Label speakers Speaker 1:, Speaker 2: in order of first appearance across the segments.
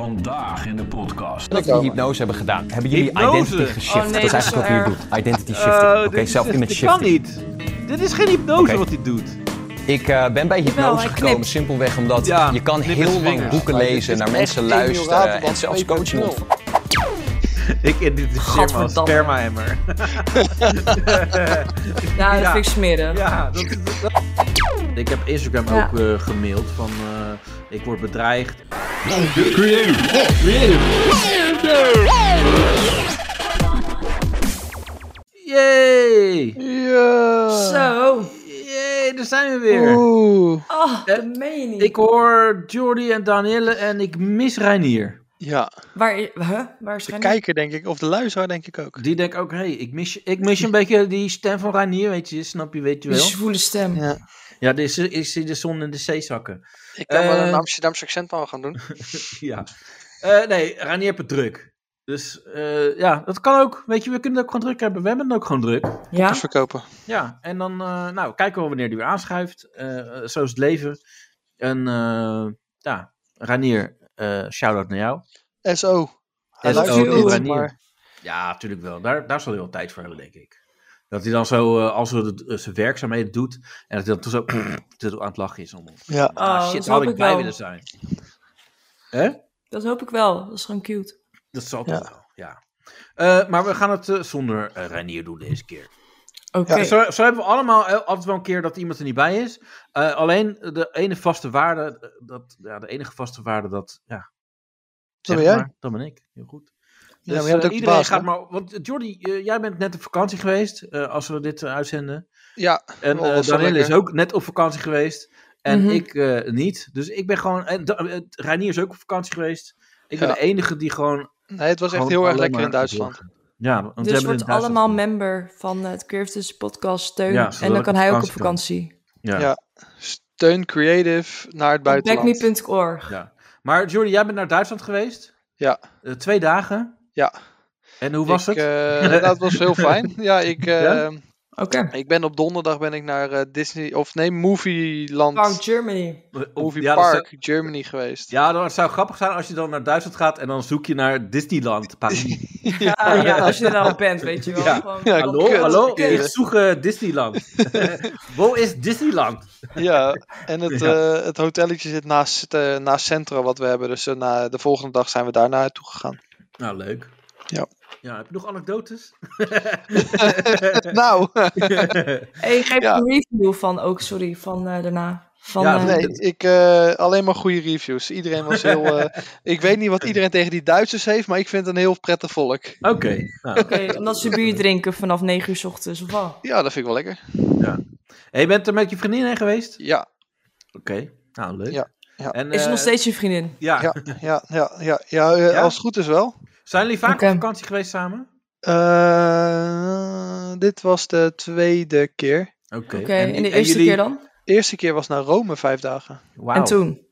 Speaker 1: Vandaag in de podcast.
Speaker 2: Dat jullie hypnose hebben gedaan. Hebben jullie
Speaker 3: Hypnose?
Speaker 2: identity geshift?
Speaker 4: Oh nee,
Speaker 2: dat is
Speaker 4: dat is
Speaker 2: eigenlijk
Speaker 4: wel
Speaker 2: wat jullie doen. Identity shifting.
Speaker 3: Oh,
Speaker 2: Oké,
Speaker 3: dit is
Speaker 2: self-image
Speaker 3: echt- dit kan
Speaker 2: shifting.
Speaker 3: niet. Dit is geen hypnose
Speaker 2: Oké.
Speaker 3: wat hij doet.
Speaker 2: Ik eh, ben bij
Speaker 4: Jawel,
Speaker 2: hypnose
Speaker 4: hij
Speaker 2: gekomen
Speaker 4: knipt.
Speaker 2: simpelweg omdat
Speaker 3: Ja,
Speaker 2: je kan
Speaker 3: knip met
Speaker 2: heel lang
Speaker 3: vingers.
Speaker 2: boeken
Speaker 5: Maar dit
Speaker 2: lezen,
Speaker 5: is
Speaker 2: naar
Speaker 5: echt
Speaker 2: mensen
Speaker 5: Emil
Speaker 2: luisteren
Speaker 5: Ratenbach
Speaker 2: en zelfs
Speaker 5: 2.0.
Speaker 2: coaching ontvangen.
Speaker 3: Ik, dit is helemaal
Speaker 4: Gadverdamme.
Speaker 3: sperma-emmer.
Speaker 4: Ja, dat
Speaker 3: Ja.
Speaker 4: vind ik smerig.
Speaker 3: Ja, dat, dat- dat- Ik heb Instagram
Speaker 4: Ja.
Speaker 3: ook eh, gemaild van eh, ik word bedreigd. Yay!
Speaker 4: Zo.
Speaker 3: Yay, daar zijn we weer.
Speaker 5: Oeh.
Speaker 4: Oh,
Speaker 3: Eh,
Speaker 4: dat meen je niet.
Speaker 3: Ik hoor Jordi en Danielle en ik mis Reinier.
Speaker 5: Ja,
Speaker 4: Waar, i- huh? Waar is
Speaker 5: de
Speaker 4: René?
Speaker 5: kijker denk ik, of de luisteraar denk ik ook.
Speaker 3: Die denkt ook, hé, hey, ik, mis, je- ik mis je een beetje die stem van Reinier, weet je, snap je, weet je
Speaker 4: Die
Speaker 3: wel.
Speaker 4: zwoele stem.
Speaker 5: Ja.
Speaker 3: Ja, dus ik zie de zon in de zee zakken.
Speaker 5: Ik kan wel
Speaker 3: Eh.
Speaker 5: een Amsterdamse accent maar gaan doen.
Speaker 3: Ja. Eh, nee, Reinier heeft het druk. Dus eh, ja, dat kan ook. Weet je, we kunnen het ook gewoon druk hebben. We hebben het ook gewoon druk.
Speaker 4: Ja?
Speaker 5: Dus verkopen.
Speaker 3: Ja, en dan eh, nou, kijken we wanneer die weer aanschuift. Eh, eh, zo is het leven. En eh, ja, Ranier, eh shout-out naar jou.
Speaker 5: SO. Hij
Speaker 3: SO,
Speaker 5: luistert
Speaker 4: die
Speaker 5: niet,
Speaker 3: Ranier.
Speaker 5: maar
Speaker 3: Ja, natuurlijk wel. Daar, daar zal hij wel tijd voor hebben, denk ik. Dat hij dan zo, eh, als hij het- eh, zijn werkzaamheden doet, en dat hij dan toch zo te- aan het lachen is. Om,
Speaker 5: Ja.
Speaker 3: Ah,
Speaker 4: Oh,
Speaker 3: shit,
Speaker 4: dat
Speaker 3: daar had
Speaker 4: hoop
Speaker 3: ik
Speaker 4: ik
Speaker 3: bij
Speaker 4: wel.
Speaker 3: willen zijn. Hè?
Speaker 4: Dat hoop ik wel. Dat is gewoon cute.
Speaker 3: Dat zal
Speaker 5: Ja.
Speaker 3: toch wel, ja. Eh, maar we gaan het eh, zonder eh Reinier doen deze keer.
Speaker 4: Oké.
Speaker 5: Ja,
Speaker 3: Zo, zo hebben we allemaal eh, altijd wel een keer dat iemand er niet bij is. Eh, alleen de ene vaste waarde, eh, dat, ja, de enige vaste waarde dat, ja. zeg
Speaker 5: ben
Speaker 3: het
Speaker 5: jij.
Speaker 3: maar, dat ben ik, heel goed.
Speaker 5: Ja,
Speaker 3: Dus,
Speaker 5: maar jij bent
Speaker 3: eh,
Speaker 5: ook de
Speaker 3: iedereen
Speaker 5: baas,
Speaker 3: gaat
Speaker 5: hè?
Speaker 3: maar, want eh, Jordi, eh, jij bent net op vakantie geweest, eh, als we dit eh, uitzenden.
Speaker 5: ja,
Speaker 3: En
Speaker 5: Oh,
Speaker 3: eh
Speaker 5: wat zo
Speaker 3: Danielle is
Speaker 5: lekker.
Speaker 3: ook net op vakantie geweest. En
Speaker 4: Mhm.
Speaker 3: ik eh, niet. Dus ik ben gewoon, en Da- eh, Reinier is ook op vakantie geweest. Ik ben
Speaker 5: Ja.
Speaker 3: de enige die gewoon...
Speaker 5: nee, het was echt
Speaker 3: gewoon
Speaker 5: heel erg
Speaker 3: alleen
Speaker 5: lekker
Speaker 3: maar
Speaker 5: in Duitsland.
Speaker 3: doorgaat. Ja, want we hebben
Speaker 4: Dus
Speaker 3: het in
Speaker 4: wordt
Speaker 3: Duitsland
Speaker 4: allemaal
Speaker 3: gedaan.
Speaker 4: member van het Creative Podcast steun.
Speaker 3: Ja, zodat
Speaker 4: en dan
Speaker 3: ik
Speaker 4: kan
Speaker 3: op
Speaker 4: hij ook op
Speaker 3: vakantie Ja.
Speaker 4: vakantie.
Speaker 5: Ja. Steun creative naar het buitenland.
Speaker 4: Backme.org.
Speaker 3: Ja. Maar Jordi, jij bent naar Duitsland geweest?
Speaker 5: Ja.
Speaker 3: Eh, twee dagen.
Speaker 5: Ja.
Speaker 3: En hoe was
Speaker 5: ik,
Speaker 3: het?
Speaker 5: eh, nou, het was heel fijn. Ja, ik, eh,
Speaker 3: Ja?
Speaker 4: Oké.
Speaker 5: ik ben op donderdag ben ik naar eh, Disney, of nee, Movieland,
Speaker 4: Park Germany.
Speaker 3: Of-
Speaker 5: Movie
Speaker 3: ja, dat zou-
Speaker 5: Park, Germany geweest.
Speaker 3: ja, dat zou grappig zijn als je dan naar Duitsland gaat en dan zoek je naar Disneyland Parijs.
Speaker 4: Ja, ja, als je er al bent, weet je wel.
Speaker 3: Ja.
Speaker 4: Gewoon-
Speaker 5: Ja,
Speaker 3: hallo,
Speaker 5: kut.
Speaker 3: hallo,
Speaker 5: Verkeerde.
Speaker 3: ik zoek eh, Disneyland. Wo is Disneyland?
Speaker 5: Ja, en het, eh, het hotelletje zit naast, eh, naast Centro wat we hebben. Dus eh, na, de volgende dag zijn we daar naartoe gegaan.
Speaker 3: Nou, leuk.
Speaker 5: Ja.
Speaker 3: Ja, heb je nog anekdotes?
Speaker 5: Nou,
Speaker 4: Hey, geef
Speaker 5: Ja.
Speaker 4: een review van ook, sorry, van eh, daarna. Van,
Speaker 3: Ja,
Speaker 4: eh,
Speaker 5: nee, ik, eh, alleen maar goede reviews. Iedereen was heel... eh, ik weet niet wat iedereen tegen die Duitsers heeft, maar ik vind het een heel prettig volk.
Speaker 3: Oké. nou.
Speaker 4: oké, omdat ze bier drinken vanaf 9 uur 's ochtends, of wat?
Speaker 5: Ja, dat vind ik wel lekker.
Speaker 3: En je bent er met je vriendin heen geweest?
Speaker 5: Ja,
Speaker 3: Oké. Nou, leuk.
Speaker 5: Ja, ja.
Speaker 3: En,
Speaker 4: Is
Speaker 3: eh,
Speaker 4: er nog steeds je vriendin?
Speaker 3: Ja.
Speaker 5: ja, ja, ja, ja, ja, eh,
Speaker 3: Ja?
Speaker 5: als het goed is wel.
Speaker 3: Zijn jullie vaak
Speaker 4: Oké.
Speaker 3: op vakantie geweest samen?
Speaker 5: Eh, dit was de tweede keer.
Speaker 3: Oké.
Speaker 4: Oké, en de eerste
Speaker 3: jullie-
Speaker 4: keer dan?
Speaker 5: eerste keer was naar Rome vijf dagen.
Speaker 3: Wauw.
Speaker 4: En toen?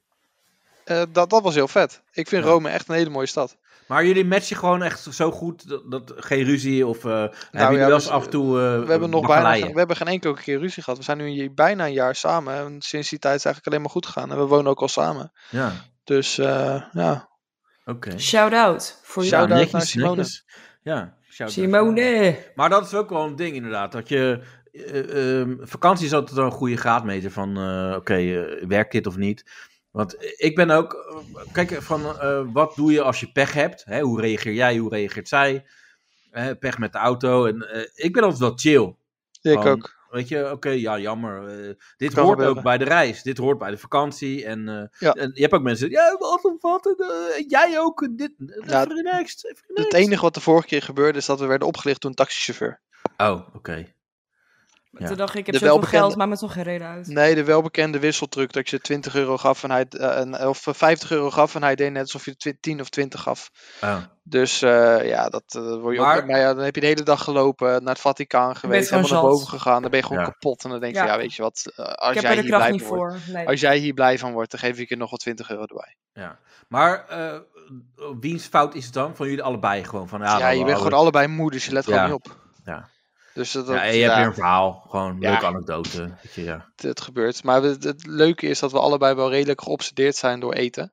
Speaker 5: Eh, dat, dat was heel vet. Ik vind
Speaker 3: Ja.
Speaker 5: Rome echt een hele mooie stad.
Speaker 3: Maar jullie matchen gewoon echt zo goed, dat, dat geen ruzie of eh hebben jullie
Speaker 5: Nou ja,
Speaker 3: wel
Speaker 5: we-
Speaker 3: eens af en toe eh,
Speaker 5: We hebben nog bijna, geen- we hebben geen enkele keer ruzie gehad. We zijn nu een je- bijna een jaar samen. En sinds die tijd is het eigenlijk alleen maar goed gegaan. En we wonen ook al samen.
Speaker 3: Ja,
Speaker 5: Dus eh, ja,
Speaker 3: oké.
Speaker 4: Shout out voor jou.
Speaker 5: Shout-out
Speaker 3: Ja, netjes,
Speaker 5: naar Simone.
Speaker 3: netjes. Ja, shout-out.
Speaker 4: Simone.
Speaker 3: Maar dat is ook wel een ding inderdaad, dat je... eh, ehm, vakantie is altijd wel een goede graadmeter van, eh, oké, eh, werkt dit of niet? Want ik ben ook, eh, kijk, van eh, wat doe je als je pech hebt? Hè, hoe reageer jij, hoe reageert zij? Eh, pech met de auto. En, eh, ik ben altijd wel chill.
Speaker 5: ik
Speaker 3: Van-
Speaker 5: ook.
Speaker 3: Weet je, oké, ja, jammer. eh, dit
Speaker 5: Kan
Speaker 3: hoort
Speaker 5: gebeuren.
Speaker 3: ook bij de reis. Dit hoort bij de vakantie. En, eh,
Speaker 5: Ja.
Speaker 3: en je hebt ook mensen. Ja, wat of wat. en, eh, jij ook. en Dit, eh,
Speaker 5: Ja,
Speaker 3: even relaxed. Even relaxed.
Speaker 5: Het enige wat de vorige keer gebeurde is dat we werden opgelicht door een taxichauffeur.
Speaker 3: Oh, oké. Ja.
Speaker 4: Toen dacht ik, ik heb
Speaker 5: De
Speaker 4: zoveel
Speaker 5: welbekende-
Speaker 4: geld, maar me toch geen reden uit.
Speaker 5: Nee, de welbekende wisseltruc dat je 20 euro gaf en hij, eh, en- of 50 euro gaf en hij deed net alsof je twi- 10 of 20 gaf.
Speaker 3: Oh.
Speaker 5: Dus eh, ja, dat eh, word je ook.
Speaker 3: Maar-
Speaker 5: Maar ja, dan heb je de hele dag gelopen, naar het Vaticaan geweest,
Speaker 4: gewoon
Speaker 5: helemaal naar boven
Speaker 4: zat.
Speaker 5: gegaan. Dan ben je gewoon
Speaker 3: Ja.
Speaker 5: kapot. En dan denk je,
Speaker 4: Ja.
Speaker 5: ja, weet je wat, eh,
Speaker 4: Ik
Speaker 5: als,
Speaker 4: heb er
Speaker 5: jij
Speaker 4: de
Speaker 5: hier blij
Speaker 4: kracht niet
Speaker 5: van wordt,
Speaker 4: voor. Nee.
Speaker 5: als jij hier blij van wordt, dan geef ik je nog wel 20 euro erbij.
Speaker 3: Ja. Maar eh wiens fout is het dan? Van jullie allebei gewoon. Van, ja,
Speaker 5: ja, je bent gewoon allebei moe, dus je let
Speaker 3: Ja.
Speaker 5: gewoon niet op.
Speaker 3: Ja.
Speaker 5: Dus dat, dat-
Speaker 3: Ja, en je hebt
Speaker 5: ja,
Speaker 3: weer een verhaal. Gewoon
Speaker 5: Ja.
Speaker 3: leuke anekdote. Weet je, ja.
Speaker 5: het, het gebeurt. Maar het, het leuke is dat we allebei wel redelijk geobsedeerd zijn door eten.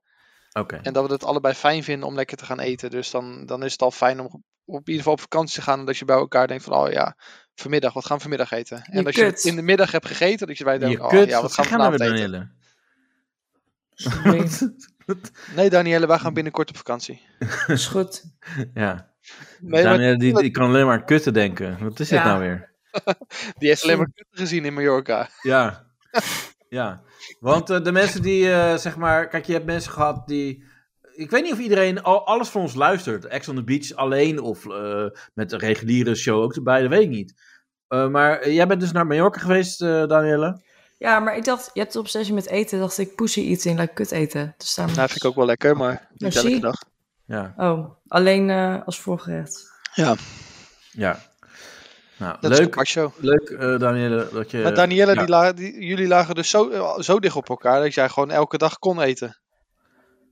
Speaker 3: Oké.
Speaker 5: En dat we het allebei fijn vinden om lekker te gaan eten. Dus dan, dan is het al fijn om op- op ieder geval op vakantie te gaan. En dat je bij elkaar denkt van, oh ja, vanmiddag, wat gaan we vanmiddag eten? En
Speaker 4: Je
Speaker 5: als
Speaker 4: kut.
Speaker 5: je in de middag hebt gegeten, dat je bij denkt,
Speaker 3: Je
Speaker 5: oh
Speaker 3: kut,
Speaker 5: ja,
Speaker 3: wat
Speaker 5: wat
Speaker 3: zeg
Speaker 5: gaan
Speaker 3: je
Speaker 5: we
Speaker 3: nou
Speaker 5: vanavond
Speaker 3: weer,
Speaker 5: eten?
Speaker 3: Danielle?
Speaker 4: Sorry.
Speaker 5: Nee Danielle, wij gaan binnenkort op vakantie.
Speaker 4: is goed.
Speaker 3: Ja,
Speaker 5: Nee, maar
Speaker 3: Danielle, die, die kan alleen maar aan kutten denken. Wat is dit
Speaker 4: Ja.
Speaker 3: nou weer?
Speaker 5: die heeft alleen maar kut gezien in Mallorca.
Speaker 3: Ja, ja. Want eh, de mensen die, eh, zeg maar... Kijk, je hebt mensen gehad die... Ik weet niet of iedereen al, alles van ons luistert. Ex on the Beach alleen of eh, met een reguliere show ook erbij, dat weet ik niet. Eh, maar jij bent dus naar Mallorca geweest, eh Danielle?
Speaker 4: Ja, maar ik dacht, je hebt het obsessie met eten. dacht ik, pussy iets in, like kut eten. Dus daarom-
Speaker 5: Nou, vind ik ook wel lekker, maar niet
Speaker 4: Merci.
Speaker 5: elke dag.
Speaker 3: Ja,
Speaker 4: Oh, alleen eh, als voorgerecht.
Speaker 3: ja. Nou,
Speaker 5: Dat is
Speaker 3: leuk,
Speaker 5: een show.
Speaker 3: leuk eh, Danielle, dat je...
Speaker 5: Maar Danielle,
Speaker 3: ja.
Speaker 5: die la- die, jullie lagen dus zo, eh, zo dicht op elkaar dat jij gewoon elke dag kon eten.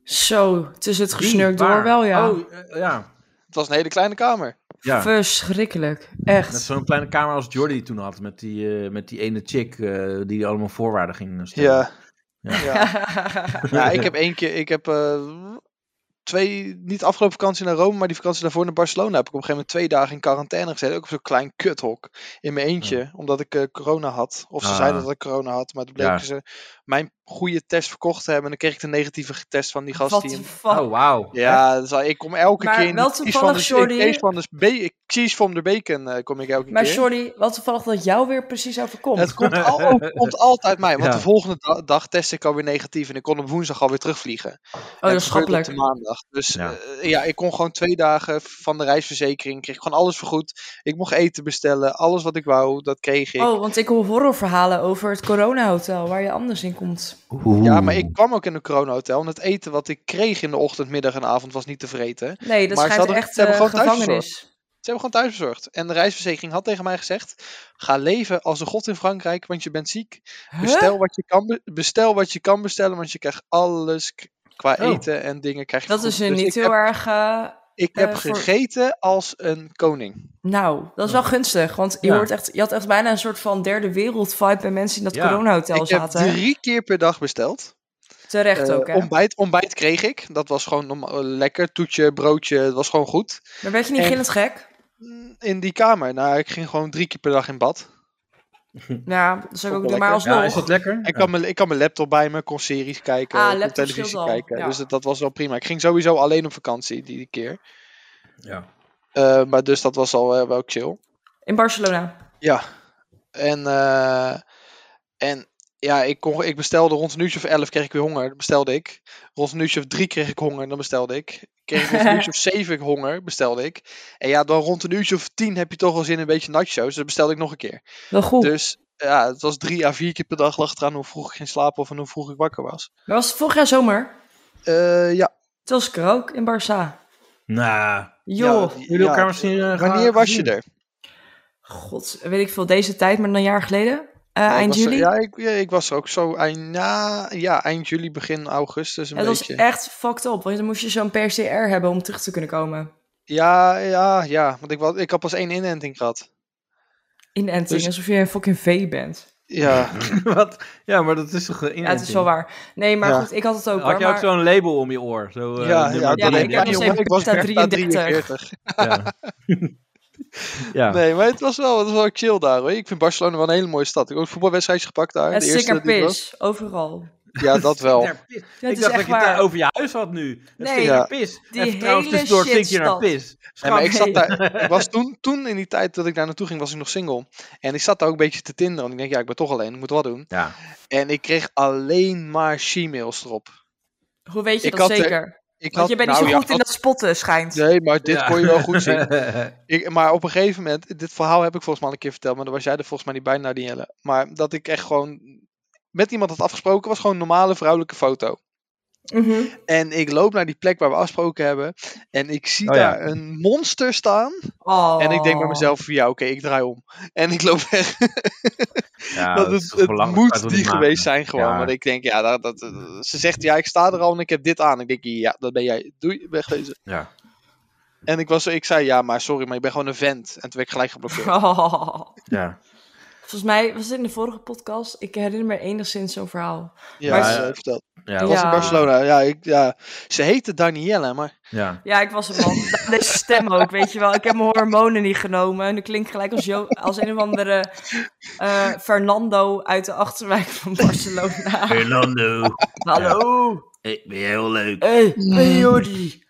Speaker 4: Zo, tussen het
Speaker 3: Wie?
Speaker 4: gesnurkt
Speaker 3: Waar?
Speaker 4: door wel, ja.
Speaker 3: Oh, eh, ja.
Speaker 5: Het was een hele kleine kamer.
Speaker 3: ja.
Speaker 4: Verschrikkelijk, echt.
Speaker 3: Net zo'n kleine kamer als Jordi toen had met die, eh, met die ene chick eh, die allemaal voorwaarden ging stellen.
Speaker 5: Ja.
Speaker 3: Ja.
Speaker 5: Ja. Ja, ik heb één keer, ik heb eh, twee, niet de afgelopen vakantie naar Rome, maar die vakantie daarvoor naar Barcelona heb ik op een gegeven moment twee dagen in quarantaine gezeten. Ook op zo'n klein kuthok in mijn eentje, omdat ik eh, corona had. Of ze
Speaker 3: Ah.
Speaker 5: zeiden dat ik corona had, maar toen bleek
Speaker 3: Ja.
Speaker 5: ze mijn goede test verkocht te hebben en dan kreeg ik de negatieve test van die gast
Speaker 4: Wat
Speaker 5: die hem-
Speaker 4: de fuck?
Speaker 3: Oh, wauw.
Speaker 5: Ja, dat is al- ik kom elke
Speaker 4: Maar
Speaker 5: keer in die
Speaker 4: wel
Speaker 5: cheese
Speaker 4: toevallig,
Speaker 5: van de,
Speaker 4: Jordi.
Speaker 5: ik cheese van de ba- ik cheese van de bacon eh, kom ik elke
Speaker 4: maar
Speaker 5: keer.
Speaker 4: sorry, wat toevallig dat jou weer precies overkomt. Oh,
Speaker 5: Het komt, al, ook- komt altijd mij, want
Speaker 3: Ja.
Speaker 5: de volgende da- dag test ik alweer negatief en ik kon op woensdag alweer terugvliegen.
Speaker 4: oh, dat is
Speaker 5: Het gebeurde op
Speaker 4: schappelijk.
Speaker 5: de maandag. Dus
Speaker 3: Ja.
Speaker 5: ja. ja, ik kon gewoon twee dagen van de reisverzekering. Kreeg ik gewoon alles vergoed. Ik mocht eten bestellen. Alles wat ik wou, dat kreeg ik.
Speaker 4: Oh, want ik hoor horrorverhalen over het coronahotel, waar je anders in komt.
Speaker 5: Ja, maar ik kwam ook in een coronahotel. En het eten wat ik kreeg in de ochtend, middag en avond was niet te vreten.
Speaker 4: Nee, dat
Speaker 5: Maar ze
Speaker 4: schijnt
Speaker 5: hadden-
Speaker 4: echt
Speaker 5: ze hebben
Speaker 4: eh,
Speaker 5: gewoon thuis
Speaker 4: gevangenis.
Speaker 5: Ze hebben gewoon thuis bezorgd. En de reisverzekering had tegen mij gezegd: ga leven als een god in Frankrijk, want je bent ziek. Bestel, wat je, kan be- bestel wat je kan bestellen, want je krijgt alles k- qua
Speaker 3: Oh.
Speaker 5: eten en dingen. Krijg je
Speaker 4: Dat
Speaker 5: goed.
Speaker 4: is eh,
Speaker 5: Dus
Speaker 4: niet
Speaker 5: ik
Speaker 4: heel
Speaker 5: heb,
Speaker 4: erg... eh,
Speaker 5: Ik
Speaker 4: eh,
Speaker 5: heb
Speaker 4: voor-
Speaker 5: gegeten als een koning.
Speaker 4: nou, dat is wel gunstig, want je,
Speaker 3: Ja.
Speaker 4: hoort echt, je had echt bijna een soort van derde wereld vibe bij mensen die in dat
Speaker 3: Ja.
Speaker 4: coronahotel
Speaker 5: Ik heb
Speaker 4: zaten.
Speaker 5: drie keer per dag besteld.
Speaker 4: Terecht
Speaker 5: Eh,
Speaker 4: ook, hè.
Speaker 5: ontbijt, ontbijt kreeg ik. Dat was gewoon norma- eh, lekker. Toetje, broodje, het was gewoon goed.
Speaker 4: Maar werd je niet
Speaker 5: en-
Speaker 4: gillend gek?
Speaker 5: Mm, In die kamer, nou, ik ging gewoon drie keer per dag in bad.
Speaker 4: Ja, dat zou ik ook
Speaker 5: Ook wel
Speaker 4: doen, maar
Speaker 5: lekker.
Speaker 4: alsnog.
Speaker 3: Ja, is dat lekker?
Speaker 5: Ik, had mijn, ik had mijn laptop bij me, kon series kijken,
Speaker 4: Ah,
Speaker 5: kon
Speaker 4: laptop
Speaker 5: televisie
Speaker 4: scheelt al,
Speaker 5: kijken.
Speaker 4: ja.
Speaker 5: Dus dat, dat was wel prima. Ik ging sowieso alleen op vakantie die, die keer.
Speaker 3: Ja.
Speaker 5: Eh, maar dus dat was al eh, wel chill.
Speaker 4: In Barcelona.
Speaker 5: Ja. En, eh, en ja, ik, kon, ik bestelde rond een uurtje of elf kreeg ik weer honger. Dat bestelde ik. Rond een uurtje of drie kreeg ik honger. Dan bestelde ik. Kreeg ik rond een uurtje of zeven honger. Bestelde ik. En ja, dan rond een uurtje of tien heb je toch wel zin in een beetje nachos. Dus dat bestelde ik nog een keer.
Speaker 4: Wel goed.
Speaker 5: Dus ja, het was drie à vier keer per dag lag eraan hoe vroeg ik ging slapen of en hoe vroeg ik wakker was.
Speaker 4: Maar was het vorig jaar zomer?
Speaker 5: Eh, ja.
Speaker 4: Toen was ik er ook, in Barça.
Speaker 3: Nou,
Speaker 4: Joh.
Speaker 5: ja,
Speaker 3: jullie
Speaker 5: ja.
Speaker 3: elkaar misschien... eh, gaan-
Speaker 5: Wanneer was je
Speaker 3: gezien?
Speaker 5: er?
Speaker 4: God, weet ik veel, deze tijd, maar dan een jaar geleden. Eh,
Speaker 5: Ja, ik
Speaker 4: eind
Speaker 5: was er-
Speaker 4: juli.
Speaker 5: Ja ik, ja, ik was er ook zo eind, na, ja, eind juli, begin augustus een
Speaker 4: het was
Speaker 5: beetje.
Speaker 4: echt fucked up, want dan moest je zo'n PCR hebben om terug te kunnen komen.
Speaker 5: Ja, ja, ja. Want ik, was, ik had pas één inenting gehad.
Speaker 4: Inenting,
Speaker 5: Dus-
Speaker 4: alsof je een fucking V bent.
Speaker 5: Ja.
Speaker 3: Wat? Ja, maar dat is toch een
Speaker 4: Ja, het is wel waar. Nee, maar
Speaker 5: Ja.
Speaker 4: goed, ik had het ook.
Speaker 3: Had
Speaker 4: hoor,
Speaker 3: je ook
Speaker 4: maar...
Speaker 3: zo'n label om je oor? Zo, eh,
Speaker 5: ja,
Speaker 3: nummer
Speaker 5: ja,
Speaker 4: ik
Speaker 5: dat
Speaker 4: heb
Speaker 5: ik,
Speaker 4: nog
Speaker 5: ja,
Speaker 4: steeds
Speaker 5: jongen, ik was
Speaker 4: Bertha
Speaker 5: Bertha
Speaker 4: 33.
Speaker 5: 43.
Speaker 3: Ja. ja.
Speaker 5: Nee, maar het was wel, het was wel chill daar hoor. Ik vind Barcelona wel een hele mooie stad. Ik heb ook een voetbalwedstrijdje gepakt daar.
Speaker 4: Het
Speaker 5: de
Speaker 4: is
Speaker 5: eerste
Speaker 4: sticker
Speaker 5: die ik
Speaker 4: pis, overal.
Speaker 5: was. Ja, dat wel.
Speaker 3: Naar pis. ik
Speaker 4: Ja, het is
Speaker 3: dacht dat
Speaker 4: echt
Speaker 3: je het daar
Speaker 4: waar.
Speaker 3: over je huis had nu. Het
Speaker 4: Nee.
Speaker 3: stinkt
Speaker 5: Ja.
Speaker 3: naar pis.
Speaker 4: Die
Speaker 3: Even trouwens
Speaker 4: hele
Speaker 3: tussendoor stinkt je naar
Speaker 4: shitstad.
Speaker 3: pis.
Speaker 5: Nee, maar ik
Speaker 4: Schat,
Speaker 5: zat daar, ik was toen, toen in die tijd dat ik daar naartoe ging, was ik nog single. En ik zat daar ook een beetje te tinderen. Want ik denk, ja, ik ben toch alleen, ik moet wat doen.
Speaker 3: Ja.
Speaker 5: En ik kreeg alleen maar she-mails erop.
Speaker 4: Hoe weet je
Speaker 5: Ik
Speaker 4: dat
Speaker 5: had er-
Speaker 4: zeker?
Speaker 5: Ik
Speaker 4: Want je bent niet zo
Speaker 5: ja,
Speaker 4: goed in dat spotten, schijnt.
Speaker 5: Nee, maar dit
Speaker 3: Ja.
Speaker 5: kon je wel goed zien.
Speaker 3: ja.
Speaker 5: Ik, maar op een gegeven moment, dit verhaal heb ik volgens mij al een keer verteld, maar dan was jij er volgens mij niet bij, Nadielle. Maar dat ik echt gewoon met iemand had afgesproken, was gewoon een normale vrouwelijke foto.
Speaker 4: Mhm.
Speaker 5: En ik loop naar die plek waar we afgesproken hebben en ik zie
Speaker 3: Oh ja.
Speaker 5: daar een monster staan.
Speaker 4: Oh.
Speaker 5: En ik denk bij mezelf, ja oké, ik draai om. En ik loop weg. dat
Speaker 3: dat is
Speaker 5: het,
Speaker 3: toch
Speaker 5: het
Speaker 3: belangrijk, dat
Speaker 5: moet
Speaker 3: we
Speaker 5: die
Speaker 3: maken.
Speaker 5: geweest zijn gewoon.
Speaker 3: Ja.
Speaker 5: Want ik denk, ja, dat, dat, ze zegt, ja, ik sta er al en ik heb dit aan. Ik denk, ja, dat ben jij. Doei, wegwezen.
Speaker 3: Ja.
Speaker 5: En ik, was, ik zei, ja, maar sorry, maar je bent gewoon een vent. En toen werd ik gelijk geblokkeerd.
Speaker 4: Oh.
Speaker 3: Ja.
Speaker 4: Volgens mij was het in de vorige podcast. Ik herinner me enigszins zo'n verhaal.
Speaker 5: Ja,
Speaker 4: Maar-
Speaker 5: dat is, eh, vertel.
Speaker 3: Ja,
Speaker 5: Dat was in
Speaker 4: Ja.
Speaker 5: Barcelona. Ja, ik, ja, ze heette Daniela, maar
Speaker 3: ja.
Speaker 4: Ja, ik was een man. Deze stem ook, weet je wel. Ik heb mijn hormonen niet genomen. En dat klinkt gelijk als, Jo- als een of andere eh, Fernando uit de achterwijk van Barcelona.
Speaker 3: Fernando,
Speaker 4: Hallo.
Speaker 3: ik ben heel leuk.
Speaker 4: Hey,
Speaker 5: ben
Speaker 4: Jordi.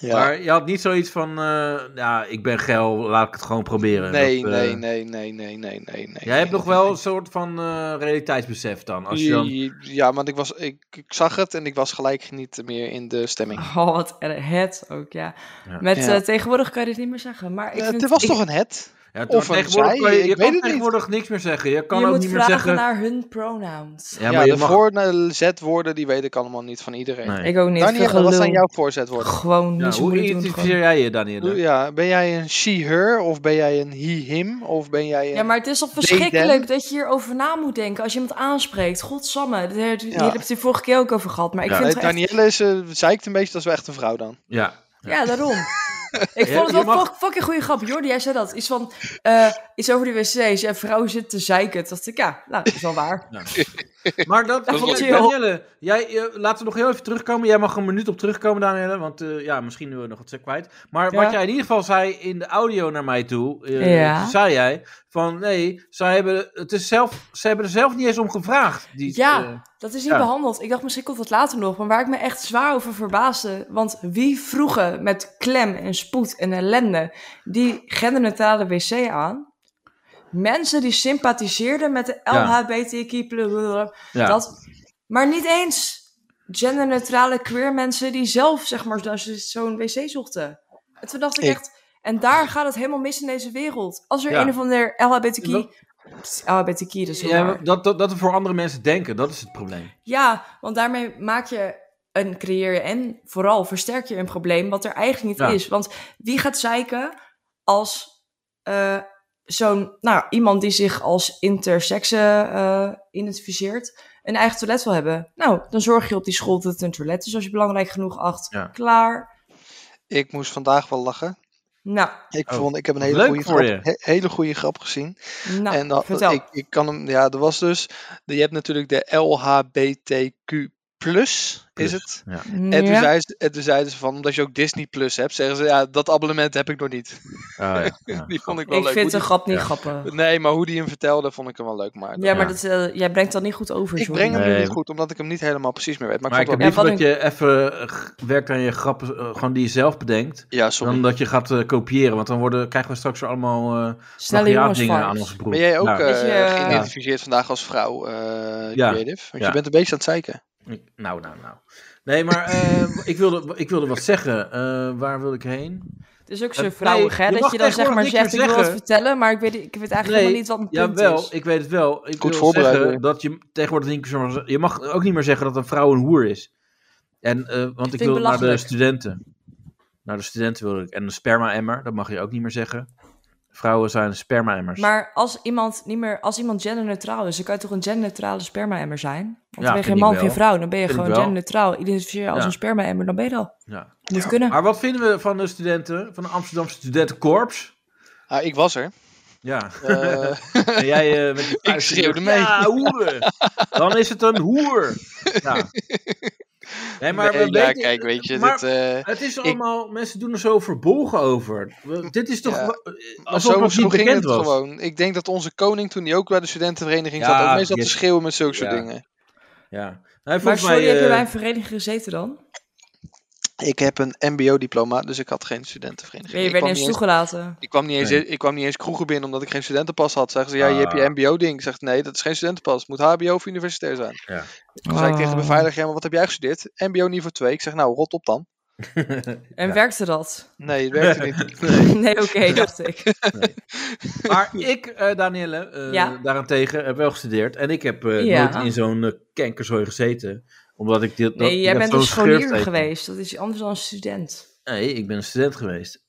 Speaker 5: ja.
Speaker 3: Maar je had niet zoiets van, eh, ja, ik ben geil, laat ik het gewoon proberen.
Speaker 5: nee,
Speaker 3: Dat, eh,
Speaker 5: nee, nee, nee, nee, nee, nee, nee.
Speaker 3: Jij hebt nog
Speaker 5: nee.
Speaker 3: wel een soort van eh, realiteitsbesef dan. Als je dan...
Speaker 5: Ja, want ik, was, ik, ik zag het en ik was gelijk niet meer in de stemming.
Speaker 4: Oh, wat erg. Het ook, ja.
Speaker 3: Ja.
Speaker 4: Met,
Speaker 5: Ja.
Speaker 4: eh, tegenwoordig kan je dit niet meer zeggen. Maar ik
Speaker 5: Ja,
Speaker 4: vind,
Speaker 5: het Eh, was
Speaker 4: ik-
Speaker 5: toch een het?
Speaker 3: Ja,
Speaker 5: Of een
Speaker 3: tegenwoordig
Speaker 5: zij,
Speaker 3: kan je,
Speaker 5: ik
Speaker 3: je
Speaker 5: weet
Speaker 3: kan
Speaker 5: het niet.
Speaker 3: tegenwoordig niks meer zeggen. Je kan
Speaker 4: je
Speaker 3: ook
Speaker 4: moet
Speaker 3: niet meer
Speaker 4: vragen
Speaker 3: zeggen...
Speaker 4: naar hun pronouns.
Speaker 5: Ja,
Speaker 3: Ja, maar je
Speaker 5: de
Speaker 3: mag...
Speaker 5: voor- en de zetwoorden, die weet ik allemaal niet van iedereen.
Speaker 3: Nee.
Speaker 4: Ik ook niet.
Speaker 5: Daniela,
Speaker 4: veel
Speaker 5: wat zijn
Speaker 4: gelul.
Speaker 5: jouw voorzetwoorden?
Speaker 4: Gewoon
Speaker 3: Ja,
Speaker 4: niet zo
Speaker 3: hoe
Speaker 4: moeilijk doen.
Speaker 3: identificeer
Speaker 4: gewoon.
Speaker 3: jij je, Daniel?
Speaker 5: Ja, ben jij een she-her of ben jij een he-him of ben jij een...
Speaker 4: Ja, maar het is al verschrikkelijk dat je hierover na moet denken als je iemand aanspreekt. Godsamme, daar heb je
Speaker 5: Ja.
Speaker 4: daar heb je het hier vorige keer ook over gehad. Maar ik
Speaker 3: Ja.
Speaker 4: vind
Speaker 5: Nee,
Speaker 4: het wel echt-
Speaker 5: Danielle is, eh, zeikt een beetje, dat is wel echt een vrouw dan.
Speaker 3: Ja.
Speaker 4: Ja, daarom. Ik
Speaker 3: Je-
Speaker 4: vond
Speaker 3: je
Speaker 4: het wel
Speaker 3: mag-
Speaker 4: fuck- fucking goede grap. Jordi, jij zei dat. Iets van, eh, iets over die wc's. Ja, vrouw zit te zeiken. Toen dacht ik, ja, nou, dat is wel waar.
Speaker 3: Maar dat,
Speaker 4: Dat is
Speaker 3: Ja,
Speaker 4: wel-
Speaker 3: Danielle, jij, eh, laten we nog heel even terugkomen. Jij mag een minuut op terugkomen, Danielle. Want eh, ja, misschien nu we nog wat kwijt. Maar
Speaker 4: Ja.
Speaker 3: wat jij in ieder geval zei in de audio naar mij toe, eh,
Speaker 4: Ja.
Speaker 3: toen zei jij van nee, zij hebben, het is zelf, ze hebben er zelf niet eens om gevraagd. Die,
Speaker 4: Ja,
Speaker 3: eh,
Speaker 4: dat is niet
Speaker 3: ja.
Speaker 4: behandeld. Ik dacht, misschien komt dat later nog. Maar waar ik me echt zwaar over verbaasde. Want wie vroegen met klem en spoed en ellende die genderneutrale wc aan? Mensen die sympathiseerden met de
Speaker 3: Ja.
Speaker 4: LHBTQ+.
Speaker 3: ja.
Speaker 4: Dat, maar niet eens genderneutrale queer mensen die zelf zeg maar zo- zo'n wc zochten. En toen dacht ik,
Speaker 5: Ik-
Speaker 4: echt, en daar gaat het helemaal mis in deze wereld. Als er
Speaker 3: Ja.
Speaker 4: een of ander LHBTQ...
Speaker 3: Dat-
Speaker 4: Pst, LHBTQ, dat is heel
Speaker 3: Ja,
Speaker 4: raar.
Speaker 3: maar dat, dat, dat we voor andere mensen denken, dat is het probleem.
Speaker 4: Ja, want daarmee maak je een creëer je en vooral versterk je een probleem wat er eigenlijk niet
Speaker 3: Ja.
Speaker 4: is. Want wie gaat zeiken als eh, zo'n nou iemand die zich als intersexe eh, identificeert een eigen toilet wil hebben? Nou, dan zorg je op die school dat het een toilet is als je belangrijk genoeg acht.
Speaker 3: Ja.
Speaker 4: Klaar.
Speaker 5: Ik moest vandaag wel lachen.
Speaker 4: Nou,
Speaker 5: Ik,
Speaker 3: Oh,
Speaker 5: vond, ik heb een
Speaker 3: wat
Speaker 5: hele
Speaker 3: leuk
Speaker 5: goede
Speaker 3: voor
Speaker 5: grap,
Speaker 3: je.
Speaker 5: he- hele goede grap gezien.
Speaker 4: nou
Speaker 5: en dat,
Speaker 4: vertel.
Speaker 5: ik, ik kan hem, ja, er was dus, je hebt natuurlijk de LHBTQ+, is
Speaker 3: Plus.
Speaker 5: het? En toen,
Speaker 4: ja.
Speaker 5: zei ze, en toen zeiden ze van, omdat je ook Disney Plus hebt, zeggen ze, ja, dat abonnement heb ik nog niet.
Speaker 3: Ah, ja,
Speaker 5: Die vond ik wel
Speaker 4: Ik
Speaker 5: leuk.
Speaker 4: vind
Speaker 5: Hoe
Speaker 4: de grap niet
Speaker 3: Ja.
Speaker 4: grappig.
Speaker 5: die- nee, maar hoe die hem vertelde, vond ik hem wel leuk. Maar
Speaker 4: Ja, maar
Speaker 3: Ja.
Speaker 4: dat, eh, jij brengt dat niet goed over.
Speaker 5: ik
Speaker 4: sorry.
Speaker 5: breng hem nu
Speaker 3: Nee.
Speaker 5: niet goed, omdat ik hem niet helemaal precies meer weet. Maar,
Speaker 3: Maar ik
Speaker 5: ik
Speaker 3: heb
Speaker 5: vond
Speaker 4: Ja,
Speaker 5: het
Speaker 3: liever dat
Speaker 4: wat
Speaker 3: je even eh, g- werkt aan je grappen, eh, gewoon die je zelf bedenkt.
Speaker 5: wel- ja, sorry.
Speaker 3: Dan dat je gaat eh, kopiëren, want dan worden, krijgen we straks allemaal eh,
Speaker 4: Snelle
Speaker 3: plagiaatdingen
Speaker 4: jongens
Speaker 3: aan
Speaker 4: vibes.
Speaker 3: onze Nou, broek.
Speaker 5: Ben jij ook
Speaker 3: Ja.
Speaker 5: eh,
Speaker 4: Is je-
Speaker 5: geïdentificeerd vandaag als vrouw, eh,
Speaker 3: Ja.
Speaker 5: creative? Want
Speaker 3: Ja.
Speaker 5: je bent een beetje aan het zeiken.
Speaker 3: Ik- nou, nou, nou. Nee, maar eh, ik, wilde, ik wilde wat zeggen. Eh, waar wil ik heen?
Speaker 4: Het is ook
Speaker 3: Eh,
Speaker 4: zo vrouwig,
Speaker 3: nee, je
Speaker 4: hè? Dat
Speaker 3: mag
Speaker 4: je dan zeg maar
Speaker 3: tegenwoordig niks
Speaker 4: zegt, ik
Speaker 3: meer
Speaker 4: wil wat
Speaker 3: zeggen.
Speaker 4: vertellen, maar ik weet, ik weet eigenlijk
Speaker 3: Nee,
Speaker 4: helemaal niet wat mijn punt
Speaker 3: Jawel,
Speaker 4: is.
Speaker 3: ik weet het wel. Ik
Speaker 5: Goed
Speaker 3: wil
Speaker 5: voorbereid eh.
Speaker 3: zeggen
Speaker 5: weer.
Speaker 3: dat je tegenwoordig niet meer zo- Je mag ook niet meer zeggen dat een vrouw een hoer is. En, eh, want ik,
Speaker 4: vind
Speaker 3: wil naar de
Speaker 4: belachelijk.
Speaker 3: studenten. Naar de studenten wil ik. En een sperma-emmer, dat mag je ook niet meer zeggen. Vrouwen zijn sperma-emmers.
Speaker 4: Maar als iemand niet meer, als iemand genderneutraal is, dan kan je toch een genderneutrale sperma-emmer zijn? Want dan ben je
Speaker 3: vind
Speaker 4: geen
Speaker 3: ik
Speaker 4: man,
Speaker 3: wel.
Speaker 4: geen vrouw, dan ben je
Speaker 3: Vind ik
Speaker 4: gewoon
Speaker 3: wel.
Speaker 4: genderneutraal. Identificeer je als
Speaker 3: Ja.
Speaker 4: een sperma-emmer, dan ben je dat. al.
Speaker 3: Ja.
Speaker 4: Moet kunnen.
Speaker 3: maar wat vinden we van de studenten? Van de Amsterdamse studentenkorps?
Speaker 5: Ah, ik was er.
Speaker 3: Ja.
Speaker 5: Eh,
Speaker 3: En jij eh, met je vuist in de
Speaker 5: schreeuwde
Speaker 3: lucht,
Speaker 5: mee.
Speaker 3: Ja, hoeren. Dan is het een hoer. Ja. Nee, maar
Speaker 5: nee,
Speaker 3: we
Speaker 5: ja,
Speaker 3: weten-
Speaker 5: kijk, weet je,
Speaker 3: maar
Speaker 5: dit, eh,
Speaker 3: het is allemaal... Mensen doen er zo verbolgen over. We- Dit is toch...
Speaker 5: Ja.
Speaker 3: wa-
Speaker 5: maar
Speaker 3: Alsof
Speaker 5: zo,
Speaker 3: het
Speaker 5: zo
Speaker 3: niet
Speaker 5: ging
Speaker 3: bekend
Speaker 5: het
Speaker 3: was.
Speaker 5: gewoon. Ik denk dat onze koning, toen hij ook bij de studentenvereniging
Speaker 3: Ja,
Speaker 5: zat, ook mee zat
Speaker 3: yes.
Speaker 5: te schreeuwen met zulke soort
Speaker 3: Ja.
Speaker 5: dingen.
Speaker 3: Ja. Nee,
Speaker 4: Maar
Speaker 3: volgens
Speaker 4: sorry,
Speaker 3: mij...
Speaker 4: heb je
Speaker 3: eh,
Speaker 4: bij een vereniging gezeten dan?
Speaker 5: Ik heb een mbo-diploma, dus ik had geen studentenvereniging.
Speaker 4: Nee, je
Speaker 5: ik,
Speaker 4: werd
Speaker 5: kwam
Speaker 4: niet eens
Speaker 5: niet eens,
Speaker 4: toegelaten.
Speaker 5: ik, kwam niet eens,
Speaker 3: Nee.
Speaker 5: ik kwam niet eens kroegen binnen omdat ik geen studentenpas had. Zeggen ze, ja, je hebt je
Speaker 3: Ah.
Speaker 5: mbo-ding. Ik zeg, nee, dat is geen studentenpas. Het moet hbo of universitair zijn.
Speaker 3: Ja.
Speaker 5: Toen zei ik tegen de
Speaker 4: Oh.
Speaker 5: beveiliger, ja, maar wat heb jij gestudeerd? Mbo niveau 2. Ik zeg, nou, rot op dan.
Speaker 4: En werkte dat?
Speaker 5: Nee, het werkte niet.
Speaker 4: Nee, oké, dacht ik.
Speaker 3: Maar ik, eh Danielle, eh,
Speaker 4: Ja.
Speaker 3: daarentegen heb wel gestudeerd. En ik heb eh,
Speaker 4: Ja.
Speaker 3: nooit in zo'n eh, kankerzooi gezeten. Omdat ik dit... dat-
Speaker 4: Nee,
Speaker 3: ik
Speaker 4: jij
Speaker 3: heb
Speaker 4: bent
Speaker 3: zo'n
Speaker 4: een scholier
Speaker 3: scheurteken.
Speaker 4: geweest. Dat is anders dan een student.
Speaker 3: Nee, ik ben een student geweest.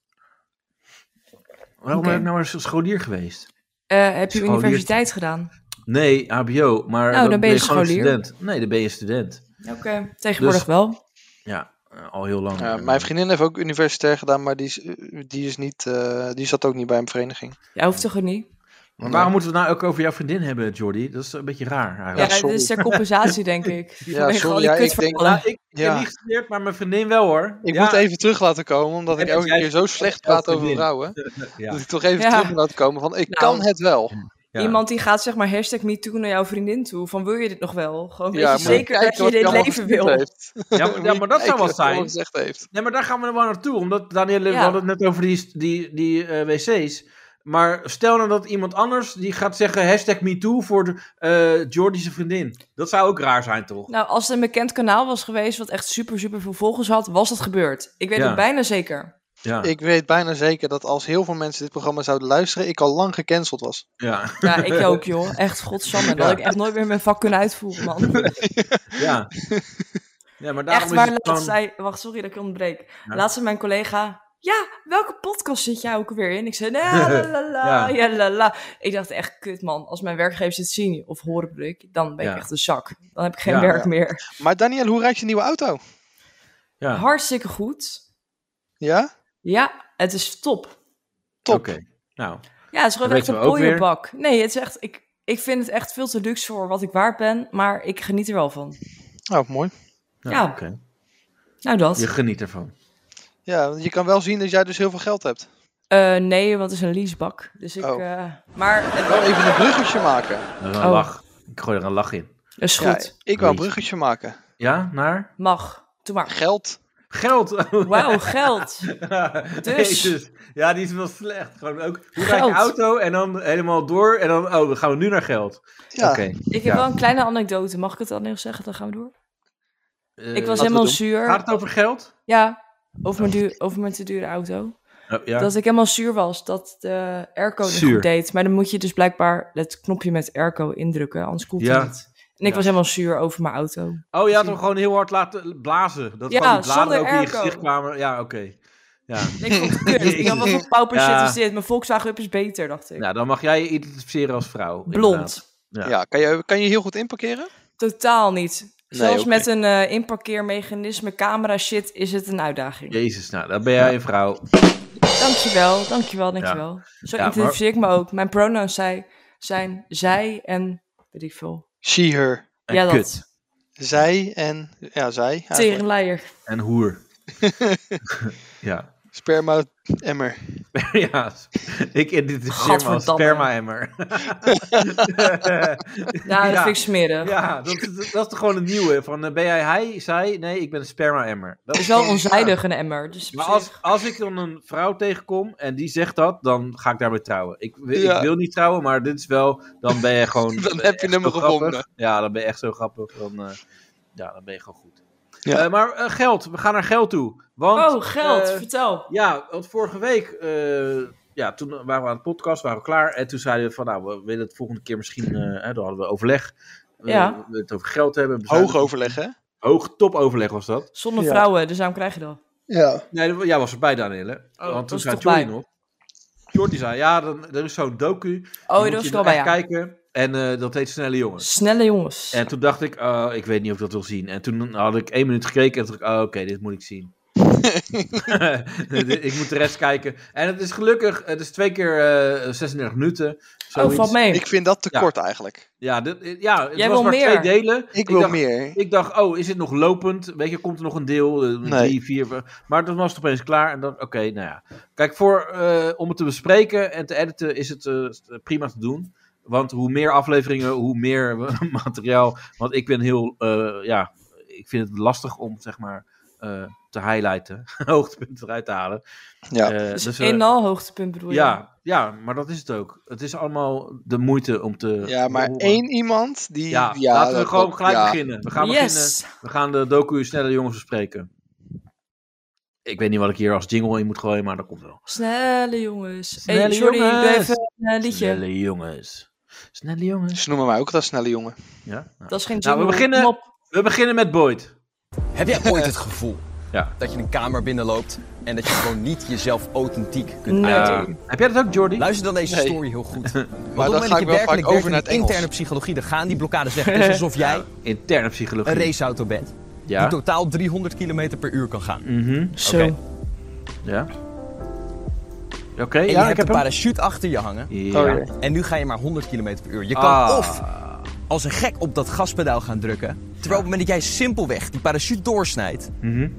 Speaker 3: Waarom
Speaker 4: Oké.
Speaker 3: ben ik nou maar een scholier geweest?
Speaker 4: Eh, heb je
Speaker 3: Scholier.
Speaker 4: universiteit gedaan?
Speaker 3: Nee, HBO. Maar
Speaker 4: Oh, dan ben je
Speaker 3: gewoon
Speaker 4: scholier.
Speaker 3: student. Nee, dan ben je student.
Speaker 4: Oké, tegenwoordig
Speaker 3: Dus-
Speaker 4: wel.
Speaker 3: Ja, eh, al heel lang.
Speaker 5: Ja,
Speaker 3: Eh,
Speaker 5: mijn vriendin heeft ook universitair gedaan, maar die, is, eh, die, is niet, eh, die zat ook niet bij een vereniging.
Speaker 4: Jij hoeft toch ook niet?
Speaker 3: Maar waarom moeten we het nou ook over jouw vriendin hebben, Jordi? Dat is een beetje raar
Speaker 4: Ja,
Speaker 3: eigenlijk.
Speaker 5: sorry.
Speaker 4: dit is ter compensatie, denk ik. Vanwege
Speaker 5: sorry,
Speaker 4: al die
Speaker 5: ja, ik denk-
Speaker 4: kutverhalen.
Speaker 3: Nou, ik ik
Speaker 5: Ja.
Speaker 3: heb niet geleerd, maar mijn vriendin wel hoor.
Speaker 5: Ik
Speaker 3: Ja,
Speaker 5: moet even terug laten komen, omdat
Speaker 3: En
Speaker 5: ik
Speaker 3: dat
Speaker 5: elke
Speaker 3: jij-
Speaker 5: keer zo slecht
Speaker 3: dat
Speaker 5: praat
Speaker 3: jij
Speaker 5: over
Speaker 3: wint.
Speaker 5: vrouwen.
Speaker 3: Ja.
Speaker 5: Dat ik toch even
Speaker 4: Ja.
Speaker 5: terug moet laten komen van, ik
Speaker 4: Nou.
Speaker 5: kan het wel.
Speaker 3: Ja.
Speaker 4: Iemand die gaat zeg maar hashtag MeToo naar jouw vriendin toe. Van wil je dit nog wel? Gewoon weet
Speaker 5: maar
Speaker 4: je zeker
Speaker 5: kijken
Speaker 4: dat je
Speaker 5: wat
Speaker 4: dit
Speaker 5: hij allemaal
Speaker 4: leven
Speaker 5: gezegd
Speaker 4: wil.
Speaker 5: heeft.
Speaker 3: Ja, maar, ja, maar dat zou
Speaker 5: Kijken
Speaker 3: wel
Speaker 5: wat hij allemaal
Speaker 3: zijn.
Speaker 5: gezegd heeft.
Speaker 3: Nee, maar daar gaan we er wel naartoe. Omdat Danielle
Speaker 4: Ja.
Speaker 3: we hadden het net over die, die, die eh, wc's. Maar stel nou dat iemand anders die gaat zeggen hashtag MeToo voor de, eh Jordi's vriendin. Dat zou ook raar zijn, toch?
Speaker 4: Nou, als het een bekend kanaal was geweest wat echt super, super veel volgers had, was dat gebeurd. Ik weet
Speaker 3: Ja.
Speaker 4: het bijna zeker.
Speaker 3: Ja.
Speaker 5: Ik weet bijna zeker dat als heel veel mensen dit programma zouden luisteren, ik al lang gecanceld was.
Speaker 3: ja.
Speaker 4: Ja, ik ook joh. Echt godsamme. Dat had ik echt nooit meer mijn vak kunnen uitvoeren, man.
Speaker 3: Ja. ja, maar daarom
Speaker 4: Echt
Speaker 3: is
Speaker 4: waar,
Speaker 3: het
Speaker 4: laatst
Speaker 3: gewoon...
Speaker 4: zei... Wacht, sorry dat ik je ontbreek.
Speaker 3: Ja.
Speaker 4: Laatst zei mijn collega... Ja, welke podcast zit jij ook alweer in? Ik zei... "Na, la, la, la,
Speaker 3: Ja.
Speaker 4: ja. la, la." Ik dacht echt, kut man. Als mijn werkgever zit zien of horen, bedoel ik, dan ben ik
Speaker 3: Ja.
Speaker 4: echt een zak. Dan heb ik geen
Speaker 3: Ja.
Speaker 4: werk meer.
Speaker 5: Maar Daniel, hoe rijdt je nieuwe auto?
Speaker 3: Ja.
Speaker 4: Hartstikke goed.
Speaker 5: Ja?
Speaker 4: Ja, het is top.
Speaker 5: Top.
Speaker 3: Oké. Nou,
Speaker 4: Ja, het is gewoon
Speaker 3: Dat
Speaker 4: echt
Speaker 3: weten
Speaker 4: een
Speaker 3: we ook weer.
Speaker 4: pooierbak. Nee, het is echt... Ik, ik vind het echt veel te luxe voor wat ik waard ben, maar ik geniet er wel van.
Speaker 5: Oh, mooi.
Speaker 3: nou
Speaker 4: Ja.
Speaker 3: oké.
Speaker 4: Nou dat.
Speaker 3: Je geniet ervan.
Speaker 5: Ja, want je kan wel zien dat jij dus heel veel geld hebt.
Speaker 4: Eh, nee, want het is een leasebak. Dus ik...
Speaker 5: Oh.
Speaker 4: eh, maar het
Speaker 5: Wel even een bruggetje maken.
Speaker 3: Er is een
Speaker 4: Oh.
Speaker 3: lach. Ik gooi er een lach in.
Speaker 4: is
Speaker 5: Ja,
Speaker 4: goed.
Speaker 5: ik wil een
Speaker 3: Lees.
Speaker 5: bruggetje maken.
Speaker 3: Ja, naar?
Speaker 4: Mag. Doe maar.
Speaker 5: Geld.
Speaker 3: Geld.
Speaker 4: Wauw, geld. Dus.
Speaker 3: Dus. Ja, die is wel slecht. Gewoon ook, hoe rijd
Speaker 4: Geld.
Speaker 3: je auto en dan helemaal door en dan, oh, dan gaan we nu naar geld.
Speaker 5: Ja.
Speaker 3: Oké.
Speaker 4: Ik heb
Speaker 3: Ja.
Speaker 4: wel een kleine anekdote. Mag ik het dan nog zeggen? Dan gaan we door.
Speaker 3: Eh,
Speaker 4: ik was
Speaker 5: we
Speaker 4: helemaal
Speaker 5: doen.
Speaker 4: zuur.
Speaker 3: Gaat het over geld?
Speaker 4: Ja, over mijn, duur, over mijn te dure auto.
Speaker 3: Oh, ja.
Speaker 4: Dat ik helemaal zuur was dat de airco niet
Speaker 3: Zuur.
Speaker 4: goed deed. Maar dan moet je dus blijkbaar het knopje met airco indrukken. Anders koelt
Speaker 3: Ja.
Speaker 4: het niet. En ik
Speaker 3: Ja.
Speaker 4: was helemaal zuur over mijn auto.
Speaker 3: oh, je had hem gewoon heel hard laten blazen. Dat
Speaker 4: Ja,
Speaker 3: gewoon die
Speaker 4: zonder
Speaker 3: bladeren ook in je
Speaker 4: airco.
Speaker 3: gezicht kwamen. Ja, oké. Ja.
Speaker 4: En Ik vond het kut. Ik dacht, wat voor pauper
Speaker 3: Ja.
Speaker 4: shit is dit? Mijn Volkswagen Up is beter, dacht ik.
Speaker 3: Nou, dan mag jij je identificeren als vrouw. inderdaad.
Speaker 4: Blond.
Speaker 3: Ja.
Speaker 5: Ja, kan je, kan je heel goed inparkeren?
Speaker 4: Totaal niet.
Speaker 5: Nee,
Speaker 4: Zelfs
Speaker 5: oké.
Speaker 4: met een eh, inparkeermechanisme, camera shit, is het een uitdaging.
Speaker 3: Jezus, nou, dan ben jij een vrouw.
Speaker 4: Dankjewel, dankjewel, dankjewel. Zo
Speaker 3: Ja, maar-
Speaker 4: identificeer ik me ook. Mijn pronouns zij, zijn zij en weet ik veel.
Speaker 5: She, her.
Speaker 3: En
Speaker 4: ja, dat.
Speaker 3: kut.
Speaker 5: Zij en... Ja, zij. eigenlijk.
Speaker 4: Terenleier.
Speaker 3: En hoer. ja.
Speaker 5: Sperma emmer.
Speaker 3: ja, ik identificeer me als
Speaker 4: Gadverdamme.
Speaker 3: sperma-emmer.
Speaker 4: Nou, dat
Speaker 3: Ja.
Speaker 4: vind ik smerig.
Speaker 3: ja, dat, is- dat is toch gewoon het nieuwe. Van, eh, ben jij hij, zij? Nee, ik ben een sperma-emmer. Dat
Speaker 4: Het is wel onzijdig, een emmer. Dus op
Speaker 3: Maar
Speaker 4: zich-
Speaker 3: als, als ik dan een vrouw tegenkom en die zegt dat, dan ga ik daarmee trouwen. Ik, wi-
Speaker 5: Ja.
Speaker 3: ik wil niet trouwen, maar dit is wel, dan ben je gewoon.
Speaker 5: Dan heb je
Speaker 3: echt
Speaker 5: hem
Speaker 3: zo grappig.
Speaker 5: gevonden.
Speaker 3: Ja, dan ben je echt zo grappig. Dan, eh, ja, dan ben je gewoon goed.
Speaker 5: Ja.
Speaker 3: Eh, maar eh, geld, we gaan naar geld toe. Want,
Speaker 4: Oh, geld,
Speaker 3: eh,
Speaker 4: vertel.
Speaker 3: ja, want vorige week, eh, ja, toen waren we aan het podcast, waren we klaar. En toen zeiden we van, nou, we willen het volgende keer misschien, eh, hè, dan hadden we overleg. Eh,
Speaker 4: Ja.
Speaker 3: we willen het over geld hebben.
Speaker 5: Hoog
Speaker 3: bezuinigen.
Speaker 5: overleg, hè?
Speaker 3: Hoog topoverleg was dat.
Speaker 4: Zonder
Speaker 5: ja.
Speaker 4: vrouwen, dus daarom krijg je dat.
Speaker 5: Ja.
Speaker 3: Nee, jij was erbij, Danielle.
Speaker 4: Oh,
Speaker 3: Want toen
Speaker 4: was
Speaker 3: zei
Speaker 4: toch
Speaker 3: Jordi
Speaker 4: bij?
Speaker 3: nog. Jordi zei, ja, dan, er is zo'n docu.
Speaker 4: Oh,
Speaker 3: je
Speaker 4: dat was ik
Speaker 3: wel
Speaker 4: al bij, ja.
Speaker 3: kijken. En eh, dat heet Snelle Jongens.
Speaker 4: Snelle jongens.
Speaker 3: En toen dacht ik, eh, ik weet niet of ik dat wil zien. En toen had ik één minuut gekeken en toen dacht ik, oh, oké, dit moet ik zien. ik moet de rest kijken. En het is gelukkig, het is twee keer eh 36 minuten.
Speaker 4: oh,
Speaker 3: zoiets.
Speaker 4: valt mee.
Speaker 5: Ik vind dat te
Speaker 3: Ja.
Speaker 5: kort eigenlijk.
Speaker 3: Ja, dit, ja het
Speaker 4: Jij
Speaker 3: was
Speaker 4: wil
Speaker 3: maar
Speaker 4: meer.
Speaker 3: twee delen.
Speaker 5: Ik wil
Speaker 3: dacht,
Speaker 5: meer.
Speaker 3: Ik dacht, oh, is het nog lopend? Weet je, komt er nog een deel? eh,
Speaker 5: Nee.
Speaker 3: Drie, vier. vijf. Maar toen was het opeens klaar. En dan, oké, nou ja. Kijk, voor, eh, om het te bespreken en te editen is het eh, prima te doen. Want hoe meer afleveringen, hoe meer we- materiaal. Want ik ben heel, eh, ja, ik vind het lastig om, zeg maar, eh, te highlighten. Hoogtepunten eruit te halen.
Speaker 5: Ja.
Speaker 3: Eh,
Speaker 4: dus
Speaker 3: dus, eh,
Speaker 4: een en al hoogtepunt bedoel je?
Speaker 3: ja, ja, maar dat is het ook. Het is allemaal de moeite om te
Speaker 5: Ja, maar
Speaker 3: horen.
Speaker 5: één iemand die...
Speaker 3: Ja, laten we
Speaker 5: dat-
Speaker 3: gewoon
Speaker 5: dat-
Speaker 3: gelijk
Speaker 5: ja.
Speaker 3: beginnen. We gaan beginnen.
Speaker 4: yes.
Speaker 3: We gaan de docu Snelle Jongens bespreken. Ik weet niet wat ik hier als jingle in moet gooien, maar dat komt wel.
Speaker 4: Snelle jongens. hey,
Speaker 3: Snelle
Speaker 4: sorry, ik doe
Speaker 3: jongens.
Speaker 4: even een eh, liedje.
Speaker 3: Snelle Jongens. Snelle Jongens.
Speaker 5: Ze noemen mij ook dat snelle jongen.
Speaker 3: Ja. nou.
Speaker 4: Dat is geen
Speaker 3: Nou, we
Speaker 4: jingle.
Speaker 3: beginnen-
Speaker 4: Kom op.
Speaker 3: We beginnen met Boyd.
Speaker 2: Heb jij ooit het gevoel
Speaker 3: Ja.
Speaker 2: dat je een kamer binnenloopt en dat je gewoon niet jezelf authentiek kunt
Speaker 4: Nee.
Speaker 2: uiten?
Speaker 3: Eh, Heb jij dat ook, Jordy?
Speaker 2: Luister dan deze
Speaker 5: Nee.
Speaker 2: story heel goed. Maar op
Speaker 5: dan
Speaker 2: het
Speaker 5: ga
Speaker 2: moment dat
Speaker 5: ik
Speaker 2: je
Speaker 5: wel vaak
Speaker 2: werkelijk
Speaker 5: over
Speaker 2: over
Speaker 5: naar
Speaker 2: naar
Speaker 5: het Engels.
Speaker 2: interne psychologie, dan gaan die blokkades weg. Het is alsof jij
Speaker 3: Interne
Speaker 2: een
Speaker 3: psychologie.
Speaker 2: raceauto bent die
Speaker 3: Ja.
Speaker 2: totaal 300 km per uur kan gaan.
Speaker 3: Mhm.
Speaker 4: Zo.
Speaker 2: Oké.
Speaker 3: ja. Oké,
Speaker 2: En
Speaker 3: ja,
Speaker 2: je
Speaker 3: ik
Speaker 2: hebt
Speaker 3: heb hem.
Speaker 2: een parachute achter je hangen.
Speaker 3: Ja.
Speaker 5: Oh,
Speaker 2: En nu ga je maar 100 km per uur. Je kan
Speaker 3: Ah.
Speaker 2: of als een gek op dat gaspedaal gaan drukken. Terwijl op het moment dat jij simpelweg die parachute doorsnijdt.
Speaker 3: Mhm.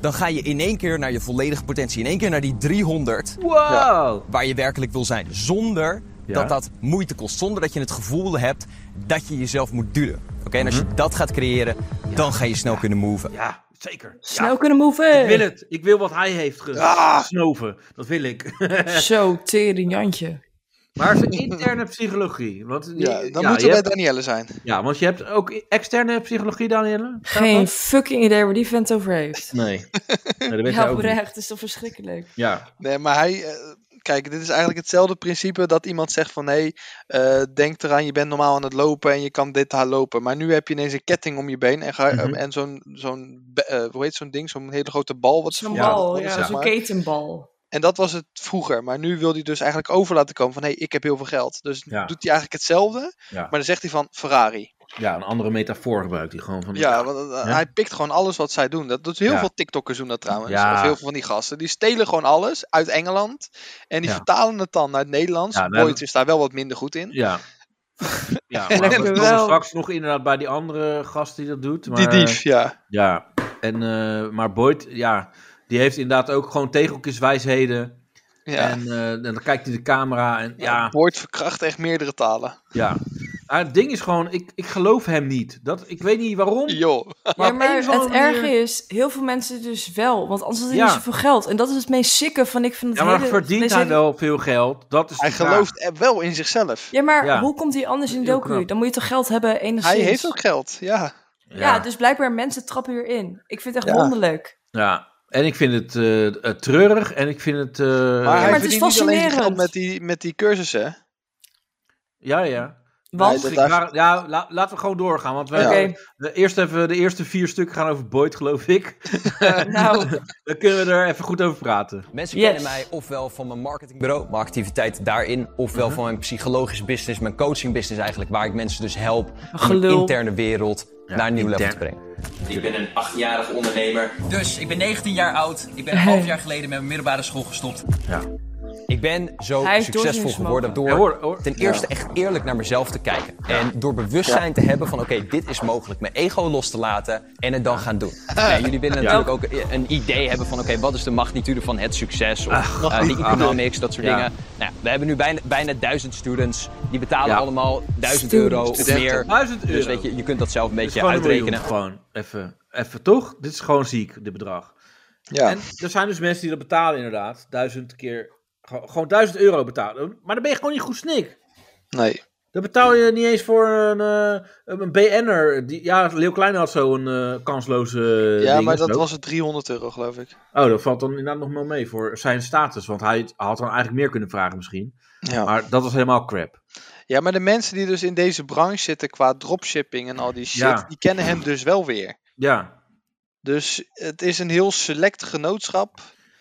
Speaker 2: dan ga je in één keer naar je volledige potentie. In één keer naar die 300
Speaker 3: Wow!
Speaker 2: waar je werkelijk wil zijn. Zonder
Speaker 3: Ja.
Speaker 2: dat dat moeite kost. Zonder dat je het gevoel hebt dat je jezelf moet duwen. Oké, en
Speaker 3: Mhm.
Speaker 2: als je dat gaat creëren, dan ga je snel kunnen moven.
Speaker 3: Ja, zeker.
Speaker 4: Snel
Speaker 3: Ja,
Speaker 4: kunnen moven.
Speaker 3: ik wil het. Ik wil wat hij heeft gesnoven. Dat wil ik.
Speaker 4: Zo, tering Jantje.
Speaker 3: maar het is interne psychologie. Want, die-
Speaker 5: Ja, dan
Speaker 3: ja,
Speaker 5: moeten we
Speaker 3: je
Speaker 5: bij
Speaker 3: hebt-
Speaker 5: Danielle zijn.
Speaker 3: ja, want je hebt ook externe psychologie, Danielle? Gaat
Speaker 4: Geen
Speaker 3: dat?
Speaker 4: fucking idee waar die vent over heeft.
Speaker 3: Nee. nee dat weet jij
Speaker 4: Ja,
Speaker 3: ook niet.
Speaker 4: oprecht. Het is toch verschrikkelijk.
Speaker 3: Ja.
Speaker 5: Nee, maar hij. eh, kijk, dit is eigenlijk hetzelfde principe dat iemand zegt van hé, hey, eh, denk eraan, je bent normaal aan het lopen en je kan dit haar lopen. Maar nu heb je ineens een ketting om je been en, ga,
Speaker 3: Mhm.
Speaker 5: en zo'n, zo'n be- eh, hoe heet zo'n ding, zo'n hele grote bal. Wat
Speaker 4: Zo'n
Speaker 5: vroeger
Speaker 4: bal,
Speaker 5: was,
Speaker 4: ja,
Speaker 5: zeg
Speaker 4: zo'n
Speaker 5: maar.
Speaker 4: ketenbal.
Speaker 5: En dat was het vroeger. Maar nu wil hij dus eigenlijk over laten komen van hé, hey, ik heb heel veel geld. Dus
Speaker 3: Ja.
Speaker 5: doet hij eigenlijk hetzelfde,
Speaker 3: Ja.
Speaker 5: maar dan zegt hij van Ferrari.
Speaker 3: ja, een andere metafoor gebruikt hij gewoon. Van,
Speaker 5: Ja, want eh,
Speaker 3: Ja.
Speaker 5: hij pikt gewoon alles wat zij doen. Dat doet heel
Speaker 3: Ja.
Speaker 5: veel TikTokkers doen dat trouwens.
Speaker 3: Ja.
Speaker 5: Of heel veel van die gasten. Die stelen gewoon alles uit Engeland. En die
Speaker 3: Ja.
Speaker 5: vertalen het dan naar het Nederlands.
Speaker 3: Ja,
Speaker 5: Ja,
Speaker 3: daar hebben-
Speaker 5: is daar wel wat minder goed in.
Speaker 3: Ja. Ja, maar we
Speaker 4: Lekker
Speaker 3: komen
Speaker 4: wel.
Speaker 3: straks nog inderdaad bij die andere gast die dat doet. Maar,
Speaker 5: Die dief, ja.
Speaker 3: Ja, en, eh, maar Boyd, ja, die heeft inderdaad ook gewoon tegeltjeswijsheden.
Speaker 5: ja.
Speaker 3: En, eh, en dan kijkt hij de camera en ja,
Speaker 5: Boyd verkracht echt meerdere talen.
Speaker 3: ja. Maar het ding is gewoon, ik, ik geloof hem niet. Dat, ik weet niet waarom,
Speaker 5: Joh.
Speaker 3: maar,
Speaker 4: ja,
Speaker 3: op een
Speaker 4: maar
Speaker 3: of andere
Speaker 4: het
Speaker 3: manier-
Speaker 4: erge is, heel veel mensen dus wel. Want anders had hij
Speaker 3: Ja.
Speaker 4: niet zoveel geld. En dat is het meest sikke van ik vind het
Speaker 3: Ja, maar
Speaker 4: hele...
Speaker 3: verdient
Speaker 4: deze
Speaker 3: hij
Speaker 4: hele-
Speaker 3: wel veel geld? Dat is
Speaker 5: Hij
Speaker 3: de vraag.
Speaker 5: gelooft er wel in zichzelf.
Speaker 4: Ja, maar
Speaker 3: Ja.
Speaker 4: hoe komt hij anders in
Speaker 3: Heel
Speaker 4: docu?
Speaker 3: knap.
Speaker 4: Dan moet je toch geld hebben enigszins.
Speaker 5: Hij heeft ook geld, ja.
Speaker 4: Ja, dus blijkbaar mensen trappen hierin. Ik vind het echt
Speaker 5: Ja.
Speaker 4: wonderlijk.
Speaker 3: Ja, en ik vind het eh, eh, treurig en ik vind het... eh,
Speaker 5: Maar hij
Speaker 4: het is
Speaker 5: verdient niet alleen zijn geld
Speaker 4: fascinerend.
Speaker 5: met die, met die cursussen.
Speaker 3: Ja, ja.
Speaker 4: Want,
Speaker 5: Nee,
Speaker 3: Ik
Speaker 5: dat-
Speaker 3: wou- ja, la- laten we gewoon doorgaan, want we
Speaker 5: Ja.
Speaker 4: oké,
Speaker 3: de, eerst even, de eerste vier stukken gaan over Boyd, geloof ik.
Speaker 4: nou,
Speaker 3: Dan kunnen we er even goed over praten.
Speaker 2: Mensen
Speaker 4: Yes.
Speaker 2: kennen mij ofwel van mijn marketingbureau, mijn activiteit daarin, ofwel
Speaker 4: Mhm.
Speaker 2: van mijn psychologisch business, mijn coaching business eigenlijk, waar ik mensen dus help om de
Speaker 4: Gelul.
Speaker 2: interne wereld naar een nieuw level te
Speaker 3: intern.
Speaker 2: brengen. Ik ben een achtjarige ondernemer. Dus ik ben 19 jaar oud. Ik ben een half jaar geleden met mijn middelbare school gestopt.
Speaker 3: Ja.
Speaker 2: Ik ben zo
Speaker 4: Hij heeft
Speaker 2: succesvol
Speaker 4: doorzettingsvermogen.
Speaker 2: geworden door
Speaker 3: Ja, hoor, hoor.
Speaker 2: ten eerste echt eerlijk naar mezelf te kijken. En door bewustzijn te hebben van oké, dit is mogelijk. Mijn ego los te laten en het dan gaan doen. Ja, jullie willen natuurlijk ook een idee hebben van oké, wat is de magnitude van het succes? Of eh, de economics, dat soort
Speaker 3: Ja.
Speaker 2: dingen. Nou, ja, we hebben nu bijna, bijna duizend students. Die betalen
Speaker 3: Ja.
Speaker 2: allemaal duizend
Speaker 4: Student.
Speaker 2: euro of
Speaker 5: Studenten.
Speaker 2: meer.
Speaker 3: 1000 euro.
Speaker 2: Dus weet je, je kunt dat zelf een
Speaker 3: Dit is
Speaker 2: beetje
Speaker 3: gewoon een
Speaker 2: uitrekenen.
Speaker 3: miljoen, Gewoon even, even toch? Dit is gewoon ziek, dit bedrag.
Speaker 5: Ja.
Speaker 3: En er zijn dus mensen die dat betalen, inderdaad. Duizend keer. Gewoon, gewoon duizend euro betalen. Maar dan ben je gewoon niet goed snik.
Speaker 5: Nee.
Speaker 3: Dan betaal je niet eens voor een, eh, een BN'er. Die, ja, Leeuw Klein had zo'n eh, kansloze.
Speaker 5: Ja,
Speaker 3: ding
Speaker 5: maar
Speaker 3: of
Speaker 5: dat
Speaker 3: zo.
Speaker 5: was het 300 euro, geloof ik.
Speaker 3: Oh, dat valt dan inderdaad nog wel mee voor zijn status. Want hij had dan eigenlijk meer kunnen vragen, misschien.
Speaker 5: Ja.
Speaker 3: Maar dat was helemaal crap.
Speaker 5: Ja, maar de mensen die dus in deze branche zitten qua dropshipping en al die shit,
Speaker 3: Ja.
Speaker 5: die kennen hem dus wel weer.
Speaker 3: Ja.
Speaker 5: Dus het is een heel select genootschap.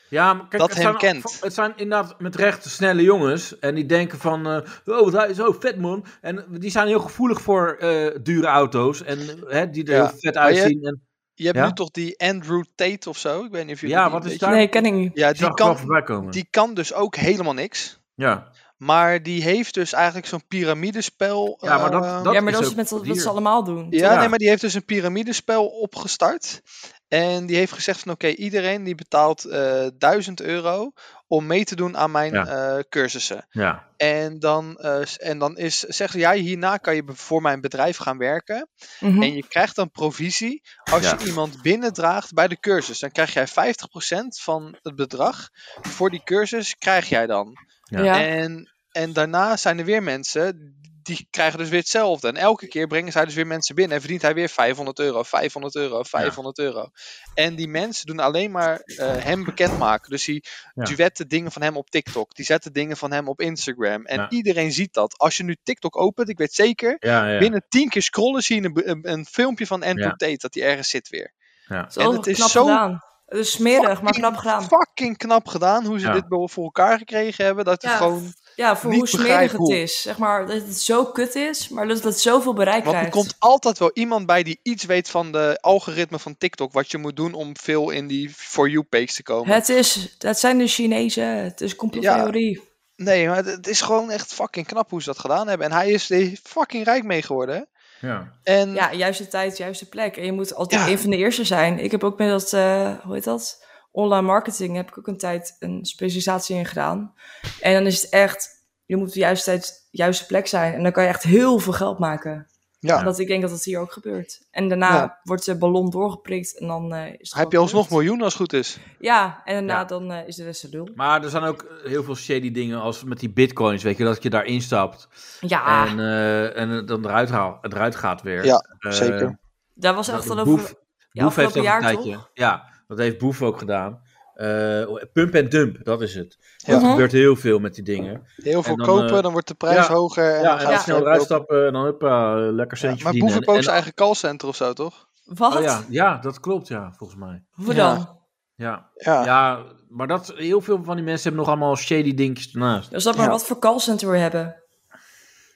Speaker 3: Ja, maar kijk,
Speaker 5: Dat
Speaker 3: het
Speaker 5: hem
Speaker 3: zijn,
Speaker 5: kent.
Speaker 3: Het zijn inderdaad met recht snelle jongens. En die denken van, eh, oh, wat hij is zo vet, man. En die zijn heel gevoelig voor eh, dure auto's. En hè, die er
Speaker 5: Ja,
Speaker 3: heel vet
Speaker 5: maar je-
Speaker 3: uitzien. En,
Speaker 5: Je hebt
Speaker 3: Ja?
Speaker 5: nu toch die Andrew Tate of zo? Ik weet niet of jullie
Speaker 3: Ja,
Speaker 5: die
Speaker 3: wat is
Speaker 5: weet-
Speaker 3: daar-
Speaker 4: nee, ken ik niet.
Speaker 5: Ja,
Speaker 3: ik zag
Speaker 5: die
Speaker 3: het wel
Speaker 5: kan,
Speaker 3: voorbij komen.
Speaker 5: die kan dus ook helemaal niks.
Speaker 3: Ja.
Speaker 5: Maar die heeft dus eigenlijk zo'n piramidespel.
Speaker 3: Ja, maar dat-
Speaker 5: eh,
Speaker 3: dat-
Speaker 4: ja, maar
Speaker 3: is
Speaker 4: dat is
Speaker 3: ook
Speaker 4: met wat,
Speaker 3: hier.
Speaker 4: wat ze allemaal doen.
Speaker 5: ja,
Speaker 3: ja.
Speaker 5: nee, maar die heeft dus een piramidespel opgestart. En die heeft gezegd van oké, iedereen die betaalt eh 1000 euro om mee te doen aan mijn
Speaker 3: Ja.
Speaker 5: eh, cursussen.
Speaker 3: Ja.
Speaker 5: En dan, eh, s- en dan is, zegt ze, ja, hierna kan je be- voor mijn bedrijf gaan werken.
Speaker 4: Mhm.
Speaker 5: En je krijgt dan provisie als
Speaker 3: Ja.
Speaker 5: je iemand binnendraagt bij de cursus. Dan krijg jij 50% van het bedrag voor die cursus, krijg jij dan.
Speaker 3: Ja.
Speaker 4: Ja.
Speaker 5: En, en daarna zijn er weer mensen, die krijgen dus weer hetzelfde. En elke keer brengen zij dus weer mensen binnen en verdient hij weer 500 euro, 500 euro, 500 euro. En die mensen doen alleen maar eh, hem bekendmaken. Dus die
Speaker 3: Ja.
Speaker 5: duetten dingen van hem op TikTok. Die zetten dingen van hem op Instagram. En
Speaker 3: Ja.
Speaker 5: iedereen ziet dat. Als je nu TikTok opent, ik weet zeker,
Speaker 3: Ja, ja.
Speaker 5: binnen tien keer scrollen zie je een, be- een, een filmpje van Andrew
Speaker 3: Ja.
Speaker 5: Tate dat hij ergens zit weer.
Speaker 4: Het is wel
Speaker 5: en het is
Speaker 4: knap
Speaker 5: zo
Speaker 4: gedaan. Het is smerig, maar
Speaker 5: fucking-
Speaker 4: knap gedaan.
Speaker 5: Fucking knap gedaan hoe ze
Speaker 3: Ja.
Speaker 5: dit wel voor elkaar gekregen hebben. Dat
Speaker 4: Ja.
Speaker 5: er gewoon
Speaker 4: Ja, voor
Speaker 5: niet
Speaker 4: hoe
Speaker 5: begrijp
Speaker 4: smerig het
Speaker 5: hoe.
Speaker 4: is. Zeg maar dat het zo kut is, maar dat het zoveel bereik
Speaker 5: Want er
Speaker 4: krijgt.
Speaker 5: komt altijd wel iemand bij die iets weet van de algoritme van TikTok. Wat je moet doen om veel in die For You-page te komen.
Speaker 4: Het, is, het zijn de Chinezen, het is complottheorie.
Speaker 5: Nee, maar het, het is gewoon echt fucking knap hoe ze dat gedaan hebben. En hij is er fucking rijk mee geworden. hè.
Speaker 3: Ja.
Speaker 5: En
Speaker 4: Ja, juiste tijd, juiste plek. En je moet altijd
Speaker 5: Ja.
Speaker 4: een van de eerste zijn. Ik heb ook met dat, eh, hoe heet dat? Online marketing heb ik ook een tijd een specialisatie in gedaan. En dan is het echt, je moet op de juiste tijd, juiste plek zijn. En dan kan je echt heel veel geld maken.
Speaker 5: Ja.
Speaker 4: Dat ik denk dat dat hier ook gebeurt. En daarna
Speaker 5: Ja.
Speaker 4: wordt de ballon doorgeprikt en dan eh, is
Speaker 5: heb
Speaker 4: het
Speaker 5: je
Speaker 4: gewoon
Speaker 5: alsnog
Speaker 4: gebeurd.
Speaker 5: miljoenen als het goed is.
Speaker 4: Ja, en daarna
Speaker 3: Ja.
Speaker 4: dan eh, is de rest een lul.
Speaker 3: Maar er zijn ook heel veel shady dingen als met die bitcoins, weet je, dat je daarin stapt
Speaker 4: Ja,
Speaker 3: en, eh, en het dan eruit, haal, het eruit gaat weer.
Speaker 5: Ah. Ja,
Speaker 3: Eh,
Speaker 5: zeker.
Speaker 4: daar was echt
Speaker 3: dat-
Speaker 4: al
Speaker 3: Boef,
Speaker 4: over... ja,
Speaker 3: Boef heeft
Speaker 4: afgelopen
Speaker 3: ook
Speaker 4: jaar,
Speaker 3: een tijdje. Ja, dat heeft Boef ook gedaan. Eh, pump en dump, dat is het.
Speaker 5: Ja.
Speaker 3: Er
Speaker 4: Mhm.
Speaker 3: gebeurt heel veel met die dingen.
Speaker 5: Heel veel
Speaker 3: En dan,
Speaker 5: kopen,
Speaker 3: eh,
Speaker 5: dan wordt de prijs
Speaker 3: ja,
Speaker 5: hoger.
Speaker 3: Ja,
Speaker 5: En dan
Speaker 3: en
Speaker 5: gaat
Speaker 3: dan
Speaker 5: het
Speaker 3: snel eruit
Speaker 5: verkopen.
Speaker 3: stappen en dan huppa, lekker centje
Speaker 5: Maar Boef
Speaker 3: verdienen.
Speaker 5: heeft ook
Speaker 3: En-
Speaker 5: zijn eigen callcenter of zo, toch?
Speaker 4: Wat?
Speaker 3: Oh ja, ja, dat klopt, ja, volgens mij.
Speaker 4: Hoe
Speaker 5: Ja.
Speaker 4: dan?
Speaker 3: Ja,
Speaker 5: Ja.
Speaker 3: ja maar dat, heel veel van die mensen hebben nog allemaal shady dingetjes ernaast.
Speaker 4: Dus dat maar
Speaker 5: Ja.
Speaker 4: wat voor callcenter we hebben.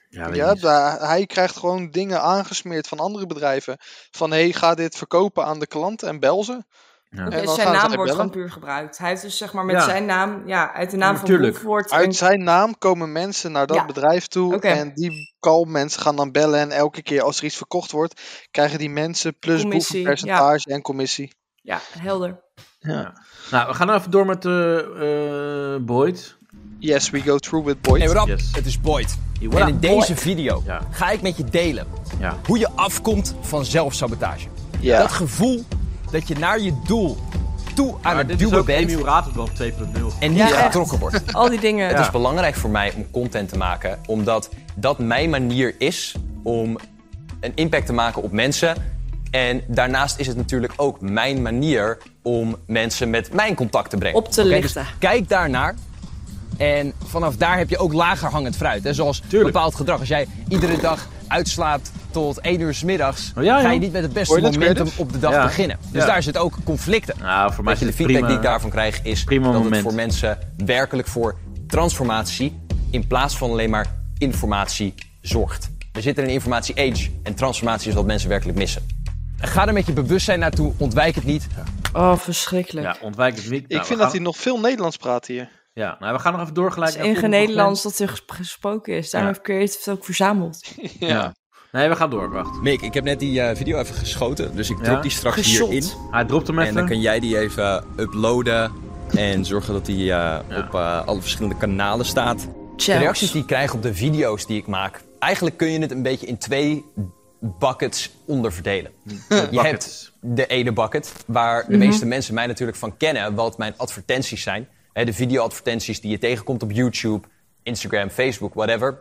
Speaker 3: Ja,
Speaker 5: Ja, da- hij krijgt gewoon dingen aangesmeerd van andere bedrijven. Van hé, hey, ga dit verkopen aan de klant en bel ze.
Speaker 3: Ja.
Speaker 5: En
Speaker 4: Dus
Speaker 5: dan
Speaker 4: zijn
Speaker 5: gaan ze
Speaker 4: naam
Speaker 5: er
Speaker 4: wordt
Speaker 5: bellen.
Speaker 4: gewoon puur gebruikt. Hij heeft dus zeg maar met
Speaker 3: Ja.
Speaker 4: zijn naam, ja, uit de naam
Speaker 3: Ja,
Speaker 4: van
Speaker 3: tuurlijk.
Speaker 4: Boef wordt een-
Speaker 5: Uit zijn naam komen mensen naar dat
Speaker 4: Ja.
Speaker 5: bedrijf toe.
Speaker 4: Oké.
Speaker 5: En die call mensen gaan dan bellen. En elke keer als er iets verkocht wordt, krijgen die mensen plus Boef
Speaker 4: Commissie,
Speaker 5: een
Speaker 4: ja.
Speaker 5: percentage en commissie.
Speaker 4: Ja, helder.
Speaker 3: Nou, we gaan nou even door met eh, eh, Boyd.
Speaker 5: Yes, we go through with boys.
Speaker 2: Hey, what up?
Speaker 3: Yes.
Speaker 2: Het is Boyd.
Speaker 3: Hey, what
Speaker 2: En
Speaker 3: up,
Speaker 2: in deze video
Speaker 3: Ja.
Speaker 2: ga ik met je delen
Speaker 3: Ja.
Speaker 2: hoe je afkomt van zelfsabotage.
Speaker 5: Ja.
Speaker 2: Dat gevoel dat je naar je doel toe aan
Speaker 3: Maar
Speaker 2: het
Speaker 3: dit is ook
Speaker 2: duwen bent
Speaker 3: Amy Ratendorp 2.0.
Speaker 2: en niet
Speaker 4: Ja, echt.
Speaker 2: getrokken wordt.
Speaker 4: Al die dingen.
Speaker 2: Het is belangrijk voor mij om content te maken, omdat dat mijn manier is om een impact te maken op mensen. En daarnaast is het natuurlijk ook mijn manier om mensen met mijn contact te brengen.
Speaker 4: Op te
Speaker 2: Oké,
Speaker 4: lichten.
Speaker 2: dus kijk daarnaar. En vanaf daar heb je ook lager hangend fruit. Hè? Zoals
Speaker 3: Tuurlijk.
Speaker 2: bepaald gedrag. Als jij iedere dag uitslaapt tot 1 uur 's middags,
Speaker 3: Oh, ja,
Speaker 2: ga je
Speaker 3: joh.
Speaker 2: niet met het beste
Speaker 5: Hoor je dat,
Speaker 2: momentum
Speaker 5: Curtis?
Speaker 2: op de dag
Speaker 3: Ja.
Speaker 2: beginnen. Dus
Speaker 3: Ja.
Speaker 2: daar zitten ook conflicten.
Speaker 3: Nou, voor mij
Speaker 2: Weet
Speaker 3: is
Speaker 2: je,
Speaker 3: het
Speaker 2: de feedback
Speaker 3: prima.
Speaker 2: die ik daarvan krijg is
Speaker 3: prima
Speaker 2: dat
Speaker 3: moment.
Speaker 2: het voor mensen werkelijk voor transformatie in plaats van alleen maar informatie zorgt. We zitten in een informatie age en transformatie is wat mensen werkelijk missen. Ga er met je bewustzijn naartoe, ontwijk het niet.
Speaker 4: Oh, verschrikkelijk.
Speaker 3: Ja, ontwijk het niet. Nou,
Speaker 5: Ik vind dat hij nog veel Nederlands praat hier.
Speaker 3: Ja, nou, we gaan nog even door gelijk.
Speaker 4: Het
Speaker 3: naar
Speaker 4: is enige
Speaker 3: volgende
Speaker 4: Nederlands dat er ges- gesproken is. Daarom
Speaker 3: Ja.
Speaker 4: heeft Creative het ook verzameld.
Speaker 3: fragment. Ja. Nee, we gaan door, wacht.
Speaker 6: Mick, ik heb net die eh, video even geschoten, dus ik
Speaker 3: Ja.
Speaker 6: drop die straks
Speaker 4: Geshopt.
Speaker 6: hierin.
Speaker 3: Hij dropt hem
Speaker 6: En dan
Speaker 3: even.
Speaker 6: kan jij die
Speaker 2: eh,
Speaker 6: even uploaden en zorgen dat die eh, op eh, alle verschillende kanalen staat.
Speaker 2: De
Speaker 4: Challenge.
Speaker 2: reacties die ik krijg op de video's die ik maak, eigenlijk kun je het een beetje in twee buckets onderverdelen. Je hebt
Speaker 3: Hm. Buckets.
Speaker 2: de ene bucket, waar de meeste mensen mij natuurlijk van kennen, wat mijn advertenties zijn. Hè, de video-advertenties die je tegenkomt op YouTube, Instagram, Facebook, whatever.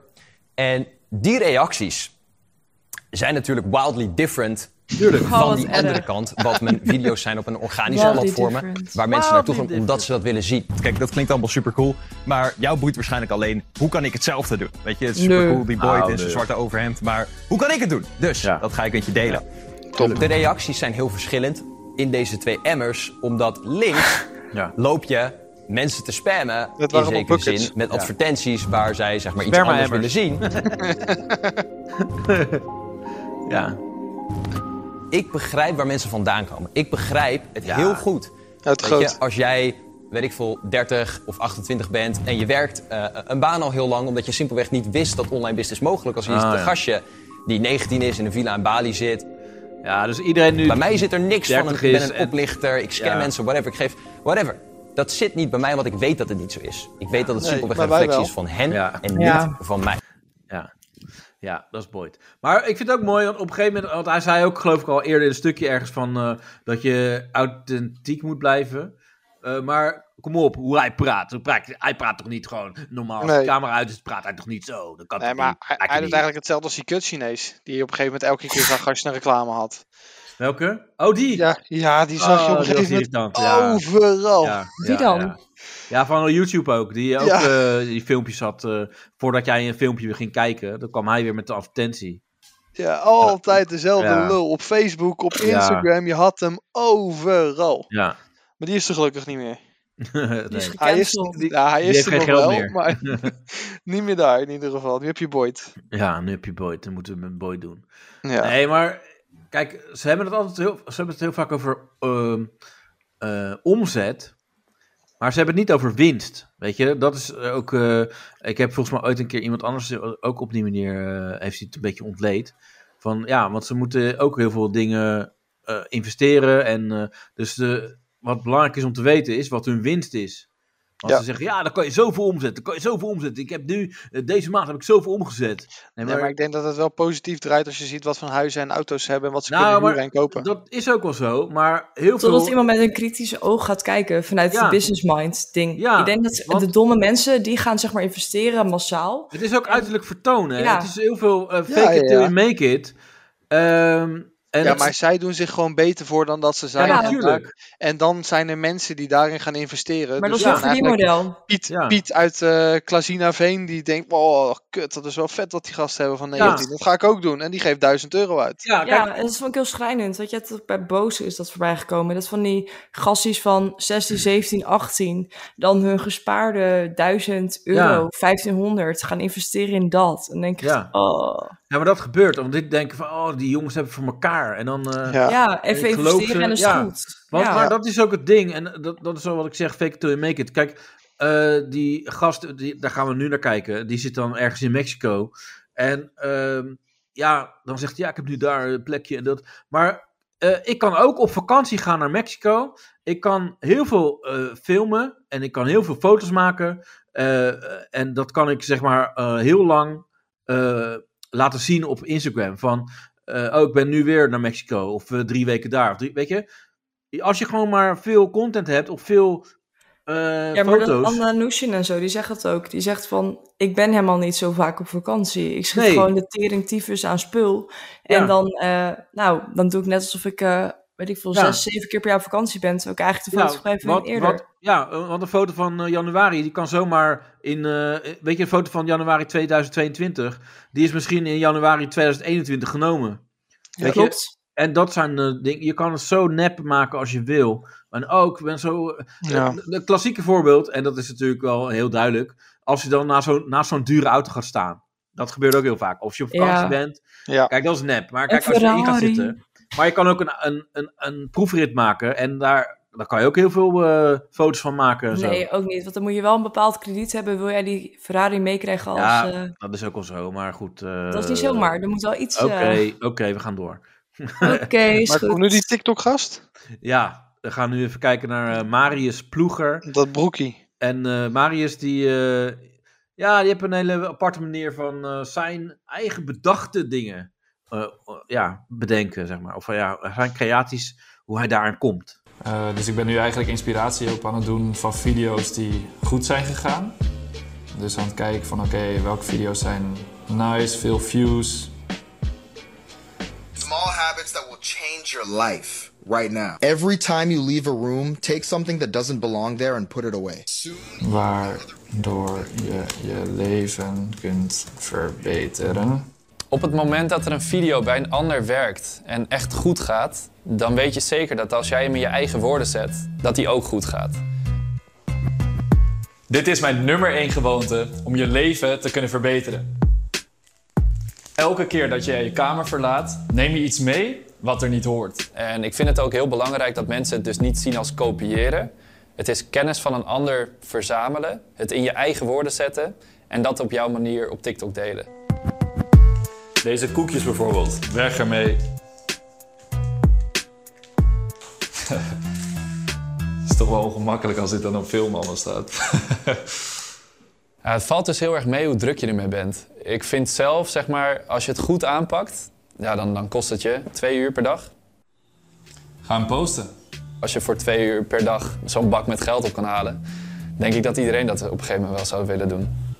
Speaker 2: En die reacties zijn natuurlijk wildly different
Speaker 3: Tuurlijk.
Speaker 4: Oh,
Speaker 2: van
Speaker 4: wat
Speaker 2: die
Speaker 4: erg.
Speaker 2: andere kant, wat mijn video's zijn op een organische
Speaker 4: Wildly
Speaker 2: platformen,
Speaker 4: different.
Speaker 2: waar mensen
Speaker 3: Wildly
Speaker 2: naartoe gaan omdat ze dat willen zien.
Speaker 6: Kijk, dat klinkt allemaal super cool, maar jou boeit waarschijnlijk alleen hoe kan ik hetzelfde doen? Weet je, het is
Speaker 4: Nee.
Speaker 6: super cool, die boy
Speaker 3: Nou,
Speaker 6: in zijn
Speaker 3: nee.
Speaker 6: zwarte overhemd, maar hoe kan ik het doen? Dus
Speaker 3: Ja.
Speaker 6: dat ga ik met je delen.
Speaker 2: De reacties zijn heel verschillend in deze twee emmers, omdat links
Speaker 3: Ja.
Speaker 2: loop je mensen te spammen
Speaker 5: Het
Speaker 2: in
Speaker 5: waren allemaal
Speaker 2: zekere
Speaker 5: buckets.
Speaker 2: zin met advertenties waar zij zeg maar iets
Speaker 3: Sperma
Speaker 2: anders willen
Speaker 3: emmers.
Speaker 2: zien.
Speaker 3: Ja.
Speaker 2: Ik begrijp waar mensen vandaan komen. Ik begrijp het
Speaker 3: Ja.
Speaker 2: heel goed. Weet
Speaker 5: Uit groot.
Speaker 2: je, als jij, weet ik veel, 30 of 28 bent en je werkt eh, een baan al heel lang omdat je simpelweg niet wist dat online business mogelijk was. Je is
Speaker 3: Ah,
Speaker 2: een
Speaker 3: ja.
Speaker 2: gastje die 19 is in een villa in Bali zit.
Speaker 3: ja, dus iedereen nu...
Speaker 2: Bij mij zit er niks van. Een,
Speaker 3: 30
Speaker 2: ik ben
Speaker 3: is
Speaker 2: een
Speaker 3: en-
Speaker 2: oplichter, ik scam
Speaker 3: Ja.
Speaker 2: mensen, whatever. Ik geef whatever. Dat zit niet bij mij, want ik weet dat het niet zo is. Ik weet dat het
Speaker 5: Nee,
Speaker 2: simpelweg
Speaker 5: maar
Speaker 2: een
Speaker 5: wij
Speaker 2: reflectie
Speaker 5: wel.
Speaker 2: is van hen
Speaker 3: Ja.
Speaker 2: en niet
Speaker 4: Ja.
Speaker 2: van mij.
Speaker 3: Ja. ja, dat is Boyd. Maar ik vind het ook mooi, want op een gegeven moment... Want hij zei ook, geloof ik, al eerder in een stukje ergens van... eh, dat je authentiek moet blijven. Eh, maar kom op, hoe hij praat. Hoe praat hij- hij praat toch niet gewoon normaal? Als
Speaker 5: Nee.
Speaker 3: de camera uit is, praat hij toch niet zo? Dat kan
Speaker 5: Nee,
Speaker 3: toch
Speaker 5: maar
Speaker 3: niet?
Speaker 5: hij,
Speaker 3: Lijkt
Speaker 5: hij
Speaker 3: me niet.
Speaker 5: doet eigenlijk hetzelfde als die kut-Chinees. Die je op een gegeven moment elke keer zag als je een reclame had.
Speaker 3: Welke? Oh, die!
Speaker 5: Ja, ja die zag
Speaker 3: Oh,
Speaker 5: je op een
Speaker 3: die was
Speaker 5: gegeven moment Oh,
Speaker 3: irritant, ja.
Speaker 5: overal.
Speaker 3: Ja,
Speaker 4: Wie dan?
Speaker 3: Ja. Ja, van YouTube ook. Die ook
Speaker 5: Ja.
Speaker 3: eh, die filmpjes had. eh, voordat jij een filmpje ging kijken, dan kwam hij weer met de advertentie.
Speaker 5: Ja, altijd dezelfde
Speaker 3: Ja.
Speaker 5: lul. Op Facebook, op
Speaker 3: Ja.
Speaker 5: Instagram, je had hem overal.
Speaker 3: Ja.
Speaker 5: Maar die is er gelukkig niet meer.
Speaker 4: Dus
Speaker 3: nee.
Speaker 5: Hij is,
Speaker 4: gecanceld.
Speaker 5: ja, hij
Speaker 3: die
Speaker 5: is
Speaker 3: heeft
Speaker 5: er
Speaker 3: geen
Speaker 5: nog
Speaker 3: geld
Speaker 5: wel,
Speaker 3: meer.
Speaker 5: maar niet meer daar in ieder geval. Nu heb je Boyd.
Speaker 3: Ja, nu heb je Boyd. Dan moeten we met Boyd doen.
Speaker 5: Ja.
Speaker 3: Nee, maar kijk, ze hebben het altijd heel, ze hebben het heel vaak over ehm, eh, omzet. Maar ze hebben het niet over winst. Weet je, dat is ook. eh, ik heb volgens mij ooit een keer iemand anders eh, ook op die manier. eh, heeft hij het een beetje ontleed. Van ja, want ze moeten ook heel veel dingen eh, investeren. En eh, dus de, wat belangrijk is om te weten is wat hun winst is. Als
Speaker 5: Ja.
Speaker 3: ze zeggen, ja, dan kan je zoveel omzetten. Dan kan je zoveel omzetten. Ik heb nu, eh, deze maand heb ik zoveel omgezet. Nee,
Speaker 5: Nee, maar ik denk dat het wel positief draait als je ziet wat voor huizen en auto's ze hebben en wat ze
Speaker 3: Nou,
Speaker 5: kunnen
Speaker 3: maar-
Speaker 5: huren en kopen.
Speaker 3: Dat is ook wel zo, maar heel
Speaker 4: Totdat
Speaker 3: veel...
Speaker 4: iemand met een kritische oog gaat kijken vanuit
Speaker 3: Ja.
Speaker 4: de business mind ding.
Speaker 3: Ja,
Speaker 4: ik denk dat
Speaker 3: want-
Speaker 4: de domme mensen, die gaan zeg maar investeren massaal.
Speaker 3: Het is ook uiterlijk vertonen. hè.
Speaker 4: Ja.
Speaker 3: Het is heel veel eh, fake
Speaker 5: Ja, ja,
Speaker 3: it till
Speaker 5: ja.
Speaker 3: you make it. Ehm, en
Speaker 5: ja,
Speaker 3: het-
Speaker 5: maar zij doen zich gewoon beter voor dan dat ze
Speaker 3: ja,
Speaker 5: zijn. en,
Speaker 3: natuurlijk.
Speaker 5: daar- en dan zijn er mensen die daarin gaan investeren.
Speaker 4: Maar dat
Speaker 5: Dus
Speaker 4: is
Speaker 3: ja,
Speaker 4: een
Speaker 5: dan eigenlijk
Speaker 4: verdienmodel.
Speaker 5: Piet,
Speaker 3: Ja.
Speaker 5: Piet uit eh Klazina Veen, die denkt, oh kut, dat is wel vet wat die gasten hebben van
Speaker 3: Ja.
Speaker 5: 19. Dat ga ik ook doen. En die geeft 1000 euro uit.
Speaker 3: Ja, Nou, kijk,
Speaker 4: Ja, en dat is van heel schrijnend. Weet je, het- ook bij Boze is dat voorbij gekomen. Dat van die gasties van 16, 17, 18... dan hun gespaarde 1000 euro,
Speaker 3: Ja.
Speaker 4: 1500 gaan investeren in dat. En dan denk ik echt,
Speaker 3: Ja.
Speaker 4: oh.
Speaker 3: ja, maar dat gebeurt. Want dit denken van, oh, die jongens hebben het voor elkaar. En dan... eh,
Speaker 5: Ja.
Speaker 4: Ja, even
Speaker 3: Ik geloof
Speaker 4: investeren
Speaker 3: ze,
Speaker 4: en is
Speaker 3: ja.
Speaker 4: goed.
Speaker 3: Want,
Speaker 4: ja.
Speaker 3: Maar dat is ook het ding. En dat, dat is wel wat ik zeg, fake it till you make it. Kijk, eh, die gast, die, daar gaan we nu naar kijken. Die zit dan ergens in Mexico. En ehm, ja, dan zegt hij, ja, ik heb nu daar een plekje en dat. Maar eh, ik kan ook op vakantie gaan naar Mexico. Ik kan heel veel eh, filmen en ik kan heel veel foto's maken. Eh, en dat kan ik zeg maar eh, heel lang eh, laten zien op Instagram. Van, eh, oh, ik ben nu weer naar Mexico. Of eh, drie weken daar. Of drie, weet je? Als je gewoon maar veel content hebt of veel eh,
Speaker 4: Ja, maar dat
Speaker 3: foto's.
Speaker 4: Anna Nushin en zo, die zegt het ook. Die zegt van, ik ben helemaal niet zo vaak op vakantie. Ik schiet
Speaker 3: Nee.
Speaker 4: gewoon de tering tyfus aan spul. En
Speaker 3: Ja.
Speaker 4: dan, eh, nou, dan doe ik net alsof ik, eh, weet ik veel,
Speaker 3: Ja.
Speaker 4: zes, zeven keer per jaar op vakantie ben. Terwijl ik eigenlijk de
Speaker 3: Ja,
Speaker 4: fotograaf
Speaker 3: nou, wat-
Speaker 4: van eerder.
Speaker 3: wat- ja, eh, want een foto van eh, januari, die kan zomaar in... eh, weet je, een foto van januari 2022, die is misschien in januari 2021 genomen. Weet je,
Speaker 4: Klopt.
Speaker 3: En dat zijn eh, dingen, je kan het zo nep maken als je wil. En ook, ik ben zo... eh,
Speaker 5: Ja.
Speaker 3: Een een klassieke voorbeeld, en dat is natuurlijk wel heel duidelijk, als je dan naast zo'n, naast zo'n dure auto gaat staan. Dat gebeurt ook heel vaak. Of je op vakantie
Speaker 4: Ja.
Speaker 3: bent.
Speaker 5: Ja.
Speaker 3: Kijk, dat is nep. Maar kijk, als je erin gaat
Speaker 4: Ferrari.
Speaker 3: zitten. Maar je kan ook een, een, een, een proefrit maken. En daar, daar kan je ook heel veel eh, foto's van maken. En zo.
Speaker 4: Nee, ook niet. Want dan moet je wel een bepaald krediet hebben. Wil jij die Ferrari meekrijgen als...
Speaker 3: Ja,
Speaker 4: eh,
Speaker 3: dat is ook al zo. Maar goed.
Speaker 4: dat is
Speaker 3: eh,
Speaker 4: niet zomaar. Er moet wel iets... eh,
Speaker 3: Oké,
Speaker 4: Oké,
Speaker 3: oké, we gaan door.
Speaker 4: is
Speaker 5: Maar
Speaker 4: goed.
Speaker 5: hoe nu die TikTok-gast?
Speaker 3: Ja, we gaan nu even kijken naar eh, Marius Ploeger.
Speaker 5: Dat broekie.
Speaker 3: En eh, Marius, die, eh, ja, die heeft een hele aparte manier van eh, zijn eigen bedachte dingen eh, eh, ja, bedenken, zeg maar. Of van, ja, zijn creaties, hoe hij daaraan komt.
Speaker 7: Eh, dus ik ben nu eigenlijk inspiratie op aan het doen van video's die goed zijn gegaan. Dus aan het kijken van oké, welke video's zijn nice, veel views.
Speaker 8: Small habits that will change your life right now. Every time you leave a room, take something that doesn't belong there and put it away.
Speaker 7: Waardoor je je leven kunt verbeteren.
Speaker 9: Op het moment dat er een video bij een ander werkt en echt goed gaat, dan weet je zeker dat als jij hem in je eigen woorden zet, dat die ook goed gaat.
Speaker 7: Dit is mijn nummer 1 gewoonte om je leven te kunnen verbeteren. Elke keer dat je je kamer verlaat, neem je iets mee wat er niet hoort.
Speaker 9: En ik vind het ook heel belangrijk dat mensen het dus niet zien als kopiëren. Het is kennis van een ander verzamelen, het in je eigen woorden zetten en dat op jouw manier op TikTok delen.
Speaker 7: Deze koekjes bijvoorbeeld, weg ermee. Het is toch wel ongemakkelijk als dit dan op film allemaal staat.
Speaker 9: Ja, het valt dus heel erg mee hoe druk je ermee bent. Ik vind zelf, zeg maar, als je het goed aanpakt, ja, dan, dan kost het je twee uur per dag.
Speaker 7: Ga hem posten.
Speaker 9: Als je voor twee uur per dag zo'n bak met geld op kan halen, denk ik dat iedereen dat op een gegeven moment wel zou willen doen.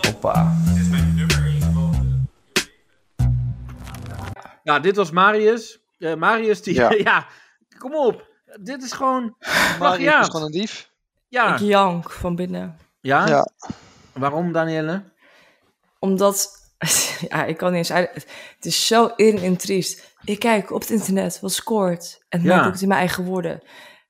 Speaker 7: Hoppa.
Speaker 3: Ja, Nou, dit was Marius. Eh, Marius, die, ja.
Speaker 5: Ja.
Speaker 3: kom op. Dit is gewoon,
Speaker 5: Maar
Speaker 3: ja.
Speaker 5: is gewoon een dief.
Speaker 3: ja.
Speaker 4: Ik jank van binnen.
Speaker 3: Ja?
Speaker 5: Ja.
Speaker 3: Waarom, Danielle?
Speaker 4: Omdat, ja, ik kan niet eens uit. Het is zo in en triest. Ik kijk op het internet wat scoort. En dan
Speaker 3: Ja.
Speaker 4: doe ik het in mijn eigen woorden.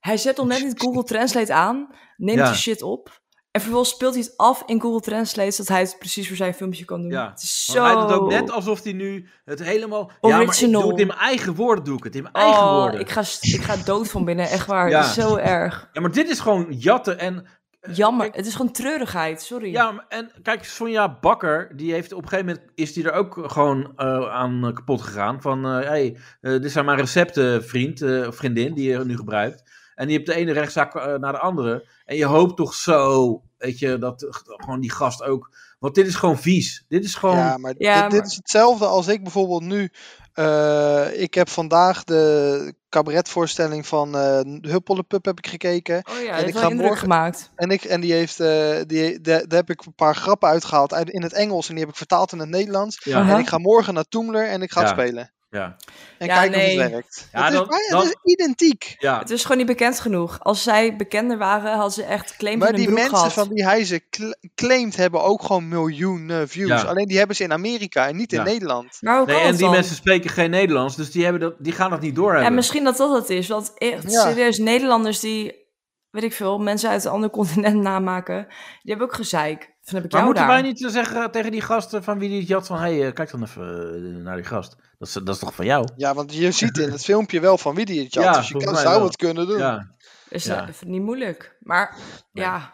Speaker 4: Hij zet nog net niet Google Translate aan, neemt
Speaker 3: Ja.
Speaker 4: die shit op. En vervolgens speelt hij het af in Google Translate, zodat hij het precies voor zijn filmpje kan doen.
Speaker 3: Ja,
Speaker 4: het is
Speaker 3: Want
Speaker 4: zo...
Speaker 3: Hij doet ook net alsof hij nu het helemaal... Ja, maar ik
Speaker 4: Original.
Speaker 3: doe het in mijn eigen woorden, doe ik het. In mijn eigen
Speaker 4: Oh,
Speaker 3: woorden.
Speaker 4: ik ga, st- ik ga dood van binnen, echt waar.
Speaker 3: Ja.
Speaker 4: Het is zo erg.
Speaker 3: Ja, maar dit is gewoon jatten en...
Speaker 4: Jammer, het is gewoon treurigheid, sorry.
Speaker 3: Ja, maar- en kijk, Sonja Bakker, die heeft op een gegeven moment, is die er ook gewoon eh, aan eh, kapot gegaan. Van, hé, hey, eh, dit zijn mijn recepten, vriend eh, of vriendin, die je nu gebruikt. En die hebt de ene rechtszaak eh, naar de andere. En je hoopt toch zo, weet je, dat eh, gewoon die gast ook... Want dit is gewoon vies. Dit is gewoon...
Speaker 5: Ja, maar,
Speaker 4: Ja,
Speaker 5: dit, dit
Speaker 4: maar-
Speaker 5: is hetzelfde als ik bijvoorbeeld nu. eh, ik heb vandaag de cabaretvoorstelling van eh Huppelepup heb ik gekeken.
Speaker 4: Oh ja,
Speaker 5: En
Speaker 4: dat
Speaker 5: ik
Speaker 4: heeft wel
Speaker 5: ga
Speaker 4: indruk
Speaker 5: morgen-
Speaker 4: gemaakt.
Speaker 5: En, ik, en die heeft, eh, die, daar, daar heb ik een paar grappen uitgehaald uit, in het Engels. En die heb ik vertaald in het Nederlands.
Speaker 3: Ja.
Speaker 4: Aha.
Speaker 5: En ik ga morgen naar Toemler en ik ga het
Speaker 3: Ja.
Speaker 5: spelen.
Speaker 3: Ja.
Speaker 5: En
Speaker 4: Ja,
Speaker 5: kijken
Speaker 4: nee.
Speaker 5: of het werkt.
Speaker 3: Ja,
Speaker 5: het, is
Speaker 3: dan-
Speaker 5: bijna-
Speaker 3: dan-
Speaker 5: het is identiek.
Speaker 3: ja.
Speaker 4: Het is gewoon niet bekend genoeg. Als zij bekender waren, hadden ze echt claim
Speaker 5: Maar
Speaker 4: van hun
Speaker 5: die
Speaker 4: broek
Speaker 5: mensen
Speaker 4: gehad.
Speaker 5: van die hij ze cl- claimt hebben ook gewoon miljoenen views.
Speaker 3: Ja.
Speaker 5: Alleen die hebben ze in Amerika en niet in
Speaker 3: Ja.
Speaker 5: Nederland.
Speaker 4: Maar hoe
Speaker 3: Nee,
Speaker 4: kan
Speaker 3: en
Speaker 4: dat
Speaker 3: die
Speaker 4: dan?
Speaker 3: mensen spreken geen Nederlands, dus die, hebben dat, die gaan dat niet doorhebben.
Speaker 4: En misschien dat dat het is. Want echt,
Speaker 5: Ja.
Speaker 4: serieus, Nederlanders die, weet ik veel, mensen uit een ander continent namaken, die hebben ook gezeik. Van heb ik
Speaker 3: Maar
Speaker 4: jou
Speaker 3: moeten
Speaker 4: daar.
Speaker 3: wij niet eh, zeggen tegen die gasten van wie die het jat van... hé, hey, eh, kijk dan even eh, naar die gast. Dat is, dat is toch van jou?
Speaker 5: Ja, want je ziet in het filmpje wel van wie die het had.
Speaker 3: Ja,
Speaker 5: dus je
Speaker 3: volgens
Speaker 5: kan,
Speaker 3: mij
Speaker 5: zou
Speaker 3: wel.
Speaker 5: het kunnen doen.
Speaker 3: Ja,
Speaker 4: Is
Speaker 3: Ja.
Speaker 4: dat even niet moeilijk? Maar ja,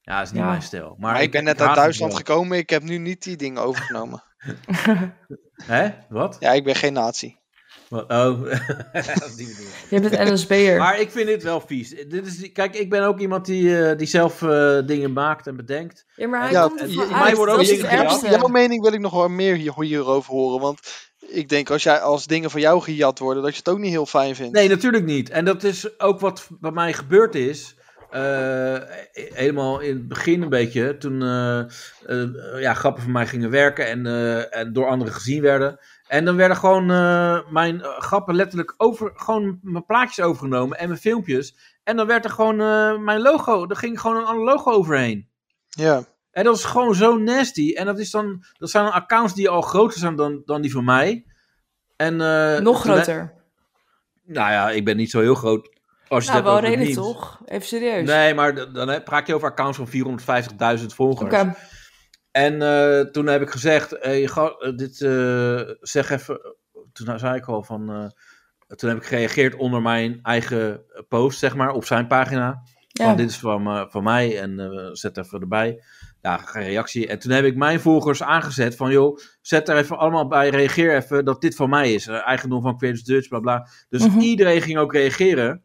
Speaker 3: ja is niet
Speaker 4: Ja.
Speaker 3: mijn stijl. Maar,
Speaker 5: Maar, ik ben net
Speaker 3: haat
Speaker 5: uit
Speaker 3: het
Speaker 5: Duitsland
Speaker 3: wel.
Speaker 5: gekomen. Ik heb nu niet die dingen overgenomen.
Speaker 3: Hè? Wat?
Speaker 5: ja, ik ben geen nazi.
Speaker 3: Wat? Oh, dat is die bedoeling.
Speaker 4: je bent NSB'er.
Speaker 3: Maar ik vind dit wel vies. Dit is, kijk, ik ben ook iemand die, eh, die zelf eh, dingen maakt en bedenkt.
Speaker 4: Ja, maar hij
Speaker 5: Ja,
Speaker 4: komt
Speaker 3: je-
Speaker 4: er
Speaker 3: je-
Speaker 4: van
Speaker 3: mij
Speaker 4: uit.
Speaker 3: worden
Speaker 4: Dat
Speaker 3: ook
Speaker 4: is het
Speaker 3: dingen gejat.
Speaker 4: ergste.
Speaker 5: Jouw mening wil ik nog wel meer hier- hierover horen. Want ik denk als, jij, als dingen van jou gejat worden, dat je het ook niet heel fijn vindt.
Speaker 3: Nee, natuurlijk niet. En dat is ook wat bij mij gebeurd is. Eh, helemaal in het begin een beetje. Toen eh, eh, ja, grappen van mij gingen werken en, eh, en door anderen gezien werden. En dan werden gewoon eh, mijn eh, grappen letterlijk over, gewoon mijn plaatjes overgenomen en mijn filmpjes. En dan werd er gewoon eh, mijn logo, er ging gewoon een ander logo overheen.
Speaker 5: Ja.
Speaker 3: En dat is gewoon zo nasty. En dat, is dan, dat zijn dan accounts die al groter zijn dan, dan die van mij. En, eh,
Speaker 4: Nog
Speaker 3: toen-
Speaker 4: groter.
Speaker 3: Nou ja, ik ben niet zo heel groot. Als je
Speaker 4: Nou,
Speaker 3: dat
Speaker 4: wel
Speaker 3: over
Speaker 4: redelijk
Speaker 3: memes.
Speaker 4: toch? Even serieus.
Speaker 3: Nee, maar d- dan hè, praat je over accounts van 450.000 volgers.
Speaker 4: Oké.
Speaker 3: En eh, toen heb ik gezegd, hey, ga- eh, dit eh, zeg even. Toen zei ik al van. eh, toen heb ik gereageerd onder mijn eigen post, zeg maar, op zijn pagina.
Speaker 4: Ja.
Speaker 3: Van dit is van, eh, van mij en eh, zet even erbij. Ja, geen reactie. En toen heb ik mijn volgers aangezet van, joh, zet er even allemaal bij, reageer even dat dit van mij is. Eh, eigendom van Creative Dutch, bla bla. Dus
Speaker 4: Mhm.
Speaker 3: iedereen ging ook reageren.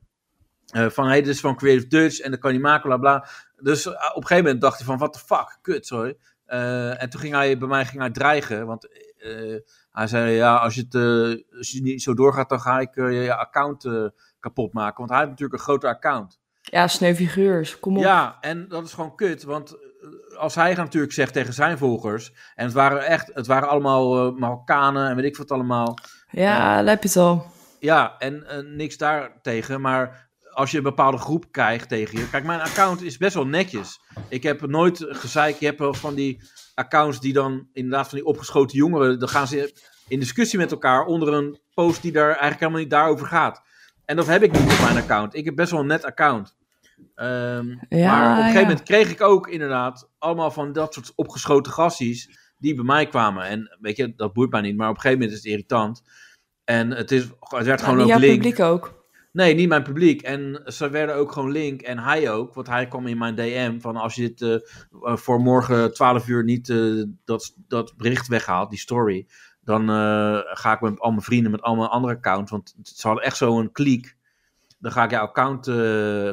Speaker 3: eh, van, hé, hey, dit is van Creative Dutch en dat kan je maken, bla bla. Dus eh, op een gegeven moment dacht hij van, what the fuck, kut, sorry. Eh, en toen ging hij bij mij ging hij dreigen, want eh, hij zei, ja, als je, het, eh, als je niet zo doorgaat, dan ga ik eh, je- je account eh, kapot maken. Want hij heeft natuurlijk een groter account.
Speaker 4: Ja, sneuvigeurs, kom op.
Speaker 3: Ja, en dat is gewoon kut, want eh, als hij natuurlijk zegt tegen zijn volgers, en het waren echt, het waren allemaal eh Marokkanen en weet ik wat allemaal,
Speaker 4: Ja, lijp je het al.
Speaker 3: ja, en eh, niks daartegen, maar als je een bepaalde groep krijgt tegen je, kijk, mijn account is best wel netjes. Ik heb nooit gezeik, je hebt wel van die accounts die dan inderdaad van die opgeschoten jongeren, dan gaan ze in discussie met elkaar onder een post die daar eigenlijk helemaal niet daarover gaat. En dat heb ik niet op mijn account. Ik heb best wel een net account. Ehm,
Speaker 4: Ja,
Speaker 3: maar op een gegeven
Speaker 4: ja.
Speaker 3: moment kreeg ik ook inderdaad allemaal van dat soort opgeschoten gasties die bij mij kwamen. En weet je, dat boeit mij niet, maar op een gegeven moment is het irritant. En het, is, het werd
Speaker 4: En
Speaker 3: gewoon
Speaker 4: jouw
Speaker 3: ook link.
Speaker 4: publiek ook.
Speaker 3: Nee, niet mijn publiek. En ze werden ook gewoon link. En hij ook. Want hij kwam in mijn DM van als je dit eh, eh, voor morgen 12 uur niet eh, dat, dat bericht weghaalt, die story. Dan eh, ga ik met al mijn vrienden, met al mijn andere accounts. Want ze hadden echt zo'n kliek. Dan ga ik jouw account eh,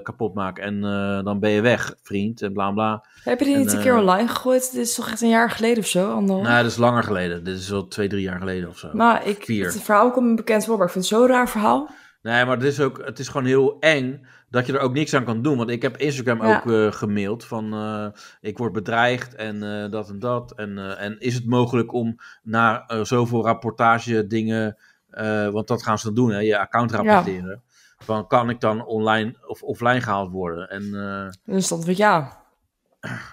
Speaker 3: kapot maken. En eh, dan ben je weg, vriend. En bla bla.
Speaker 4: Heb je die
Speaker 3: En,
Speaker 4: niet een keer
Speaker 3: eh,
Speaker 4: online gegooid? Dit is toch echt een jaar geleden of zo? Anderhalf?
Speaker 3: Nou, dat is langer geleden. Dit is wel twee, drie jaar geleden of zo.
Speaker 4: Nou, ik,
Speaker 3: Vier.
Speaker 4: het verhaal komt me bekend voor, maar ik vind het zo'n raar verhaal.
Speaker 3: Nee, maar het is, ook, het is gewoon heel eng dat je er ook niks aan kan doen. Want ik heb Instagram
Speaker 4: Ja.
Speaker 3: ook eh, gemaild van eh, ik word bedreigd en eh, dat en dat. En, eh, en is het mogelijk om na eh, zoveel rapportage dingen, eh, want dat gaan ze dan doen, hè, je account rapporteren. Van kan ik dan online of offline gehaald worden? En eh,
Speaker 4: En dan stond het ja.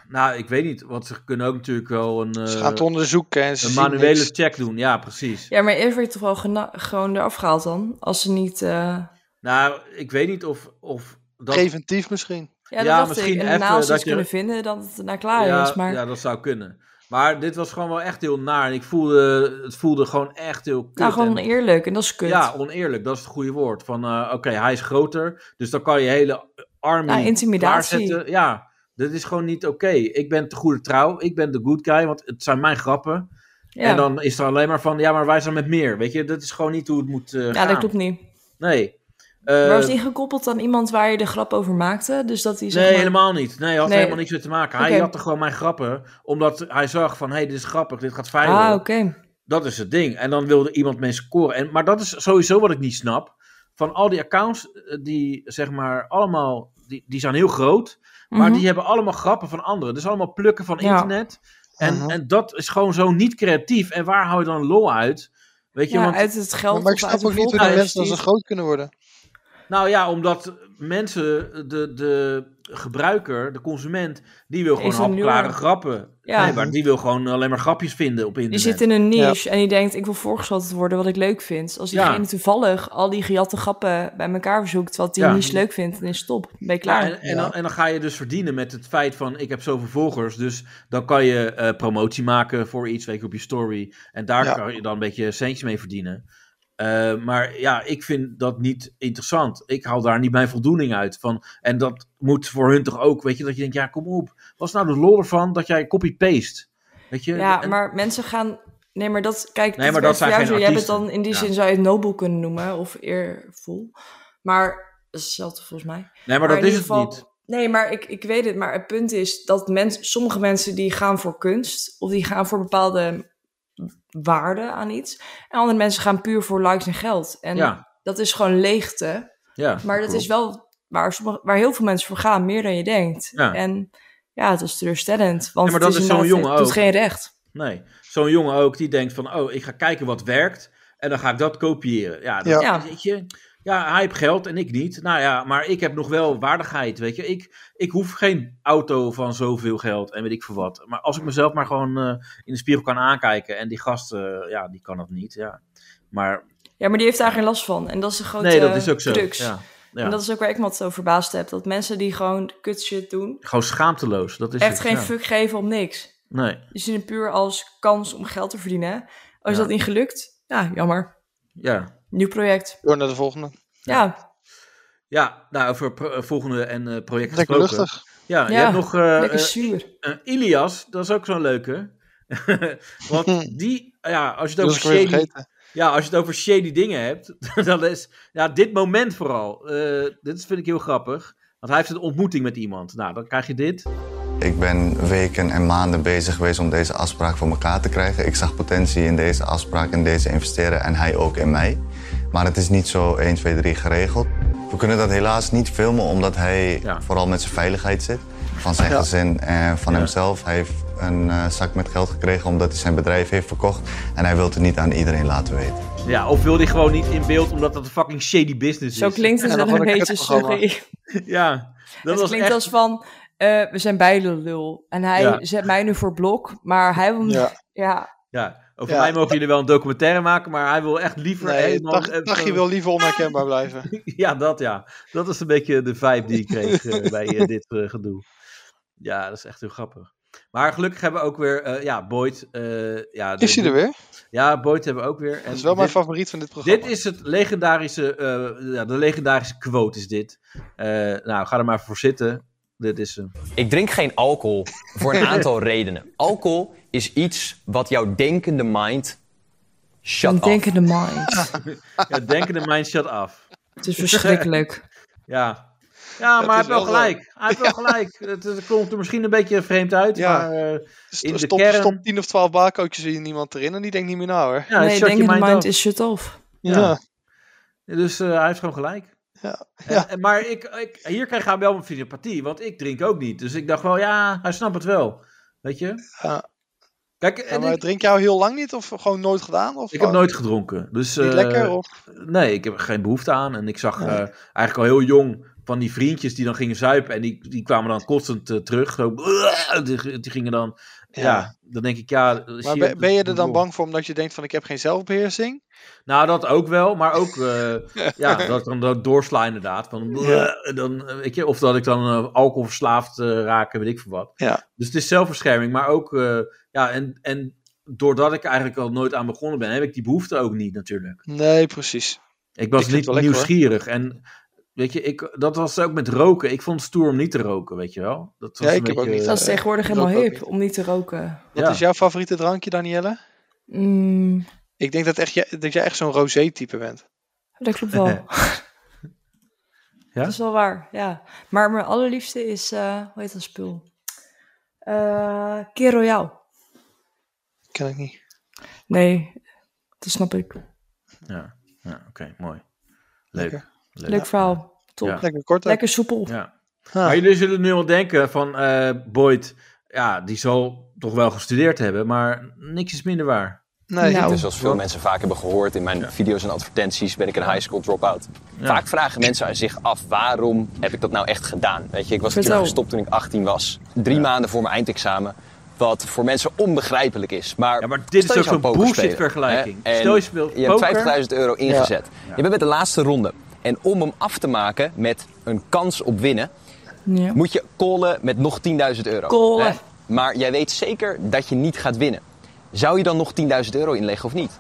Speaker 3: nou, ik weet niet, want ze kunnen ook natuurlijk wel een, eh,
Speaker 5: Ze gaan het onderzoeken en ze
Speaker 3: een
Speaker 5: zien
Speaker 3: manuele
Speaker 5: niks.
Speaker 3: check doen. Ja, precies.
Speaker 4: Ja, maar eerst werd je toch wel gena- gewoon eraf gehaald dan? Als ze niet... eh,
Speaker 3: Nou, ik weet niet of, of dat...
Speaker 5: Preventief misschien.
Speaker 4: Ja, dat
Speaker 3: Ja,
Speaker 4: dacht
Speaker 3: misschien
Speaker 4: ik. En
Speaker 3: even
Speaker 4: daarna als ze
Speaker 3: dat
Speaker 4: het
Speaker 3: je-
Speaker 4: kunnen vinden, dat het erna klaar
Speaker 3: ja,
Speaker 4: is. Maar
Speaker 3: ja, dat zou kunnen. Maar dit was gewoon wel echt heel naar. En ik voelde, het voelde gewoon echt heel kut.
Speaker 4: nou, gewoon
Speaker 3: En-
Speaker 4: eerlijk. En dat is kut.
Speaker 3: Ja, oneerlijk, dat is het goede woord. Van eh, oké, hij is groter, dus dan kan je hele army
Speaker 4: Ja, intimidatie.
Speaker 3: klaarzetten. Ja, dat is gewoon niet oké. Ik ben te goede trouw, ik ben de good guy, want het zijn mijn grappen.
Speaker 4: ja.
Speaker 3: En dan is er alleen maar van, ja, maar wij zijn met meer. Weet je, dat is gewoon niet hoe het moet eh
Speaker 4: ja
Speaker 3: gaan.
Speaker 4: dat klopt niet.
Speaker 3: Nee.
Speaker 4: maar
Speaker 3: Eh,
Speaker 4: was die gekoppeld aan iemand waar je de grap over maakte? Dus dat hij zeg
Speaker 3: nee,
Speaker 4: maar-
Speaker 3: helemaal niet. Nee, hij had
Speaker 4: Nee.
Speaker 3: helemaal niks mee te maken. Hij
Speaker 4: Oké.
Speaker 3: had er gewoon mijn grappen, omdat hij zag van, hé, hey, dit is grappig, dit gaat veilig.
Speaker 4: Ah, oké.
Speaker 3: Dat is het ding. En dan wilde iemand mee scoren. En, maar dat is sowieso wat ik niet snap. Van al die accounts, eh, die zeg maar allemaal, die, die zijn heel groot. Maar
Speaker 4: Mhm.
Speaker 3: die hebben allemaal grappen van anderen. Dus allemaal plukken van
Speaker 4: Ja.
Speaker 3: internet. En,
Speaker 5: Mhm.
Speaker 3: en dat is gewoon zo niet creatief. En waar hou je dan lol uit? Weet je,
Speaker 4: Ja,
Speaker 3: want,
Speaker 4: uit het geld.
Speaker 5: maar ik
Speaker 4: of
Speaker 5: snap
Speaker 4: uit een
Speaker 5: ook niet hoe
Speaker 4: volkshuis
Speaker 5: die mensen dan zo
Speaker 4: die-
Speaker 5: groot kunnen worden.
Speaker 3: nou ja, omdat mensen, de, de gebruiker, de consument, die wil gewoon
Speaker 4: Is een
Speaker 3: hapklare
Speaker 4: nieuwe-
Speaker 3: grappen.
Speaker 4: Ja.
Speaker 3: Nee, maar die wil gewoon alleen maar grapjes vinden op internet.
Speaker 4: Die zit in een niche en die denkt, ik wil voorgeschoten worden wat ik leuk vind. Als
Speaker 3: Ja.
Speaker 4: diegene toevallig al die gejatte grappen bij elkaar verzoekt, wat die
Speaker 3: Ja.
Speaker 4: niche leuk vindt, dan is het top. Ben je
Speaker 3: Ja,
Speaker 4: klaar?
Speaker 3: en, en, dan, en dan ga je dus verdienen met het feit van ik heb zoveel volgers. Dus dan kan je eh, promotie maken voor iets, weet je, op je story. En daar
Speaker 5: Ja.
Speaker 3: kan je dan een beetje centjes mee verdienen. Eh, maar ja, ik vind dat niet interessant. Ik haal daar niet mijn voldoening uit. Van, en dat moet voor hun toch ook, weet je, dat je denkt, ja, kom op. Wat is nou de lol ervan dat jij copy-paste? Weet je?
Speaker 4: Ja,
Speaker 3: En-
Speaker 4: maar mensen gaan... Nee, maar dat... Kijk,
Speaker 3: Nee, maar
Speaker 4: werkt
Speaker 3: dat zijn
Speaker 4: voor jou
Speaker 3: geen
Speaker 4: zo. Jij bent dan
Speaker 3: artiesten.
Speaker 4: in die
Speaker 3: Ja.
Speaker 4: zin, zou je het nobel kunnen noemen, of eervol. Maar dat is hetzelfde volgens mij.
Speaker 3: nee, maar, dat
Speaker 4: in
Speaker 3: is het
Speaker 4: ieder geval-
Speaker 3: niet.
Speaker 4: Nee, maar ik, ik weet het. Maar het punt is dat mens, sommige mensen die gaan voor kunst. Of die gaan voor bepaalde waarden aan iets. En andere mensen gaan puur voor likes en geld. En
Speaker 3: Ja.
Speaker 4: dat is gewoon leegte.
Speaker 3: Ja,
Speaker 4: Maar dat
Speaker 3: klopt.
Speaker 4: is wel waar, sommige, waar heel veel mensen voor gaan. Meer dan je denkt.
Speaker 3: Ja.
Speaker 4: En ja, het is teleurstellend.
Speaker 3: Ja,
Speaker 4: Want
Speaker 3: maar
Speaker 4: het
Speaker 3: dat is zo'n
Speaker 4: inderdaad-
Speaker 3: jongen
Speaker 4: het doet
Speaker 3: ook.
Speaker 4: geen recht.
Speaker 3: Nee, zo'n jongen ook die denkt van, oh, ik ga kijken wat werkt en dan ga ik dat kopiëren. Ja, dat,
Speaker 4: Ja.
Speaker 3: Weet je, ja, hij heeft geld en ik niet. Nou ja, maar ik heb nog wel waardigheid, weet je. Ik, ik hoef geen auto van zoveel geld en weet ik veel wat. Maar als ik mezelf maar gewoon eh, in de spiegel kan aankijken en die gast, eh, ja, die kan dat niet, ja. Maar
Speaker 4: Ja, maar die heeft daar geen last van. En dat is een grote
Speaker 3: nee, dat is ook zo.
Speaker 4: crux.
Speaker 3: Ja, ja.
Speaker 4: En dat is ook waar ik me altijd over verbaasd heb. Dat mensen die gewoon kut shit doen...
Speaker 3: Gewoon schaamteloos, dat is
Speaker 4: Echt
Speaker 3: het,
Speaker 4: geen
Speaker 3: ja.
Speaker 4: fuck geven om niks.
Speaker 3: Nee,
Speaker 4: Je ziet het puur als kans om geld te verdienen. Als
Speaker 3: Ja.
Speaker 4: dat niet gelukt, ja, jammer.
Speaker 3: ja.
Speaker 4: Nieuw project.
Speaker 5: Door naar de volgende.
Speaker 4: Ja,
Speaker 3: Ja, nou, over pro- eh, volgende en eh, project
Speaker 5: Lekker
Speaker 3: gesproken.
Speaker 5: luchtig.
Speaker 3: Ja, je
Speaker 4: Ja,
Speaker 3: hebt nog eh,
Speaker 4: lekker
Speaker 3: eh,
Speaker 4: zuur.
Speaker 3: Eh, Ilias, dat is ook zo'n leuke. Want die, ja, als je het over
Speaker 5: Dat was ik weer
Speaker 3: shady,
Speaker 5: vergeten.
Speaker 3: ja, als je het over shady dingen hebt, dan is, ja, dit moment vooral. eh, dit vind ik heel grappig. Want hij heeft een ontmoeting met iemand. Nou, dan krijg je dit.
Speaker 10: Ik ben weken en maanden bezig geweest om deze afspraak voor elkaar te krijgen. Ik zag potentie in deze afspraak, in deze investeren en hij ook in mij. Maar het is niet zo 1, 2, 3 geregeld. We kunnen dat helaas niet filmen omdat hij
Speaker 3: Ja.
Speaker 10: vooral met zijn veiligheid zit. Van zijn
Speaker 5: Ja.
Speaker 10: gezin en van
Speaker 3: Ja.
Speaker 10: hemzelf. Hij heeft een eh, zak met geld gekregen omdat hij zijn bedrijf heeft verkocht. En hij wil het niet aan iedereen laten weten.
Speaker 3: Ja, of wil hij gewoon niet in beeld omdat dat een fucking shady business
Speaker 4: Zo
Speaker 3: is.
Speaker 4: klinkt het
Speaker 5: Ja,
Speaker 4: wel
Speaker 5: dat
Speaker 4: een
Speaker 5: wordt een
Speaker 4: beetje,
Speaker 5: kutprogramma.
Speaker 4: sorry.
Speaker 3: Ja, dat
Speaker 4: Het
Speaker 3: was
Speaker 4: klinkt
Speaker 3: echt...
Speaker 4: als van, eh, we zijn beide lul. En hij
Speaker 3: Ja.
Speaker 4: zet mij nu voor blok, maar hij wil... Ja,
Speaker 5: Ja.
Speaker 4: ja,
Speaker 3: Ja, over
Speaker 5: Ja.
Speaker 3: mij mogen jullie wel een documentaire maken, maar hij wil echt liever...
Speaker 5: Nee,
Speaker 3: helemaal-
Speaker 5: dag,
Speaker 3: eh,
Speaker 5: dagje
Speaker 3: zo-
Speaker 5: wil liever onherkenbaar blijven.
Speaker 3: Ja, dat ja. Dat is een beetje de vibe die ik kreeg eh, bij eh, dit eh, gedoe. Ja, dat is echt heel grappig. Maar gelukkig hebben we ook weer, eh, ja, Boyd. eh, ja, de-
Speaker 5: Is hij er weer?
Speaker 3: Ja, Boyd hebben we ook weer. En
Speaker 5: Dat is wel mijn
Speaker 3: dit,
Speaker 5: favoriet van dit programma.
Speaker 3: dit is het legendarische, eh, ja, de legendarische quote is dit. Eh, nou, ga er maar voor zitten. Dit is hem.
Speaker 2: Ik drink geen alcohol voor een aantal redenen. Alcohol is iets wat jouw denkende mind shut
Speaker 4: dan
Speaker 2: up.
Speaker 4: denken de mind.
Speaker 3: Ja, denkende mind shut af.
Speaker 4: Het is verschrikkelijk.
Speaker 3: Ja. Ja,
Speaker 5: Dat
Speaker 3: maar hij heeft
Speaker 5: is
Speaker 3: wel
Speaker 5: wel zo.
Speaker 3: gelijk. Hij heeft wel gelijk. Het, het komt er misschien een beetje vreemd uit,
Speaker 5: Ja.
Speaker 3: maar... eh, in de
Speaker 5: stop,
Speaker 3: kern-
Speaker 5: stop 10 of 12 barcootjes in iemand erin en die denkt niet meer na hoor.
Speaker 3: ja,
Speaker 4: nee,
Speaker 3: shut your
Speaker 4: denken de
Speaker 3: mind
Speaker 4: mind
Speaker 3: off.
Speaker 4: is shut off.
Speaker 3: Ja.
Speaker 5: Ja.
Speaker 3: Dus eh, hij heeft gewoon gelijk.
Speaker 5: Ja,
Speaker 3: En-
Speaker 5: ja.
Speaker 3: en- maar ik, ik, hier krijg hij wel mijn sympathie, want ik drink ook niet. Dus ik dacht wel, ja, hij snapt het wel. Weet je?
Speaker 5: Ja.
Speaker 3: Kijk,
Speaker 5: Ja,
Speaker 3: en
Speaker 5: maar
Speaker 3: ik,
Speaker 5: drink jou heel lang niet of gewoon nooit gedaan? Of
Speaker 3: ik heb
Speaker 5: gewoon
Speaker 3: nooit gedronken. Dus,
Speaker 5: niet
Speaker 3: eh,
Speaker 5: lekker? Of?
Speaker 3: Nee, ik heb er geen behoefte aan. En ik zag eh, eigenlijk al heel jong van die vriendjes die dan gingen zuipen en die, die kwamen dan kotsend eh, terug. Zo, "Uah!" die, die gingen dan, ja. dan denk ik, ja...
Speaker 5: Maar
Speaker 3: shit,
Speaker 5: ben, ben je er dan
Speaker 3: joh.
Speaker 5: bang voor omdat je denkt van ik heb geen zelfbeheersing?
Speaker 3: Nou, dat ook wel, maar ook eh, ja, dat ik dan dat doorsla inderdaad. Van,
Speaker 5: Ja.
Speaker 3: en dan, eh, weet je, of dat ik dan eh, alcoholverslaafd eh, raak en weet ik veel wat.
Speaker 5: Ja.
Speaker 3: Dus het is zelfbescherming, maar ook... eh, ja, en, en doordat ik eigenlijk al nooit aan begonnen ben, heb ik die behoefte ook niet natuurlijk.
Speaker 5: Nee, precies.
Speaker 3: Ik was
Speaker 5: Ik vind het
Speaker 3: niet
Speaker 5: wel lekker, hoor.
Speaker 3: nieuwsgierig. En weet je, ik, dat was ook met roken. Ik vond het stoer om niet te roken, weet je wel. Dat was
Speaker 5: Ja,
Speaker 3: een
Speaker 5: ik heb ook
Speaker 3: beetje- eh,
Speaker 5: niet.
Speaker 4: Dat is
Speaker 5: Eh,
Speaker 4: tegenwoordig
Speaker 5: dat
Speaker 4: helemaal
Speaker 5: ook
Speaker 4: hip om niet te roken.
Speaker 5: Wat
Speaker 3: Ja.
Speaker 5: is jouw favoriete drankje, Danielle?
Speaker 4: Mm,
Speaker 5: Ik denk dat, echt, jij- dat jij echt zo'n rosé-type bent.
Speaker 4: dat klopt wel.
Speaker 3: Ja?
Speaker 4: Dat is wel waar, ja. Maar mijn allerliefste is, eh, hoe heet dat spul? Eh Kir Royale.
Speaker 5: Ken ik niet.
Speaker 4: Nee, dat snap ik.
Speaker 3: Ja, ja oké, mooi. Leuk.
Speaker 5: Lekker.
Speaker 3: Leuk.
Speaker 4: Leuk verhaal. Top.
Speaker 3: Ja.
Speaker 5: Lekker kort. hè?
Speaker 4: Lekker soepel.
Speaker 3: Ja.
Speaker 5: Ha.
Speaker 3: Maar jullie zullen nu wel denken van eh Boyd, ja, die zal toch wel gestudeerd hebben, maar niks is minder waar.
Speaker 5: Nee.
Speaker 4: Nou.
Speaker 2: Dus zoals veel mensen vaak hebben gehoord in mijn video's en advertenties, ben ik een high school dropout. Vaak vragen mensen aan zich af, waarom heb ik dat nou echt gedaan? Weet je, ik was een keer
Speaker 4: Vertel.
Speaker 2: gestopt toen ik 18 was. Drie maanden voor mijn eindexamen. Wat voor mensen onbegrijpelijk is. Maar,
Speaker 3: Ja, maar dit
Speaker 2: stel
Speaker 3: is
Speaker 2: je
Speaker 3: ook zo'n
Speaker 2: zou poker
Speaker 3: bullshit
Speaker 2: spelen,
Speaker 3: vergelijking.
Speaker 2: hè, en
Speaker 3: Stel je speelt
Speaker 2: je hebt
Speaker 3: poker.
Speaker 2: 50.000 euro ingezet. Je bent met de laatste ronde. En om hem af te maken met een kans op winnen,
Speaker 4: Ja.
Speaker 2: moet je callen met nog 10.000 euro.
Speaker 4: Callen.
Speaker 2: hè? Maar jij weet zeker dat je niet gaat winnen. Zou je dan nog 10.000 euro inleggen of niet?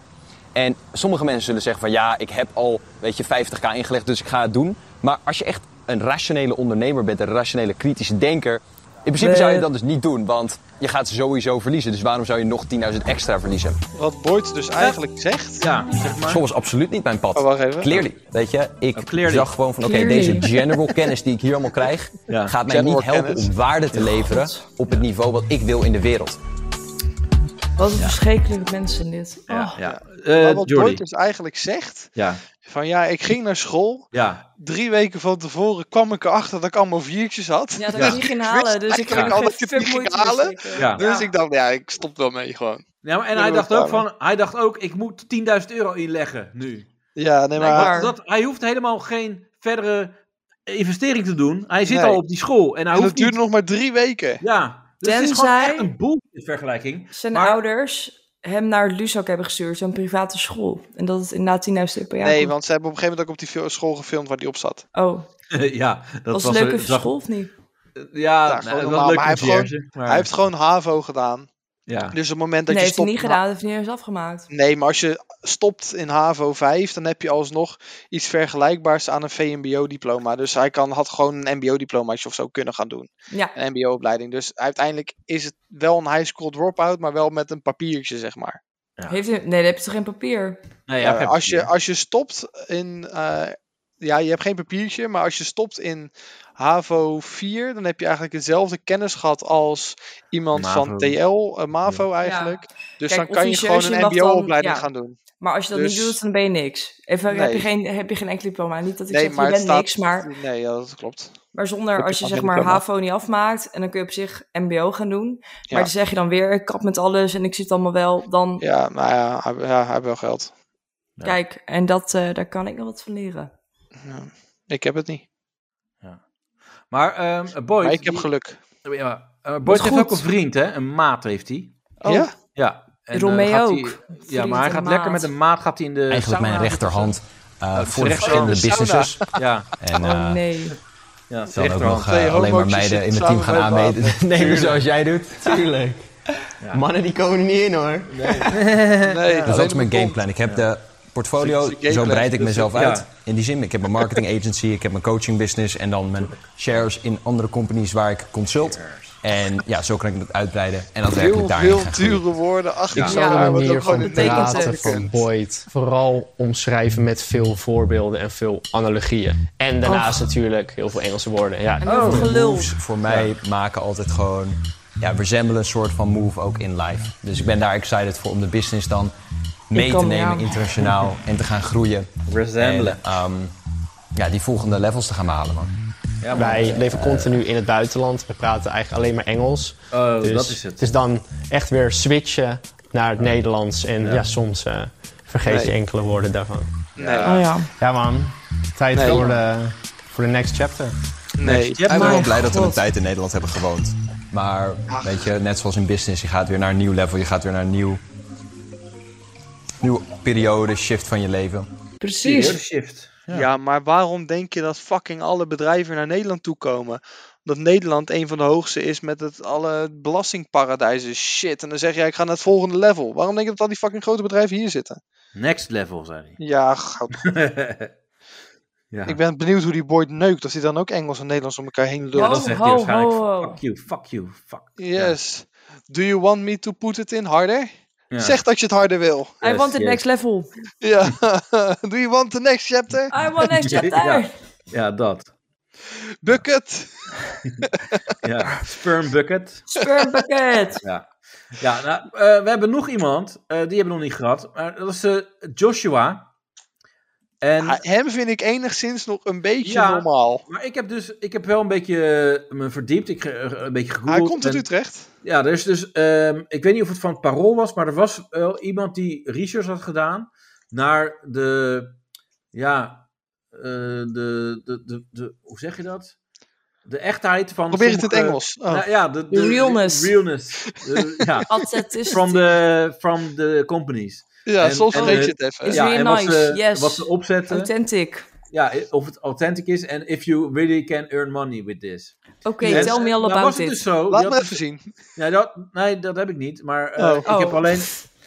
Speaker 2: En sommige mensen zullen zeggen van ja, ik heb al weet je, 50k ingelegd, dus ik ga het doen. Maar als je echt een rationele ondernemer bent, een rationele kritische denker. In principe
Speaker 4: Nee.
Speaker 2: zou je dat dus niet doen, want je gaat sowieso verliezen. Dus waarom zou je nog 10.000 extra verliezen?
Speaker 5: Wat Boyd dus eigenlijk zegt.
Speaker 3: Ja, zeg maar.
Speaker 2: School was absoluut niet mijn pad.
Speaker 5: Oh, wacht even.
Speaker 2: Clearly, weet je. Ik
Speaker 3: Oh, clearly.
Speaker 2: zag gewoon van, oké,
Speaker 4: Clearly.
Speaker 2: deze general kennis die ik hier allemaal krijg...
Speaker 3: Ja.
Speaker 2: gaat mij
Speaker 5: General
Speaker 2: niet helpen
Speaker 5: kennis.
Speaker 2: om waarde te leveren op het niveau wat ik wil in de wereld.
Speaker 4: Wat een verschrikkelijke mensen dit.
Speaker 3: Ja,
Speaker 4: Oh.
Speaker 3: ja.
Speaker 5: Maar
Speaker 3: Eh
Speaker 5: wat
Speaker 3: Jordi.
Speaker 5: Boyd dus eigenlijk zegt.
Speaker 3: Ja,
Speaker 5: Van ja, ik ging naar school.
Speaker 3: ja.
Speaker 5: Drie weken van tevoren kwam ik erachter dat ik allemaal viertjes had.
Speaker 4: Ja, dat
Speaker 3: Ja.
Speaker 4: ik niet ging halen. Dus ik
Speaker 5: eigenlijk
Speaker 4: heb
Speaker 5: al
Speaker 4: ook
Speaker 5: dat ik het
Speaker 4: geen fuck
Speaker 5: niet
Speaker 4: moeite
Speaker 5: ging halen.
Speaker 4: gestikken.
Speaker 3: Ja.
Speaker 5: Dus
Speaker 4: Ja.
Speaker 5: ik dacht, ja, ik stop wel mee gewoon.
Speaker 3: ja maar, en
Speaker 5: Ja,
Speaker 3: hij
Speaker 5: dat
Speaker 3: dacht,
Speaker 5: is
Speaker 3: ook
Speaker 5: waar.
Speaker 3: van, hij dacht ook, ik moet 10.000 euro inleggen nu.
Speaker 5: Ja, nee, maar...
Speaker 4: Blijkbaar.
Speaker 3: Want dat, hij hoeft helemaal geen verdere investering te doen. Hij zit
Speaker 5: Nee.
Speaker 3: al op die school en hij hoeft
Speaker 5: En dat
Speaker 3: niet...
Speaker 5: duurde nog maar drie weken.
Speaker 3: Ja, dus het is gewoon
Speaker 4: Tenzij-
Speaker 3: echt een bullshit vergelijking.
Speaker 4: Zijn
Speaker 3: Maar-
Speaker 4: ouders hem naar Luzak hebben gestuurd, zo'n private school. En dat het inderdaad 10.000 euro per jaar
Speaker 5: nee,
Speaker 4: kost.
Speaker 5: want ze hebben op een gegeven moment ook op die fil- school gefilmd waar die op zat.
Speaker 4: Oh,
Speaker 3: ja, dat was,
Speaker 4: was het leuk
Speaker 3: een-
Speaker 4: op
Speaker 3: zag-
Speaker 4: school of niet?
Speaker 3: Ja,
Speaker 5: Ja,
Speaker 3: nou,
Speaker 5: gewoon
Speaker 3: dat was
Speaker 5: normaal,
Speaker 3: leuk
Speaker 5: maar hij heeft gewoon-
Speaker 3: conciërge, maar-
Speaker 5: Hij heeft gewoon HAVO gedaan.
Speaker 3: Ja.
Speaker 5: Dus op het moment dat
Speaker 4: Nee, heeft
Speaker 5: je stopt...
Speaker 4: hij niet gedaan. heeft hij niet eens afgemaakt.
Speaker 5: Nee, maar als je stopt in HAVO 5, dan heb je alsnog iets vergelijkbaars aan een VMBO-diploma. Dus hij kan, had gewoon een MBO-diplomaatje of zo kunnen gaan doen.
Speaker 4: Ja,
Speaker 5: Een MBO-opleiding. Dus uiteindelijk is het wel een high school drop-out, maar wel met een papiertje, zeg maar.
Speaker 3: Ja.
Speaker 4: Heeft hij, nee, dan heb je toch geen papier?
Speaker 3: Nee, ja,
Speaker 5: Ja,
Speaker 3: geen
Speaker 5: Eh, als, je,
Speaker 3: papier.
Speaker 5: als je stopt in. eh, ja, je hebt geen papiertje, maar als je stopt in HAVO 4, dan heb je eigenlijk hetzelfde kennis gehad als iemand
Speaker 3: MAVO.
Speaker 5: van TL, eh, MAVO eigenlijk. Dus
Speaker 4: Kijk,
Speaker 5: dan kan je gewoon
Speaker 4: officieus, je
Speaker 5: een
Speaker 4: mag dan-
Speaker 5: MBO-opleiding
Speaker 4: ja.
Speaker 5: gaan doen.
Speaker 4: Maar als je dat niet
Speaker 5: Dus-
Speaker 4: doet, dan ben je niks. Even, heb, je
Speaker 5: Nee.
Speaker 4: geen, heb je geen enkel diploma. Niet dat ik
Speaker 5: Nee,
Speaker 4: zeg, Dus je
Speaker 5: maar het
Speaker 4: bent
Speaker 5: staat.
Speaker 4: niks, maar,
Speaker 5: Nee, ja, dat klopt.
Speaker 4: maar
Speaker 5: Heb
Speaker 4: zonder
Speaker 5: je
Speaker 4: als je
Speaker 5: geen
Speaker 4: zeg maar
Speaker 5: diploma.
Speaker 4: HAVO niet afmaakt en dan kun je op zich MBO gaan doen.
Speaker 5: Ja.
Speaker 4: Maar dan zeg je dan weer, ik kap met alles en ik zit allemaal wel, dan
Speaker 5: Ja, nou ja, hij, ja, hij heeft wel geld.
Speaker 4: kijk. En dat, eh, daar kan ik nog wat van leren.
Speaker 5: Ja. Ik heb het niet.
Speaker 3: Maar ehm Boyd,
Speaker 5: Maar ik heb
Speaker 3: die-
Speaker 5: geluk.
Speaker 3: ja, eh, Boyd
Speaker 4: Wat
Speaker 3: heeft
Speaker 4: goed.
Speaker 3: ook een vriend, hè? Een maat heeft hij.
Speaker 4: Oh.
Speaker 5: Ja?
Speaker 3: Ja. En, eh,
Speaker 4: Romeo
Speaker 3: gaat hij-
Speaker 4: ook.
Speaker 3: ja,
Speaker 4: Vriend
Speaker 3: maar hij
Speaker 4: en
Speaker 3: gaat
Speaker 4: maat.
Speaker 3: lekker met een maat gaat hij in de
Speaker 11: Eigenlijk
Speaker 3: sauna
Speaker 11: mijn
Speaker 3: zitten.
Speaker 11: rechterhand eh,
Speaker 3: Oh,
Speaker 11: voor de
Speaker 3: terecht.
Speaker 11: verschillende
Speaker 5: Oh, de sauna.
Speaker 11: businesses.
Speaker 3: Ja,
Speaker 11: En
Speaker 4: Oh
Speaker 11: eh
Speaker 4: nee.
Speaker 3: ja, de
Speaker 11: dan ook
Speaker 3: rechterhand.
Speaker 11: nog eh,
Speaker 5: Twee
Speaker 11: alleen maar
Speaker 5: homootjes
Speaker 11: meiden in
Speaker 5: zitten
Speaker 11: mijn team gaan
Speaker 5: samen bij
Speaker 11: aanmeten. Nemen zoals jij doet.
Speaker 6: Tuurlijk. Mannen die komen er niet in hoor.
Speaker 4: eh,
Speaker 5: Nee,
Speaker 11: Dat is
Speaker 5: alleen
Speaker 11: ook mijn
Speaker 5: maar
Speaker 11: gameplan. Ik heb de portfolio,
Speaker 5: Dat is de gameplan.
Speaker 11: zo breid ik
Speaker 5: Dat is-
Speaker 11: mezelf
Speaker 3: ja.
Speaker 11: uit. In die zin, ik heb mijn marketing agency, ik heb mijn coaching business en dan mijn shares in andere companies waar ik consult. En ja, zo kan ik het uitbreiden en
Speaker 5: Heel
Speaker 11: daadwerkelijk daarin
Speaker 5: veel
Speaker 11: gaan groeien.
Speaker 5: dure woorden achter
Speaker 4: zou de
Speaker 5: elkaar, wat ook gewoon in
Speaker 4: praten
Speaker 5: Nederland hadden
Speaker 4: van
Speaker 5: gekund.
Speaker 12: Boyd vooral omschrijven met veel voorbeelden en veel analogieën. En daarnaast natuurlijk heel veel Engelse woorden. Ja,
Speaker 4: En heel veel gelul.
Speaker 11: moves voor mij maken altijd gewoon... Ja, resemblen een soort van move ook in life. Dus ik ben daar excited voor om de business dan mee te
Speaker 4: kan,
Speaker 11: nemen
Speaker 4: ja.
Speaker 11: internationaal en te gaan groeien.
Speaker 3: Resemblen.
Speaker 11: En ehm, ja, die volgende levels te gaan behalen, man.
Speaker 3: Ja, man.
Speaker 12: wij leven continu in het buitenland. We praten eigenlijk alleen maar Engels.
Speaker 3: Oh,
Speaker 12: Dus
Speaker 3: dat is het.
Speaker 12: is dan echt weer switchen naar het Nederlands. En ja, soms eh, vergeet
Speaker 5: Nee.
Speaker 12: je enkele woorden daarvan.
Speaker 5: Nee.
Speaker 4: Oh ja.
Speaker 12: Ja man, tijd
Speaker 5: Nee.
Speaker 12: voor de, voor de next chapter.
Speaker 5: Nee.
Speaker 11: ik ben wel
Speaker 5: Mijn
Speaker 11: blij dat we
Speaker 5: God.
Speaker 11: een tijd in Nederland hebben gewoond. Maar weet je, net zoals in business, je gaat weer naar een nieuw level. Je gaat weer naar een nieuw, nieuwe periode, shift van je leven.
Speaker 5: Precies. Ja. maar waarom denk je dat fucking alle bedrijven naar Nederland toe komen? Omdat Nederland een van de hoogste is met het alle belastingparadijzen shit. En dan zeg jij, ik ga naar het volgende level. Waarom denk je dat al die fucking grote bedrijven hier zitten?
Speaker 3: Next level, zei hij.
Speaker 5: Ja, goud.
Speaker 3: Ja.
Speaker 5: Ik ben benieuwd hoe die boy neukt. Als hij dan ook Engels en Nederlands om elkaar heen lult.
Speaker 3: Ja, dan zegt hij waarschijnlijk, fuck you, fuck you, fuck.
Speaker 5: Yes. Do you want me to put it in harder?
Speaker 3: Ja.
Speaker 5: Zeg dat je het harder wil.
Speaker 4: I want the next level.
Speaker 5: Ja. Do you want the next chapter?
Speaker 4: I want next chapter.
Speaker 3: Ja, ja, dat.
Speaker 5: Bucket.
Speaker 3: Ja, sperm bucket.
Speaker 4: Sperm bucket.
Speaker 3: Ja, ja nou, eh, we hebben nog iemand, eh, die hebben we nog niet gehad. Maar dat is eh, Joshua. En,
Speaker 5: hem vind ik enigszins nog een beetje
Speaker 3: normaal. Maar ik heb dus, ik heb wel een beetje eh, me verdiept. Ik eh, een beetje gegoogeld.
Speaker 5: Hij komt uit
Speaker 3: en-
Speaker 5: Utrecht.
Speaker 3: Ja, er is dus, ehm, ik weet niet of het van het parool was, maar er was wel iemand die research had gedaan naar de, ja, eh, de, de, de, de, hoe zeg je dat? De echtheid van.
Speaker 5: Probeer het in het
Speaker 3: sommige-
Speaker 5: Engels. Oh.
Speaker 3: Nou ja, de,
Speaker 5: De realness.
Speaker 3: realness. De- ja.
Speaker 4: Authenticity.
Speaker 3: from, the, from the companies.
Speaker 5: Ja, soms vergeet je het
Speaker 3: eh,
Speaker 5: even.
Speaker 4: It's really
Speaker 3: en wat
Speaker 4: nice,
Speaker 3: ze-
Speaker 4: yes.
Speaker 3: Wat ze opzetten.
Speaker 4: Authentic.
Speaker 3: Ja, of het authentic is. En if you really can earn money with this.
Speaker 4: Oké,
Speaker 3: En-
Speaker 4: tell me all
Speaker 3: nou
Speaker 4: about
Speaker 3: was het
Speaker 4: it.
Speaker 3: Dus zo,
Speaker 5: Laat
Speaker 3: dat-
Speaker 5: me even zien.
Speaker 3: Nee dat, nee, dat heb ik niet. Maar eh,
Speaker 5: Oh.
Speaker 3: ik
Speaker 5: Oh.
Speaker 3: heb alleen.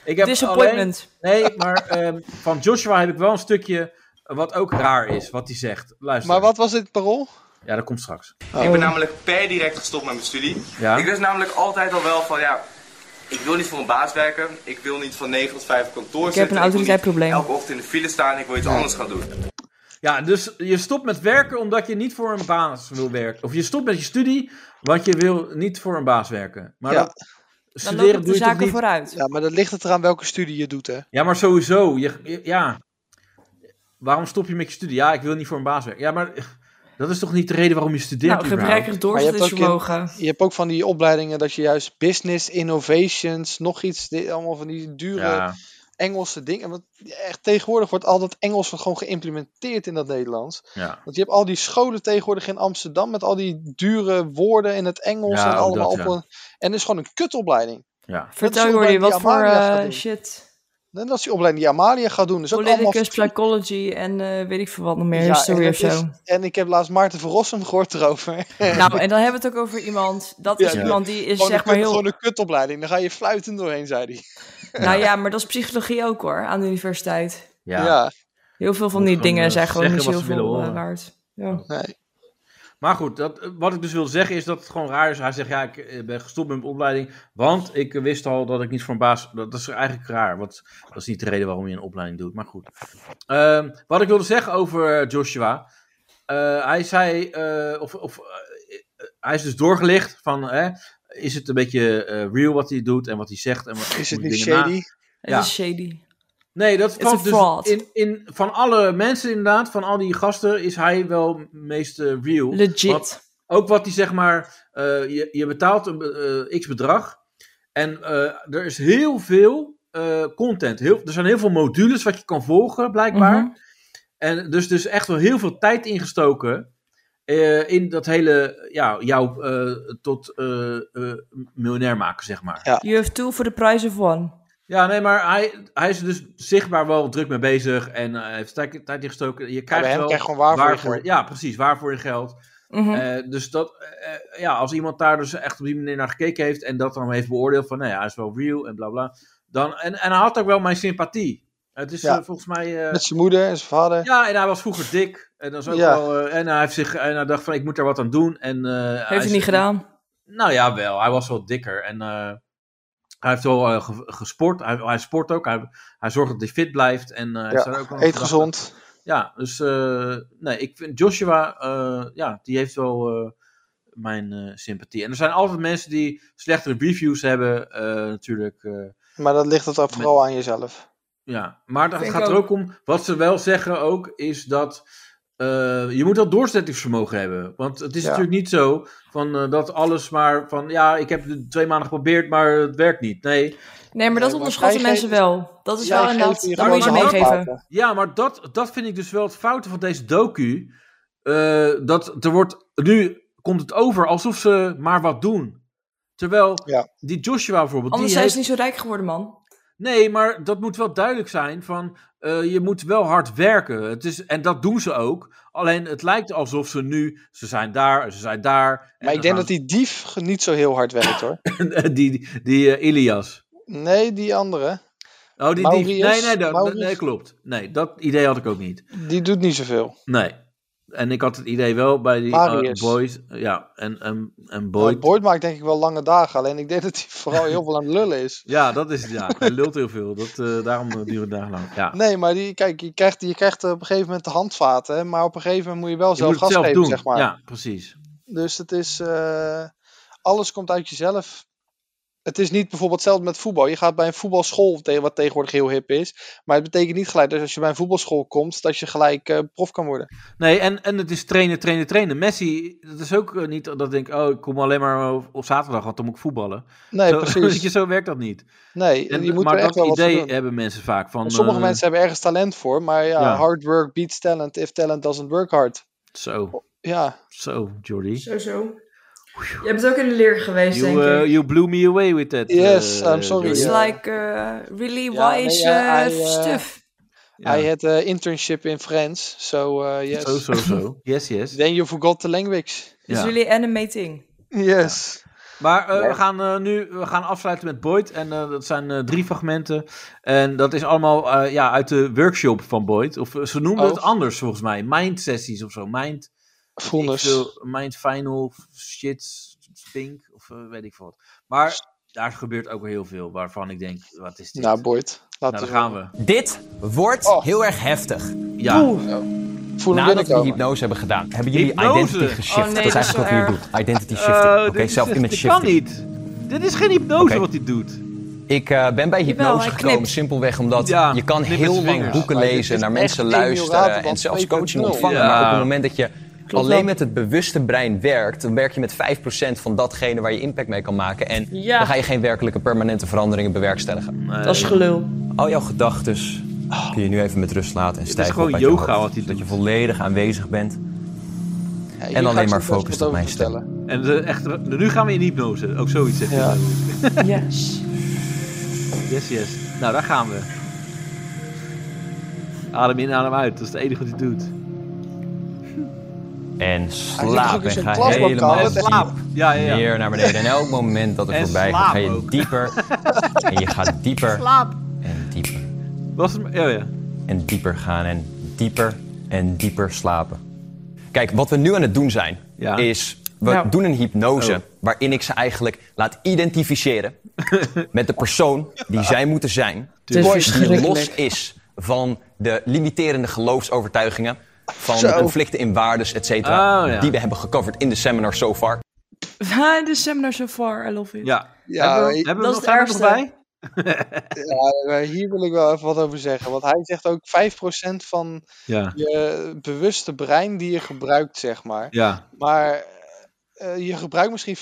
Speaker 3: Ik heb
Speaker 4: Disappointment.
Speaker 3: Alleen, nee, maar ehm, van Joshua heb ik wel een stukje wat ook raar is, wat hij zegt. Luister.
Speaker 5: Maar wat was dit parool?
Speaker 3: Ja, dat komt straks.
Speaker 5: Oh.
Speaker 13: Ik ben namelijk per direct gestopt met mijn studie.
Speaker 3: Ja.
Speaker 13: Ik wist namelijk altijd al wel van ja, ik wil niet voor een baas werken. Ik wil niet van 9 tot 5 op kantoor
Speaker 4: Ik
Speaker 13: zitten.
Speaker 4: heb een
Speaker 13: wil niet
Speaker 4: autoriteitsprobleem.
Speaker 13: Elke ochtend in de file staan. Ik wil iets anders gaan doen.
Speaker 3: Ja, dus je stopt met werken omdat je niet voor een baas wil werken. Of je stopt met je studie, want je wil niet voor een baas werken. Maar
Speaker 5: Ja.
Speaker 3: dat, studeren doe je toch niet?
Speaker 4: vooruit.
Speaker 5: Ja, maar dat ligt het eraan welke studie je doet, hè?
Speaker 3: Ja, maar sowieso. Je, je- ja. Waarom stop je met je studie? Ja, ik wil niet voor een baas werken. Ja, maar eh, dat is toch niet de reden waarom je studeert?
Speaker 4: Nou,
Speaker 3: überhaupt?
Speaker 5: Maar je hebt
Speaker 4: dus
Speaker 5: ook in- Je hebt ook van die opleidingen dat je juist business, innovations, nog iets, dit, allemaal van die dure
Speaker 3: Ja.
Speaker 5: Engelse dingen. Want echt, tegenwoordig wordt al dat Engels gewoon geïmplementeerd in dat Nederlands.
Speaker 3: Ja.
Speaker 5: Want je hebt al die scholen tegenwoordig in Amsterdam met al die dure woorden in het Engels
Speaker 3: Ja,
Speaker 5: en
Speaker 3: ook
Speaker 5: allemaal
Speaker 3: dat, ja.
Speaker 5: op een, En het is gewoon een kutopleiding.
Speaker 3: Ja.
Speaker 5: Dat
Speaker 4: Vertel
Speaker 5: is
Speaker 4: Jordi,
Speaker 5: opleiding die
Speaker 4: wat voor
Speaker 5: Amalia gaat
Speaker 4: eh,
Speaker 5: doen.
Speaker 4: shit.
Speaker 5: En dat is die opleiding die Amalia gaat doen. Dus ook allemaal
Speaker 4: Politicus, psychology en eh, weet ik veel wat nog meer.
Speaker 5: Ja,
Speaker 4: history
Speaker 5: en
Speaker 4: of
Speaker 5: het
Speaker 4: zo.
Speaker 5: is- En ik heb laatst Maarten van Rossum gehoord erover.
Speaker 4: Nou, en dan hebben we het ook over iemand. Dat is
Speaker 5: Ja.
Speaker 4: iemand die is
Speaker 5: Gewoon
Speaker 4: zeg
Speaker 5: een
Speaker 4: maar
Speaker 5: kut-
Speaker 4: heel.
Speaker 5: Gewoon een kutopleiding, dan ga je fluitend doorheen, zei hij.
Speaker 4: Nou ja, maar dat is psychologie ook hoor, aan de universiteit.
Speaker 3: Ja.
Speaker 4: Heel veel van
Speaker 3: Moet
Speaker 4: die
Speaker 3: gewoon,
Speaker 4: dingen
Speaker 3: eh,
Speaker 4: zijn gewoon niet
Speaker 3: zeggen
Speaker 4: zo
Speaker 3: wat ze willen
Speaker 4: veel eh,
Speaker 3: horen.
Speaker 4: waard. Ja.
Speaker 3: Maar goed, dat, wat ik dus wil zeggen is dat het gewoon raar is. Hij zegt, ja, ik eh, ben gestopt met mijn opleiding, want ik eh, wist al dat ik niet voor een baas... Dat, dat is eigenlijk raar, want dat is niet de reden waarom je een opleiding doet. Maar goed. Ehm, wat ik wilde zeggen over Joshua... eh, hij zei, eh, of, of eh, eh, hij is dus doorgelicht van... Hè, is het een beetje eh, real wat hij doet en wat hij zegt? En wat,
Speaker 5: Is
Speaker 3: hoe
Speaker 5: het niet
Speaker 3: dingen na-
Speaker 5: shady?
Speaker 4: Het is shady.
Speaker 3: Nee, dat
Speaker 4: It's a
Speaker 3: valt
Speaker 4: fraud.
Speaker 3: dus in, in, van alle mensen inderdaad, van al die gasten, is hij wel meest eh, real.
Speaker 4: Legit.
Speaker 3: Want ook wat hij zeg maar, eh, je, je betaalt een be- eh, x bedrag en eh, er is heel veel eh, content. Heel, er zijn heel veel modules wat je kan volgen, blijkbaar. En dus, dus echt wel heel veel tijd ingestoken eh, in dat hele, ja, jou eh, tot eh, eh, miljonair maken, zeg maar.
Speaker 4: You have two for the price of one.
Speaker 3: Ja, nee, maar hij, hij is er dus zichtbaar wel druk mee bezig en eh, heeft tijd, tijd ingestoken. Je krijgt
Speaker 5: bij hem
Speaker 3: wel
Speaker 5: krijg je gewoon waar voor je geld.
Speaker 3: Ja, precies, waar voor je geld.
Speaker 4: Mhm.
Speaker 3: Eh, dus dat, eh, ja, als iemand daar dus echt op die manier naar gekeken heeft en dat dan heeft beoordeeld van, nee, hij is wel real en bla bla. Dan, en, en hij had ook wel mijn sympathie. Het is
Speaker 5: Ja.
Speaker 3: eh, volgens mij... eh,
Speaker 5: Met zijn moeder en zijn vader.
Speaker 3: ja, en hij was vroeger dik. En, dat is ook
Speaker 5: Ja.
Speaker 3: wel, eh, en hij heeft zich, en hij dacht van, ik moet daar wat aan doen. En, eh, hij
Speaker 4: Heeft
Speaker 3: is-
Speaker 4: hij niet gedaan?
Speaker 3: nou ja, wel. Hij was wel dikker. En eh, hij heeft wel eh, ge- gesport. Hij, hij sport ook. Hij, hij zorgt dat hij fit blijft. En, eh, hij
Speaker 5: Ja,
Speaker 3: staat ook wel
Speaker 5: Eet
Speaker 3: op de
Speaker 5: gezond.
Speaker 3: dag. Ja, dus eh, nee, ik vind Joshua, eh, ja, die heeft wel eh, mijn eh, sympathie. En er zijn altijd mensen die slechtere reviews hebben, eh, natuurlijk. eh,
Speaker 5: Maar dat ligt het ook vooral aan jezelf.
Speaker 3: ja, maar het
Speaker 5: Denk
Speaker 3: gaat er
Speaker 5: ook.
Speaker 3: ook om. Wat ze wel zeggen ook, is dat. eh, je moet dat doorzettingsvermogen hebben. Want het is
Speaker 5: Ja.
Speaker 3: natuurlijk niet zo van, eh, dat alles maar van. Ja, ik heb het twee maanden geprobeerd, maar het werkt niet. Nee.
Speaker 4: Nee,
Speaker 5: Eh,
Speaker 4: maar dat onderschatten
Speaker 5: jij
Speaker 4: mensen
Speaker 5: geeft-
Speaker 4: wel. Dat is
Speaker 5: jij
Speaker 4: wel
Speaker 5: geeft
Speaker 4: inderdaad.
Speaker 5: hier
Speaker 4: Dat
Speaker 5: gewoon
Speaker 4: moet je
Speaker 5: de hand
Speaker 4: meegeven.
Speaker 5: buiten.
Speaker 3: Ja, maar dat, dat vind ik dus wel het foute van deze docu. Eh, eh, dat er wordt, nu komt het over alsof ze maar wat doen. Terwijl die Joshua bijvoorbeeld.
Speaker 4: Anders
Speaker 3: die
Speaker 4: zijn
Speaker 3: heeft-
Speaker 4: ze niet zo rijk geworden, man.
Speaker 3: Nee, maar dat moet wel duidelijk zijn van eh, je moet wel hard werken. Het is, en dat doen ze ook. Alleen het lijkt alsof ze nu, ze zijn daar, ze zijn daar.
Speaker 5: Maar ik denk dat die dief ge- niet zo heel hard werkt hoor.
Speaker 3: die, die, die eh, Ilias.
Speaker 5: Nee, die andere.
Speaker 3: Oh, die, die,
Speaker 5: Maurius,
Speaker 3: nee, nee, dat,
Speaker 5: Maurius.
Speaker 3: nee, klopt. Nee, dat idee had ik ook niet.
Speaker 5: Die doet niet zoveel.
Speaker 3: Nee. En ik had het idee wel bij die eh,
Speaker 5: Marius. Oh,
Speaker 3: Boyd. Ja, en, en, en
Speaker 5: Boyd.
Speaker 3: Boyd.
Speaker 5: Boyd maakt denk ik wel lange dagen. Alleen ik denk dat hij vooral heel veel aan het lullen is.
Speaker 3: Ja, dat is het. Ja, hij lult heel veel. Dat, eh, daarom eh, duurt het dagen lang. Ja.
Speaker 5: Nee, maar die, kijk, je krijgt, je krijgt eh, op een gegeven moment de handvaten. Maar op een gegeven moment moet je wel
Speaker 3: Je
Speaker 5: zelf
Speaker 3: moet het
Speaker 5: gas
Speaker 3: zelf
Speaker 5: geven,
Speaker 3: doen.
Speaker 5: zeg maar.
Speaker 3: Ja, precies.
Speaker 5: Dus het is. eh, alles komt uit jezelf. Het is niet bijvoorbeeld hetzelfde met voetbal. Je gaat bij een voetbalschool, te- wat tegenwoordig heel hip is. Maar het betekent niet gelijk dat als je bij een voetbalschool komt, dat je gelijk eh, prof kan worden.
Speaker 3: Nee, en, en het is trainen, trainen, trainen. Messi, dat is ook eh, niet dat ik denk, oh, ik kom alleen maar op, op zaterdag, want dan moet ik voetballen.
Speaker 5: Nee,
Speaker 3: Zo-
Speaker 5: precies.
Speaker 3: weet je, zo werkt dat niet.
Speaker 5: Nee,
Speaker 3: En,
Speaker 5: je moet
Speaker 3: maar
Speaker 5: er echt
Speaker 3: dat
Speaker 5: wel wat voor
Speaker 3: idee
Speaker 5: doen.
Speaker 3: hebben mensen vaak. Van,
Speaker 5: En sommige
Speaker 3: eh,
Speaker 5: mensen hebben ergens talent voor, maar ja,
Speaker 3: ja.
Speaker 5: hard work beats talent if talent doesn't work hard.
Speaker 3: Zo,
Speaker 5: Ja.
Speaker 3: zo, Jordi.
Speaker 4: Zo, zo. Je bent ook in de leer geweest,
Speaker 3: You,
Speaker 4: denk ik.
Speaker 3: eh, you blew me away with that.
Speaker 5: Yes,
Speaker 3: eh,
Speaker 5: I'm sorry.
Speaker 3: Jordi.
Speaker 4: It's
Speaker 5: ja.
Speaker 4: like eh, really
Speaker 5: Ja, nee,
Speaker 4: wise
Speaker 5: ja,
Speaker 4: eh,
Speaker 5: hij, eh,
Speaker 4: stuff.
Speaker 5: I had an internship in France, so uh, yes.
Speaker 3: Zo, zo, zo. Yes, yes.
Speaker 5: Then you forgot the language.
Speaker 4: It's really animating.
Speaker 5: Yes.
Speaker 3: Maar eh, we
Speaker 5: Ja.
Speaker 3: gaan eh, nu we gaan afsluiten met Boyd. En eh, dat zijn eh, drie fragmenten. En dat is allemaal eh, ja, uit de workshop van Boyd. Of eh, ze noemden
Speaker 5: Oh.
Speaker 3: het anders volgens mij. Mind sessies of zo. Mind.
Speaker 5: Vonnis.
Speaker 3: ik wil- Mind final shit. Stink. Of eh, weet ik veel wat. Maar daar gebeurt ook heel veel waarvan ik denk: wat is dit?
Speaker 5: Nou, Boyd.
Speaker 3: Nou,
Speaker 5: Laten
Speaker 3: daar
Speaker 5: we
Speaker 3: gaan we.
Speaker 2: Dit wordt heel erg heftig.
Speaker 3: Ja.
Speaker 5: Voel hem
Speaker 2: Nadat we die
Speaker 5: binnenkomen.
Speaker 2: hypnose hebben gedaan, hebben jullie
Speaker 3: Hypnose?
Speaker 2: identity geshift.
Speaker 3: Oh nee,
Speaker 2: dat
Speaker 3: dat
Speaker 2: is
Speaker 3: is
Speaker 2: eigenlijk
Speaker 3: zo
Speaker 2: wat jullie
Speaker 3: erg.
Speaker 2: doen. Identity
Speaker 3: Eh,
Speaker 2: shifting. Oké,
Speaker 3: dit is
Speaker 2: self-image
Speaker 3: echt- dit kan
Speaker 2: shifting.
Speaker 3: niet. Dit is geen hypnose
Speaker 2: Oké.
Speaker 3: wat hij doet.
Speaker 2: Ik eh, ben bij hypnose
Speaker 3: hij
Speaker 2: gekomen
Speaker 3: knipt.
Speaker 2: simpelweg omdat
Speaker 3: Ja,
Speaker 2: je kan
Speaker 3: knipt met
Speaker 2: heel
Speaker 3: zijn
Speaker 2: lang
Speaker 3: vingers.
Speaker 2: boeken
Speaker 3: Maar dit
Speaker 2: lezen,
Speaker 3: is
Speaker 2: naar
Speaker 3: echt
Speaker 2: mensen
Speaker 3: Emil
Speaker 2: luisteren
Speaker 3: Ratenband
Speaker 2: en zelfs
Speaker 3: 2.0.
Speaker 2: coaching ontvangen.
Speaker 3: Ja.
Speaker 2: Maar op het moment dat je
Speaker 3: Klopt
Speaker 2: alleen
Speaker 3: wel.
Speaker 2: met het bewuste brein werkt, dan werk je met 5% van datgene waar je impact mee kan maken. En
Speaker 4: Ja.
Speaker 2: dan ga je geen werkelijke permanente veranderingen bewerkstelligen.
Speaker 4: Dat is gelul.
Speaker 2: Al jouw gedachten kun je nu even met rust laten en
Speaker 3: is
Speaker 2: stijgen
Speaker 3: gewoon
Speaker 2: op uit je
Speaker 3: yoga
Speaker 2: hoofd.
Speaker 3: wat hij
Speaker 2: Dat je volledig aanwezig bent.
Speaker 5: hier
Speaker 2: en alleen
Speaker 5: ga ik zo
Speaker 2: maar
Speaker 5: best wat
Speaker 2: focust op
Speaker 5: over
Speaker 2: mijn stem.
Speaker 5: vertellen.
Speaker 3: En eh, echt, nu gaan we in hypnose. Ook zoiets zeg je.
Speaker 5: Ja.
Speaker 4: Yes.
Speaker 3: Yes, yes. Nou, daar gaan we. Adem in, adem uit. Dat is het enige wat hij doet.
Speaker 2: En
Speaker 3: zit
Speaker 2: slaap.
Speaker 3: ook in
Speaker 2: En
Speaker 3: zo'n
Speaker 2: ga
Speaker 3: klaslokaal.
Speaker 2: helemaal
Speaker 3: En slaap.
Speaker 2: diep
Speaker 3: Ja, ja, ja.
Speaker 2: neer naar beneden. En elk moment dat het
Speaker 3: En
Speaker 2: voorbij gaat, ga je
Speaker 3: slaap ook.
Speaker 2: dieper. en je gaat dieper.
Speaker 3: Slaap.
Speaker 2: En dieper.
Speaker 3: Was het, oh, ja, ja.
Speaker 2: En dieper gaan. En dieper. En dieper slapen. Kijk, wat we nu aan het doen zijn, is... We
Speaker 11: Nou.
Speaker 2: doen een hypnose
Speaker 4: Oh.
Speaker 2: waarin ik ze eigenlijk laat identificeren... met de persoon die zij moeten zijn.
Speaker 11: Het is
Speaker 2: die
Speaker 11: verschrikkelijk.
Speaker 2: los is van de limiterende geloofsovertuigingen... van de
Speaker 4: Zo.
Speaker 2: conflicten in waardes, et cetera...
Speaker 4: Oh, ja.
Speaker 2: die we hebben gecoverd in de seminar so far.
Speaker 4: Ha, de seminar so far, I love it.
Speaker 3: Ja.
Speaker 5: Ja,
Speaker 4: Hebben we-
Speaker 5: ik-
Speaker 4: hebben we Dat nog- is het zijn we nog
Speaker 5: ja, eh, hier wil ik wel even wat over zeggen. Want hij zegt ook 5% van
Speaker 3: Ja.
Speaker 5: je bewuste brein die je gebruikt, zeg maar.
Speaker 3: Ja.
Speaker 5: Maar eh, je gebruikt misschien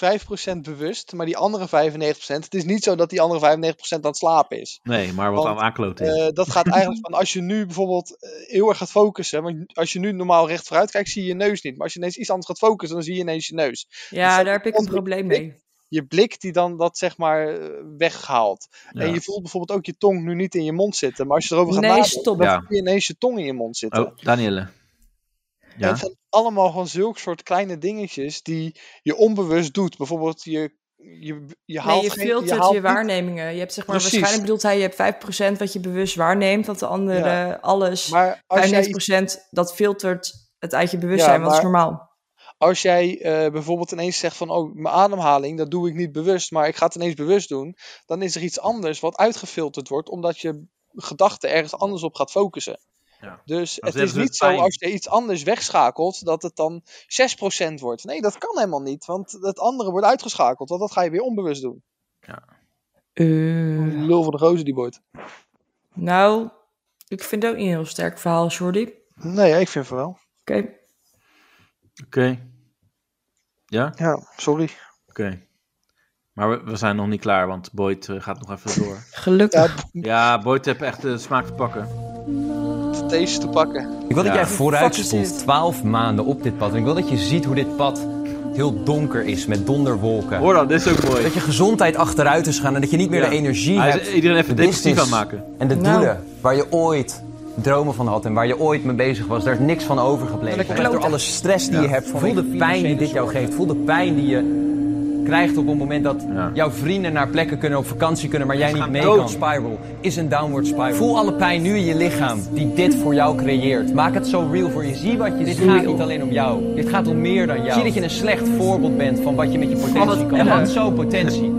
Speaker 5: 5% bewust, maar die andere 95%, het is niet zo dat die andere 95% aan het slapen is.
Speaker 3: Nee, maar wat aan aankloten is.
Speaker 5: Eh, dat gaat eigenlijk van als je nu bijvoorbeeld eh, heel erg gaat focussen. Want als je nu normaal recht vooruit kijkt, zie je je neus niet. Maar als je ineens iets anders gaat focussen, dan zie je ineens je neus. Dus
Speaker 4: Ja,
Speaker 5: dat
Speaker 4: daar heb ik een probleem mee.
Speaker 5: je blik die dan dat zeg maar eh, weghaalt.
Speaker 4: Ja.
Speaker 5: En je voelt bijvoorbeeld ook je tong nu niet in je mond zitten. Maar als je erover gaat
Speaker 4: Nee,
Speaker 5: nadenken,
Speaker 4: stop.
Speaker 5: dan
Speaker 3: Ja.
Speaker 5: voel je ineens je tong in je mond zitten.
Speaker 3: Oh, Danielle.
Speaker 5: En
Speaker 3: Ja.
Speaker 5: Het zijn allemaal gewoon zulke soort kleine dingetjes die je onbewust doet. Bijvoorbeeld je, je, je haalt
Speaker 4: nee, je
Speaker 5: geen-
Speaker 4: filtert je,
Speaker 5: haalt niet-
Speaker 4: waarnemingen. Je hebt zeg maar,
Speaker 5: Precies.
Speaker 4: waarschijnlijk bedoelt hij, je hebt 5% wat je bewust waarneemt, dat de andere
Speaker 5: Ja.
Speaker 4: alles.
Speaker 5: Maar als jij
Speaker 4: 95% dat filtert het uit je bewustzijn,
Speaker 5: Ja,
Speaker 4: want dat is
Speaker 5: maar-
Speaker 4: normaal.
Speaker 5: Als jij eh, bijvoorbeeld ineens zegt van oh, mijn ademhaling, dat doe ik niet bewust, maar ik ga het ineens bewust doen, dan is er iets anders wat uitgefilterd wordt, omdat je gedachte ergens anders op gaat focussen.
Speaker 3: Ja.
Speaker 5: Dus
Speaker 3: Dan
Speaker 5: het is
Speaker 3: zetten ze
Speaker 5: niet
Speaker 3: het pijn.
Speaker 5: zo als je iets anders wegschakelt, dat het dan 6% wordt. Nee, dat kan helemaal niet, want het andere wordt uitgeschakeld, want dat ga je weer onbewust doen. Lul van de rozen die boord.
Speaker 4: Nou, ik vind het ook niet een heel sterk verhaal, Jordi. Oké.
Speaker 5: Nee, ik vind van wel.
Speaker 3: Oké. Ja?
Speaker 5: Ja, sorry. Oké.
Speaker 3: Maar we, we zijn nog niet klaar, want Boyd eh, gaat nog even door.
Speaker 4: Gelukkig.
Speaker 3: Ja, Boyd heeft echt de smaak te pakken.
Speaker 5: deze te pakken.
Speaker 2: Ik wil dat
Speaker 5: Ja.
Speaker 2: jij vooruit
Speaker 5: Fuck is dit?
Speaker 2: stond, 12 maanden op dit pad. En ik wil dat je ziet hoe dit pad heel donker is, met donderwolken.
Speaker 3: Hoor dan, dit is ook mooi.
Speaker 2: Dat je gezondheid achteruit is gaan en dat je niet meer
Speaker 3: Ja.
Speaker 2: de energie
Speaker 3: Hij is
Speaker 2: hebt.
Speaker 3: iedereen even
Speaker 2: de
Speaker 3: depressief
Speaker 2: business
Speaker 3: aan maken.
Speaker 2: En de
Speaker 3: Nou.
Speaker 2: doelen waar je ooit dromen van had en waar je ooit mee bezig was, daar is niks van overgebleven.
Speaker 14: Lekker
Speaker 2: En echt door
Speaker 14: kloten.
Speaker 2: alle stress die
Speaker 14: Ja.
Speaker 2: je hebt,
Speaker 14: Vanwege
Speaker 2: voel de pijn die dit jou geeft, voel de pijn die je krijgt op het moment dat jouw vrienden naar plekken kunnen, op vakantie kunnen, maar jij niet mee
Speaker 14: dood.
Speaker 2: kan. Spiral is een downward spiral. Voel alle pijn nu in je lichaam die dit voor jou creëert. Maak het zo real voor je. Zie wat je... Dit gaat niet alleen om jou. Dit gaat om meer dan jou. Zie dat je een slecht voorbeeld bent van wat je met je potentie kan. Je had zo potentie.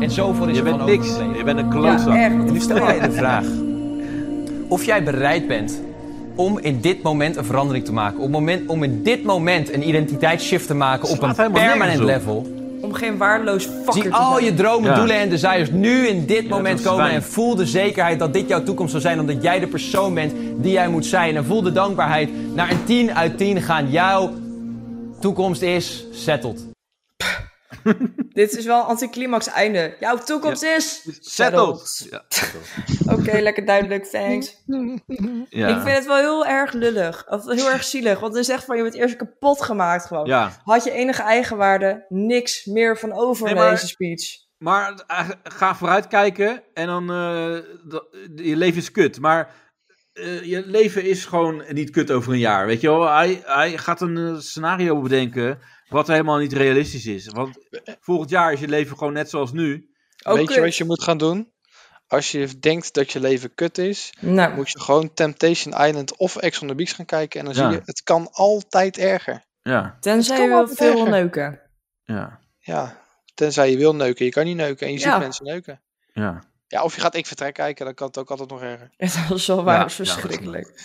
Speaker 2: En zoveel is
Speaker 3: Je
Speaker 2: er
Speaker 3: bent
Speaker 2: van
Speaker 3: niks.
Speaker 2: overgebleven.
Speaker 3: Je bent een klootzak.
Speaker 2: En nu stel jij de vraag of jij bereid bent om in dit moment een verandering te maken. Op moment, om in dit moment een identiteitsshift te maken op een
Speaker 4: Slaat helemaal
Speaker 2: permanent
Speaker 4: nergens op.
Speaker 2: level.
Speaker 4: Om geen waardeloos fucker te
Speaker 2: Zie al
Speaker 4: zijn.
Speaker 2: je dromen, doelen en desires nu in dit moment
Speaker 4: dat is
Speaker 2: komen.
Speaker 4: fijn.
Speaker 2: En voel de zekerheid dat dit jouw toekomst zal zijn. Omdat jij de persoon bent die jij moet zijn. En voel de dankbaarheid naar een 10 uit 10 gaan. Jouw toekomst is settled.
Speaker 4: Dit is wel een anticlimax einde. Jouw toekomst is...
Speaker 3: Settled. Ja.
Speaker 4: Oké, lekker duidelijk, thanks.
Speaker 3: Ja.
Speaker 4: Ik vind het wel heel erg lullig. Of heel erg zielig. Want het is echt van, je bent eerst kapot gemaakt gewoon.
Speaker 3: Ja.
Speaker 4: Had je enige eigenwaarde, niks meer van over
Speaker 3: Nee,
Speaker 4: na
Speaker 3: maar-
Speaker 4: deze speech.
Speaker 3: Maar eh, ga vooruitkijken en dan. eh, dat- je leven is kut. Maar eh, je leven is gewoon niet kut over een jaar. Weet je wel, hij, hij gaat een eh, scenario bedenken. wat helemaal niet realistisch is. Want volgend jaar is je leven gewoon net zoals nu.
Speaker 5: Weet
Speaker 4: eh,
Speaker 5: je wat je moet gaan doen? Als je denkt dat je leven kut is,
Speaker 4: Nou.
Speaker 5: moet je gewoon Temptation Island of Ex on the Beach gaan kijken. En dan
Speaker 3: Ja.
Speaker 5: zie je, het kan altijd erger.
Speaker 3: Ja.
Speaker 4: Tenzij
Speaker 5: Het kan
Speaker 4: je wel
Speaker 5: altijd
Speaker 4: veel wil
Speaker 5: erger.
Speaker 4: neuken.
Speaker 3: Ja.
Speaker 5: Ja, tenzij je wil neuken. Je kan niet neuken en je
Speaker 4: Ja.
Speaker 5: ziet mensen neuken.
Speaker 3: Ja.
Speaker 5: Ja, of je gaat Ik Vertrek kijken, dan kan het ook altijd nog erger.
Speaker 4: Het was wel waar,
Speaker 5: Ja,
Speaker 4: verschrikkelijk.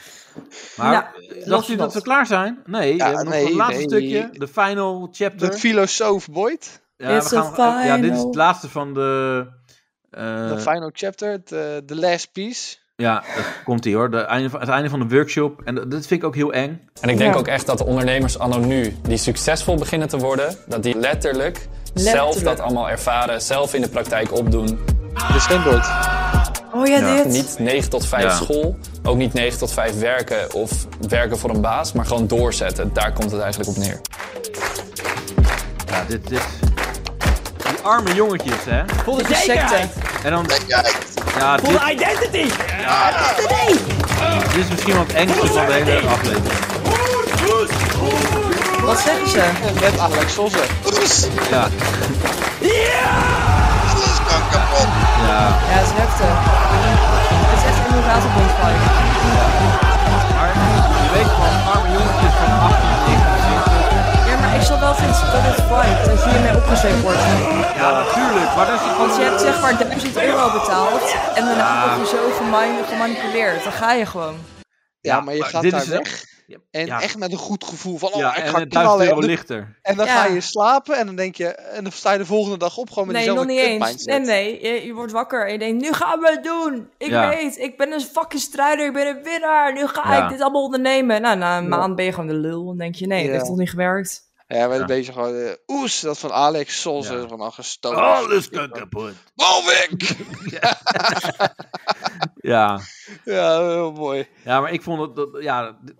Speaker 3: Maar
Speaker 5: Nou,
Speaker 3: eh,
Speaker 5: los
Speaker 3: dacht u
Speaker 5: dat.
Speaker 3: dat we klaar zijn? Nee, we
Speaker 5: Ja,
Speaker 3: hebben nog
Speaker 5: nee,
Speaker 3: een laatste
Speaker 5: nee.
Speaker 3: stukje. De final chapter.
Speaker 5: De filosoof Boyd.
Speaker 3: ja, we gaan, ja, dit is het laatste van de. eh,
Speaker 5: De final chapter, de, the last piece.
Speaker 3: Ja, dat komt hier hoor. De einde van, het einde van de workshop. En dat, dat vind ik ook heel eng.
Speaker 7: En ik denk ook echt dat de ondernemers anno nu die succesvol beginnen te worden, dat die letterlijk, zelf dat allemaal ervaren, zelf in de praktijk opdoen.
Speaker 5: De steenboot.
Speaker 4: Oh ja, dit.
Speaker 7: Niet 9 tot 5
Speaker 4: Ja.
Speaker 7: school, ook niet 9 tot 5 werken of werken voor een baas, maar gewoon doorzetten. Daar komt het eigenlijk op neer.
Speaker 3: Ja, dit, dit. Die arme jongetjes, hè?
Speaker 2: Voel de zekerheid.
Speaker 3: En dan. Ja,
Speaker 2: Voel
Speaker 3: dit,
Speaker 2: de identity.
Speaker 3: dit is misschien wel het engste van de hele aflevering.
Speaker 4: Wat zeggen ze?
Speaker 5: Met Alex Sosse.
Speaker 3: Ja.
Speaker 4: Ja, het is heftig. Het is echt inderdaad een bonfire.
Speaker 3: Je weet gewoon, arme jongetjes van 18
Speaker 4: Ja, maar ik zal wel vinden dat het vibe dat je hiermee opgezet wordt.
Speaker 3: Ja, natuurlijk. Maar dat is
Speaker 4: Want je hebt zeg maar 1000 euro betaald en daarna
Speaker 3: Ja.
Speaker 4: word je zo gemin- gemanipuleerd. Dan ga je gewoon.
Speaker 5: Ja, maar je
Speaker 3: maar
Speaker 5: gaat
Speaker 3: dit
Speaker 5: daar
Speaker 3: is-
Speaker 5: weg. En
Speaker 3: ja.
Speaker 5: echt met een goed gevoel van, oh,
Speaker 3: Ja,
Speaker 5: ik
Speaker 3: en
Speaker 5: ga
Speaker 3: met 1000
Speaker 5: knallen.
Speaker 3: euro
Speaker 5: En dan-
Speaker 3: lichter.
Speaker 5: En dan
Speaker 4: Ja.
Speaker 5: ga je slapen en dan denk je, en dan sta je de volgende dag op gewoon met
Speaker 4: Nee, nog
Speaker 5: diezelfde
Speaker 4: niet eens.
Speaker 5: kutmindset.
Speaker 4: Nee, nee. Je, je wordt wakker en je denkt, nu gaan we het doen. Ik
Speaker 5: Ja.
Speaker 4: weet, ik ben een fucking strijder, ik ben een winnaar. Nu ga
Speaker 5: Ja.
Speaker 4: ik dit allemaal ondernemen. Nou, na een maand ben je gewoon de lul. Dan denk je, nee,
Speaker 5: Ja.
Speaker 4: dat heeft toch niet gewerkt.
Speaker 5: Ja, we hebben bezig gewoon, eh, oes, dat van Alex Sols is van al gestoken.
Speaker 3: Alles kan kapot.
Speaker 5: Malvik! ja.
Speaker 3: Ja.
Speaker 5: ja, heel mooi.
Speaker 3: Ja, maar ik vond het. Dat, ja, d-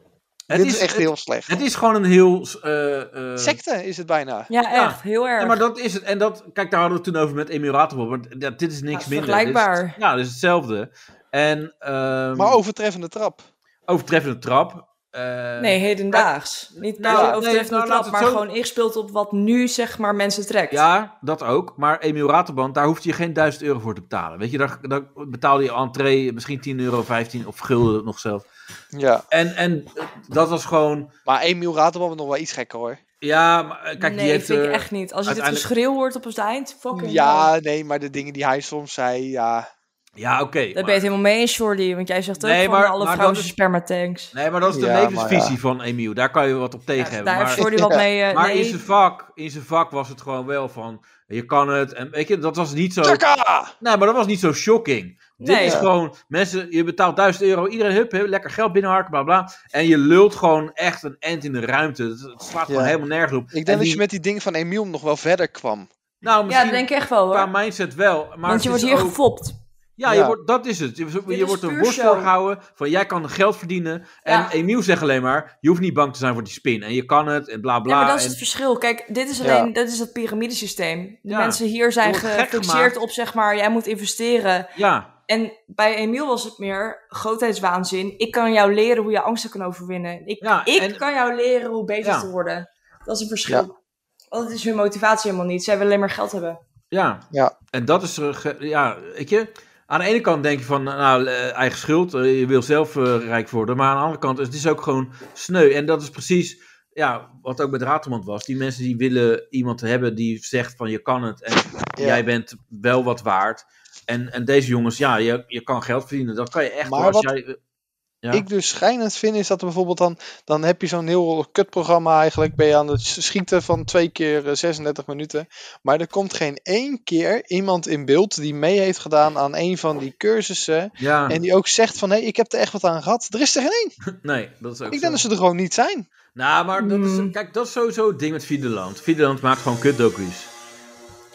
Speaker 3: het
Speaker 5: Dit is echt heel
Speaker 3: slecht. Het Hmm. is gewoon een heel. eh, eh,
Speaker 5: Secte is het bijna.
Speaker 3: Ja. echt,
Speaker 4: heel erg.
Speaker 3: Ja, maar dat is het. En dat, kijk, daar hadden we het toen over met Emiraten. Maar dat- dit is niks
Speaker 5: Ja,
Speaker 3: minder.
Speaker 5: vergelijkbaar.
Speaker 3: Dit is- ja, dit is hetzelfde. En, ehm,
Speaker 5: Maar overtreffende trap.
Speaker 3: overtreffende trap. eh,
Speaker 4: Nee, hedendaags. Niet per
Speaker 3: nou,
Speaker 4: se
Speaker 3: nee,
Speaker 4: overtreffende
Speaker 3: nou, laat
Speaker 4: trap,
Speaker 3: het
Speaker 4: maar
Speaker 3: zo-
Speaker 4: gewoon ingespeeld op wat nu zeg maar mensen trekt.
Speaker 3: Ja, dat ook. Maar Emil Ratenband, daar hoefde je geen 1000 euro voor te betalen. Weet je, daar, daar betaalde je entree misschien 10 euro, 15 of gulden het nog zelf.
Speaker 5: Ja.
Speaker 3: En, en eh, dat was gewoon...
Speaker 5: Maar Emiel Ratenband was nog wel iets gekker hoor.
Speaker 3: Ja, maar eh, kijk,
Speaker 4: nee,
Speaker 3: die heeft...
Speaker 4: vind ik
Speaker 3: eh,
Speaker 4: echt niet. Als je
Speaker 3: uiteindelijk-
Speaker 4: dit geschreeuw hoort op het eind, fucking hell.
Speaker 5: Ja, nee, maar de dingen die hij soms zei, ja.
Speaker 3: Ja, oké.
Speaker 4: Daar ben je het helemaal mee eens, Jordi. Want jij zegt ook
Speaker 5: Nee,
Speaker 4: van
Speaker 5: maar-
Speaker 4: alle
Speaker 5: maar dat
Speaker 4: vrouwen zijn
Speaker 5: is-
Speaker 4: spermatanks.
Speaker 3: Nee, maar dat is de
Speaker 5: Ja, maar
Speaker 3: levensvisie
Speaker 5: ja.
Speaker 3: van Emiel. Daar kan je wat op tegen hebben.
Speaker 4: daar
Speaker 3: maar,
Speaker 4: heeft Jordi wat mee, eh,
Speaker 3: maar
Speaker 4: nee.
Speaker 3: in, zijn vak, in zijn vak was het gewoon wel van... Je kan het. En weet je, dat was niet zo... Nee, maar dat was niet zo shocking. Dit
Speaker 4: Nee.
Speaker 3: is
Speaker 4: Ja.
Speaker 3: gewoon... Mensen, je betaalt 1000 euro. Iedereen hup, hup, lekker geld binnenharken, bla bla. En je lult gewoon echt een end in de ruimte. Het, het slaat gewoon
Speaker 5: Ja.
Speaker 3: helemaal nergens op.
Speaker 5: Ik
Speaker 3: En
Speaker 5: denk dat
Speaker 3: die-
Speaker 5: je met die dingen van Emiel nog wel verder kwam.
Speaker 3: Nou,
Speaker 4: Ja,
Speaker 3: misschien
Speaker 4: dat denk ik echt wel hoor.
Speaker 3: qua mindset wel. Maar
Speaker 4: want je
Speaker 3: het
Speaker 4: wordt
Speaker 3: is
Speaker 4: hier
Speaker 3: ook-
Speaker 4: gefopt.
Speaker 3: Ja, Je wordt, dat is het. Je, je
Speaker 4: is
Speaker 3: wordt er
Speaker 4: puur
Speaker 3: worst
Speaker 4: show.
Speaker 3: voor gehouden van jij kan geld verdienen. En
Speaker 4: Ja.
Speaker 3: Emiel zegt alleen maar, je hoeft niet bang te zijn voor die spin. En je kan het en bla bla.
Speaker 4: Nee, maar dat is
Speaker 3: en-
Speaker 4: het verschil. Kijk, dit is
Speaker 3: Ja.
Speaker 4: alleen dat is het piramidesysteem. De
Speaker 3: Ja.
Speaker 4: mensen hier zijn
Speaker 3: Je wordt gek
Speaker 4: gefixeerd
Speaker 3: gemaakt.
Speaker 4: op, zeg maar, jij moet investeren.
Speaker 3: Ja,
Speaker 4: En bij Emiel was het meer grootheidswaanzin. Ik kan jou leren hoe je angsten kan overwinnen. Ik, ik kan jou leren hoe beter
Speaker 3: Ja.
Speaker 4: te worden. Dat is een verschil. Want het is hun motivatie helemaal niet. Zij willen alleen maar geld hebben.
Speaker 3: Ja.
Speaker 5: ja.
Speaker 3: En dat is, eh, ge- ja, weet je, aan de ene kant denk je van, nou, eh, eigen schuld, eh, je wil zelf eh, rijk worden. Maar aan de andere kant, is het is ook gewoon sneu. En dat is precies, ja, wat ook met Ratermond was. Die mensen die willen iemand hebben die zegt van, je kan het en jij bent wel wat waard. En, en deze jongens, ja, je, je kan geld verdienen. Dat kan je echt
Speaker 5: Maar
Speaker 3: hoor, als
Speaker 5: wat-
Speaker 3: jij... eh, ja.
Speaker 5: Ik dus schijnend vind is dat er bijvoorbeeld dan, dan heb je zo'n heel kutprogramma eigenlijk. Ben je aan het schieten van twee keer eh, 36 minuten. Maar er komt geen één keer iemand in beeld die mee heeft gedaan aan een van die cursussen.
Speaker 3: Ja.
Speaker 5: En die ook zegt van hé, ik heb er echt wat aan gehad. Er is er geen één.
Speaker 3: Nee, dat is ook
Speaker 5: Ik
Speaker 3: zo.
Speaker 5: dus- denk dat ze er gewoon niet zijn.
Speaker 3: Nou, maar dat is, kijk, dat is sowieso het ding met Videoland. Videoland maakt gewoon kutdocu's.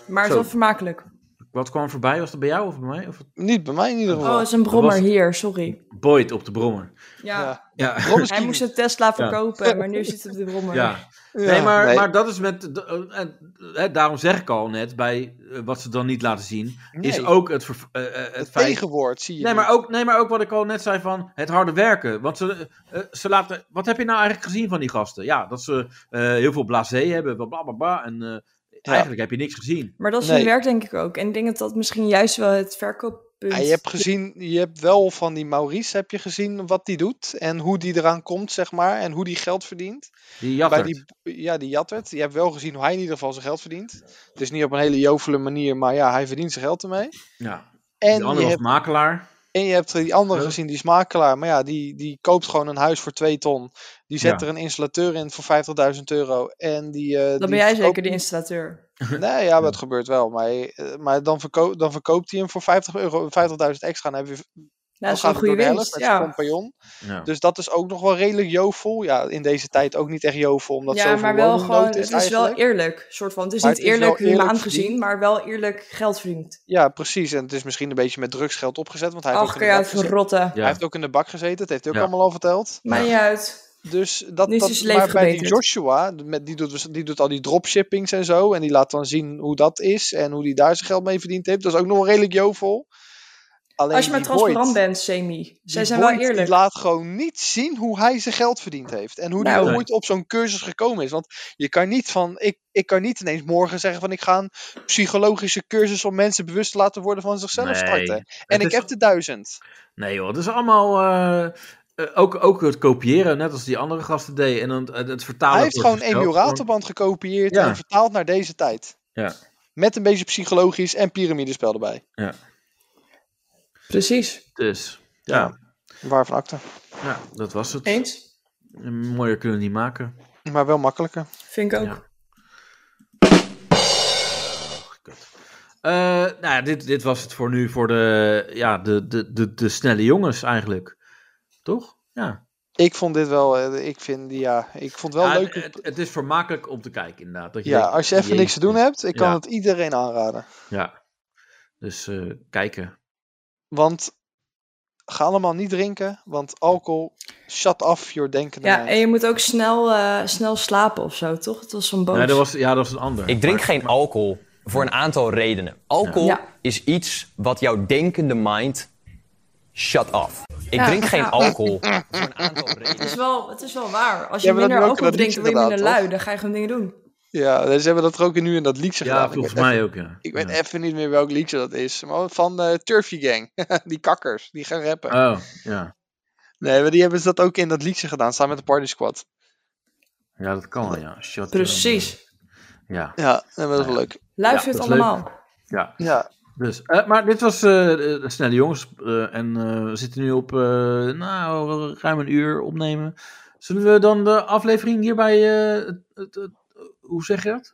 Speaker 4: Maar het
Speaker 3: Zo.
Speaker 4: is
Speaker 3: Oh,
Speaker 4: wel vermakelijk.
Speaker 3: Wat kwam voorbij? Was dat bij jou of bij mij? Of...
Speaker 5: Niet bij mij in ieder
Speaker 4: Oh, het is een brommer
Speaker 3: Dat was
Speaker 4: hier, sorry.
Speaker 3: Boyd op de brommer.
Speaker 4: Ja.
Speaker 3: Ja.
Speaker 4: Hij moest een Tesla
Speaker 3: Ja.
Speaker 4: verkopen, maar nu zit hij op de brommer.
Speaker 3: Ja.
Speaker 5: Ja,
Speaker 3: nee, maar,
Speaker 5: nee.
Speaker 3: maar dat is met. d- eh, eh, hè, daarom zeg ik al net bij eh, wat ze dan niet laten zien. Is
Speaker 5: Nee.
Speaker 3: ook het, ver- eh, eh, het, feit.
Speaker 5: Tegenwoord zie je.
Speaker 3: Nee
Speaker 5: niet.
Speaker 3: maar, ook, nee, maar ook wat ik al net zei van het harde werken. Want ze, eh, ze laten. Wat heb je nou eigenlijk gezien van die gasten? Ja, dat ze eh, heel veel blasé hebben, bla bla bla. bla, en eh, eigenlijk heb je niks gezien.
Speaker 4: Maar dat is hun werk, denk ik ook. En ik denk dat dat misschien juist wel het verkooppunt...
Speaker 5: Ja, je hebt gezien, je hebt wel van die Maurice heb je gezien wat die doet en hoe die eraan komt, zeg maar, en hoe die geld verdient.
Speaker 3: Die jattert.
Speaker 5: Bij die, ja, die jattert. Je hebt wel gezien hoe hij in ieder geval zijn geld verdient. Het is niet op een hele jovele manier, maar ja, hij verdient zijn geld ermee.
Speaker 3: Ja.
Speaker 5: En
Speaker 3: die andere
Speaker 5: je
Speaker 3: was
Speaker 5: hebt-
Speaker 3: makelaar.
Speaker 5: En je hebt die andere
Speaker 3: Ja.
Speaker 5: gezien, die is makelaar, maar ja, die, die koopt gewoon een huis voor 2 ton. Die zet
Speaker 3: Ja.
Speaker 5: er een installateur in voor 50.000 euro. En die, eh,
Speaker 4: Dan
Speaker 5: die Oh,
Speaker 4: ben jij
Speaker 5: verkoopt
Speaker 4: zeker de
Speaker 5: hem-
Speaker 4: installateur.
Speaker 5: Nee, ja, maar het gebeurt wel. Maar, eh, maar dan, verkoopt, dan verkoopt hij hem voor 50 euro, 50.000 extra. Dan heb je, dan
Speaker 4: is
Speaker 5: gaat het
Speaker 4: een
Speaker 5: door
Speaker 4: goede
Speaker 5: de helft
Speaker 4: winst,
Speaker 5: met zijn
Speaker 4: ja.
Speaker 5: compagnon.
Speaker 3: Ja.
Speaker 5: Dus dat is ook nog wel redelijk jovel. Ja, in deze tijd ook niet echt jovel, omdat
Speaker 4: ja,
Speaker 5: zoveel
Speaker 4: maar wel
Speaker 5: woningnood
Speaker 4: gewoon, het
Speaker 5: is
Speaker 4: is
Speaker 5: eigenlijk.
Speaker 4: wel eerlijk. Soort van. Het is
Speaker 5: Maar
Speaker 4: niet
Speaker 5: het is wel
Speaker 4: eerlijk,
Speaker 5: eerlijk
Speaker 4: humaan gezien,
Speaker 5: verdiend.
Speaker 4: maar wel eerlijk geld verdiend.
Speaker 5: Ja, precies. En het is misschien een beetje met drugsgeld opgezet, want hij heeft,
Speaker 4: Ach,
Speaker 5: ook in, de
Speaker 4: kun je
Speaker 5: bak gezeten.
Speaker 4: uitverrotten. Ja.
Speaker 5: hij heeft ook in de bak gezeten. Dat heeft hij ook
Speaker 4: Ja.
Speaker 5: allemaal al verteld.
Speaker 4: Maakt niet uit.
Speaker 5: Dus dat,
Speaker 4: Nu is
Speaker 5: dat
Speaker 4: dus leven
Speaker 5: maar bij die
Speaker 4: gebeterd.
Speaker 5: Joshua, met, die, doet, dus- die doet al die dropshippings en zo. En die laat dan zien hoe dat is en hoe die daar zijn geld mee verdiend heeft. Dat is ook nog wel redelijk jovel. Alleen
Speaker 4: Als je maar
Speaker 5: die
Speaker 4: transparant
Speaker 5: Boyd-
Speaker 4: bent, Semi. Zij
Speaker 5: die
Speaker 4: zijn wel
Speaker 5: Boyd, die
Speaker 4: eerlijk.
Speaker 5: laat gewoon niet zien hoe hij zijn geld verdiend heeft. En hoe hij
Speaker 4: Nou.
Speaker 5: ooit op zo'n cursus gekomen is. Want je kan niet van, ik, ik kan niet ineens morgen zeggen van ik ga een psychologische cursus om mensen bewust te laten worden van zichzelf
Speaker 3: Nee.
Speaker 5: starten. En
Speaker 3: Het
Speaker 5: ik
Speaker 3: is-
Speaker 5: heb de duizend.
Speaker 3: Nee joh, het is allemaal... eh, eh, ook, ook het kopiëren, net als die andere gasten deden. En dan het, het vertalen...
Speaker 5: Hij heeft
Speaker 3: wordt
Speaker 5: gewoon een
Speaker 3: gesteld voor-
Speaker 5: emulaatorband gekopieerd
Speaker 3: Ja.
Speaker 5: en vertaald naar deze tijd.
Speaker 3: Ja,
Speaker 5: Met een beetje psychologisch en piramidespel erbij.
Speaker 3: ja.
Speaker 4: Precies.
Speaker 3: Dus, ja.
Speaker 5: Waarvan acte.
Speaker 3: ja, dat was het.
Speaker 4: Eens?
Speaker 3: Mooier kunnen we niet maken.
Speaker 5: Maar wel makkelijker.
Speaker 4: Vind ik ook.
Speaker 3: Eh, nou ja, dit, dit was het voor nu voor de, ja, de, de, de, de snelle jongens eigenlijk. Toch? Ja.
Speaker 5: Ik vond dit wel, eh, ik vind, die, ja, ik vond het wel
Speaker 3: Ja,
Speaker 5: leuk.
Speaker 3: Het, het is vermakelijk om te kijken inderdaad. Dat je
Speaker 5: Ja,
Speaker 3: denkt,
Speaker 5: als je even niks te doen
Speaker 3: jezus.
Speaker 5: hebt, ik kan
Speaker 3: Ja,
Speaker 5: het iedereen aanraden.
Speaker 3: Ja, dus eh, kijken.
Speaker 5: Want ga allemaal niet drinken, want alcohol shut off your denken.
Speaker 4: Ja, en je moet ook snel, eh, snel slapen of zo, toch? Het was zo'n boos.
Speaker 3: Nee, dat was, ja, dat was een ander.
Speaker 2: Ik drink geen alcohol voor een aantal redenen. Alcohol
Speaker 4: Ja.
Speaker 2: is iets wat jouw denkende mind shut off. Ik
Speaker 4: Ja,
Speaker 2: drink geen
Speaker 4: ja.
Speaker 2: alcohol.
Speaker 4: Het is wel, het is wel waar. Als je
Speaker 5: Ja, maar dat
Speaker 4: minder
Speaker 5: nu ook
Speaker 4: alcohol
Speaker 5: dat
Speaker 4: drinkt,
Speaker 5: liedje
Speaker 4: dan word je minder
Speaker 5: inderdaad,
Speaker 4: lui.
Speaker 5: toch?
Speaker 4: Dan ga je gewoon dingen doen.
Speaker 5: Ja, dus hebben dat er ook nu in dat liedje gedaan.
Speaker 3: Ja,
Speaker 5: Ik
Speaker 3: volgens
Speaker 5: weet
Speaker 3: mij
Speaker 5: even-
Speaker 3: ook, ja.
Speaker 5: Ik weet even niet meer welk liedje dat is. Maar van eh Turfy Gang. die kakkers, die gaan rappen.
Speaker 3: Oh, ja.
Speaker 5: Nee, maar die hebben ze dat ook in dat liedje gedaan, samen met de Party Squad.
Speaker 3: Ja, dat kan wel, ja. Shut
Speaker 4: Precies.
Speaker 3: Ja.
Speaker 5: Ja, nee, maar dat is wel leuk.
Speaker 4: Luister
Speaker 3: Ja,
Speaker 4: het
Speaker 3: dat is leuk.
Speaker 4: allemaal.
Speaker 3: Ja.
Speaker 5: ja.
Speaker 3: Dus, eh, maar dit was eh, de de Snelle Jongens. eh, en eh, we zitten nu op eh, nou, ruim een uur opnemen. Zullen we dan de aflevering hierbij... eh, het- het- het- hoe zeg je dat?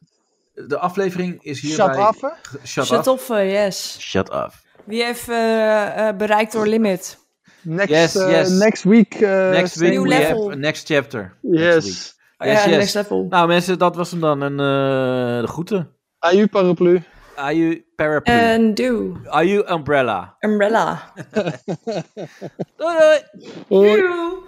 Speaker 3: De aflevering is hierbij...
Speaker 4: Shut
Speaker 5: up,
Speaker 3: ge- Shut,
Speaker 4: Shut
Speaker 3: up.
Speaker 4: off, eh, yes.
Speaker 3: Shut up.
Speaker 4: Wie heeft eh, eh, bereikt door limit?
Speaker 5: Next,
Speaker 3: Yes, eh, yes. next
Speaker 5: week. uh,
Speaker 3: next week
Speaker 4: Eh,
Speaker 3: we
Speaker 4: New level.
Speaker 3: have a next chapter.
Speaker 5: Yes.
Speaker 3: Next week.
Speaker 4: Oh ja, next level.
Speaker 3: Nou mensen, dat was hem dan. En eh, de groeten.
Speaker 5: Aju paraplu.
Speaker 3: are you paraplu?
Speaker 4: En doe.
Speaker 3: Are you umbrella?
Speaker 4: Umbrella.
Speaker 3: Doei doei!
Speaker 4: Doei.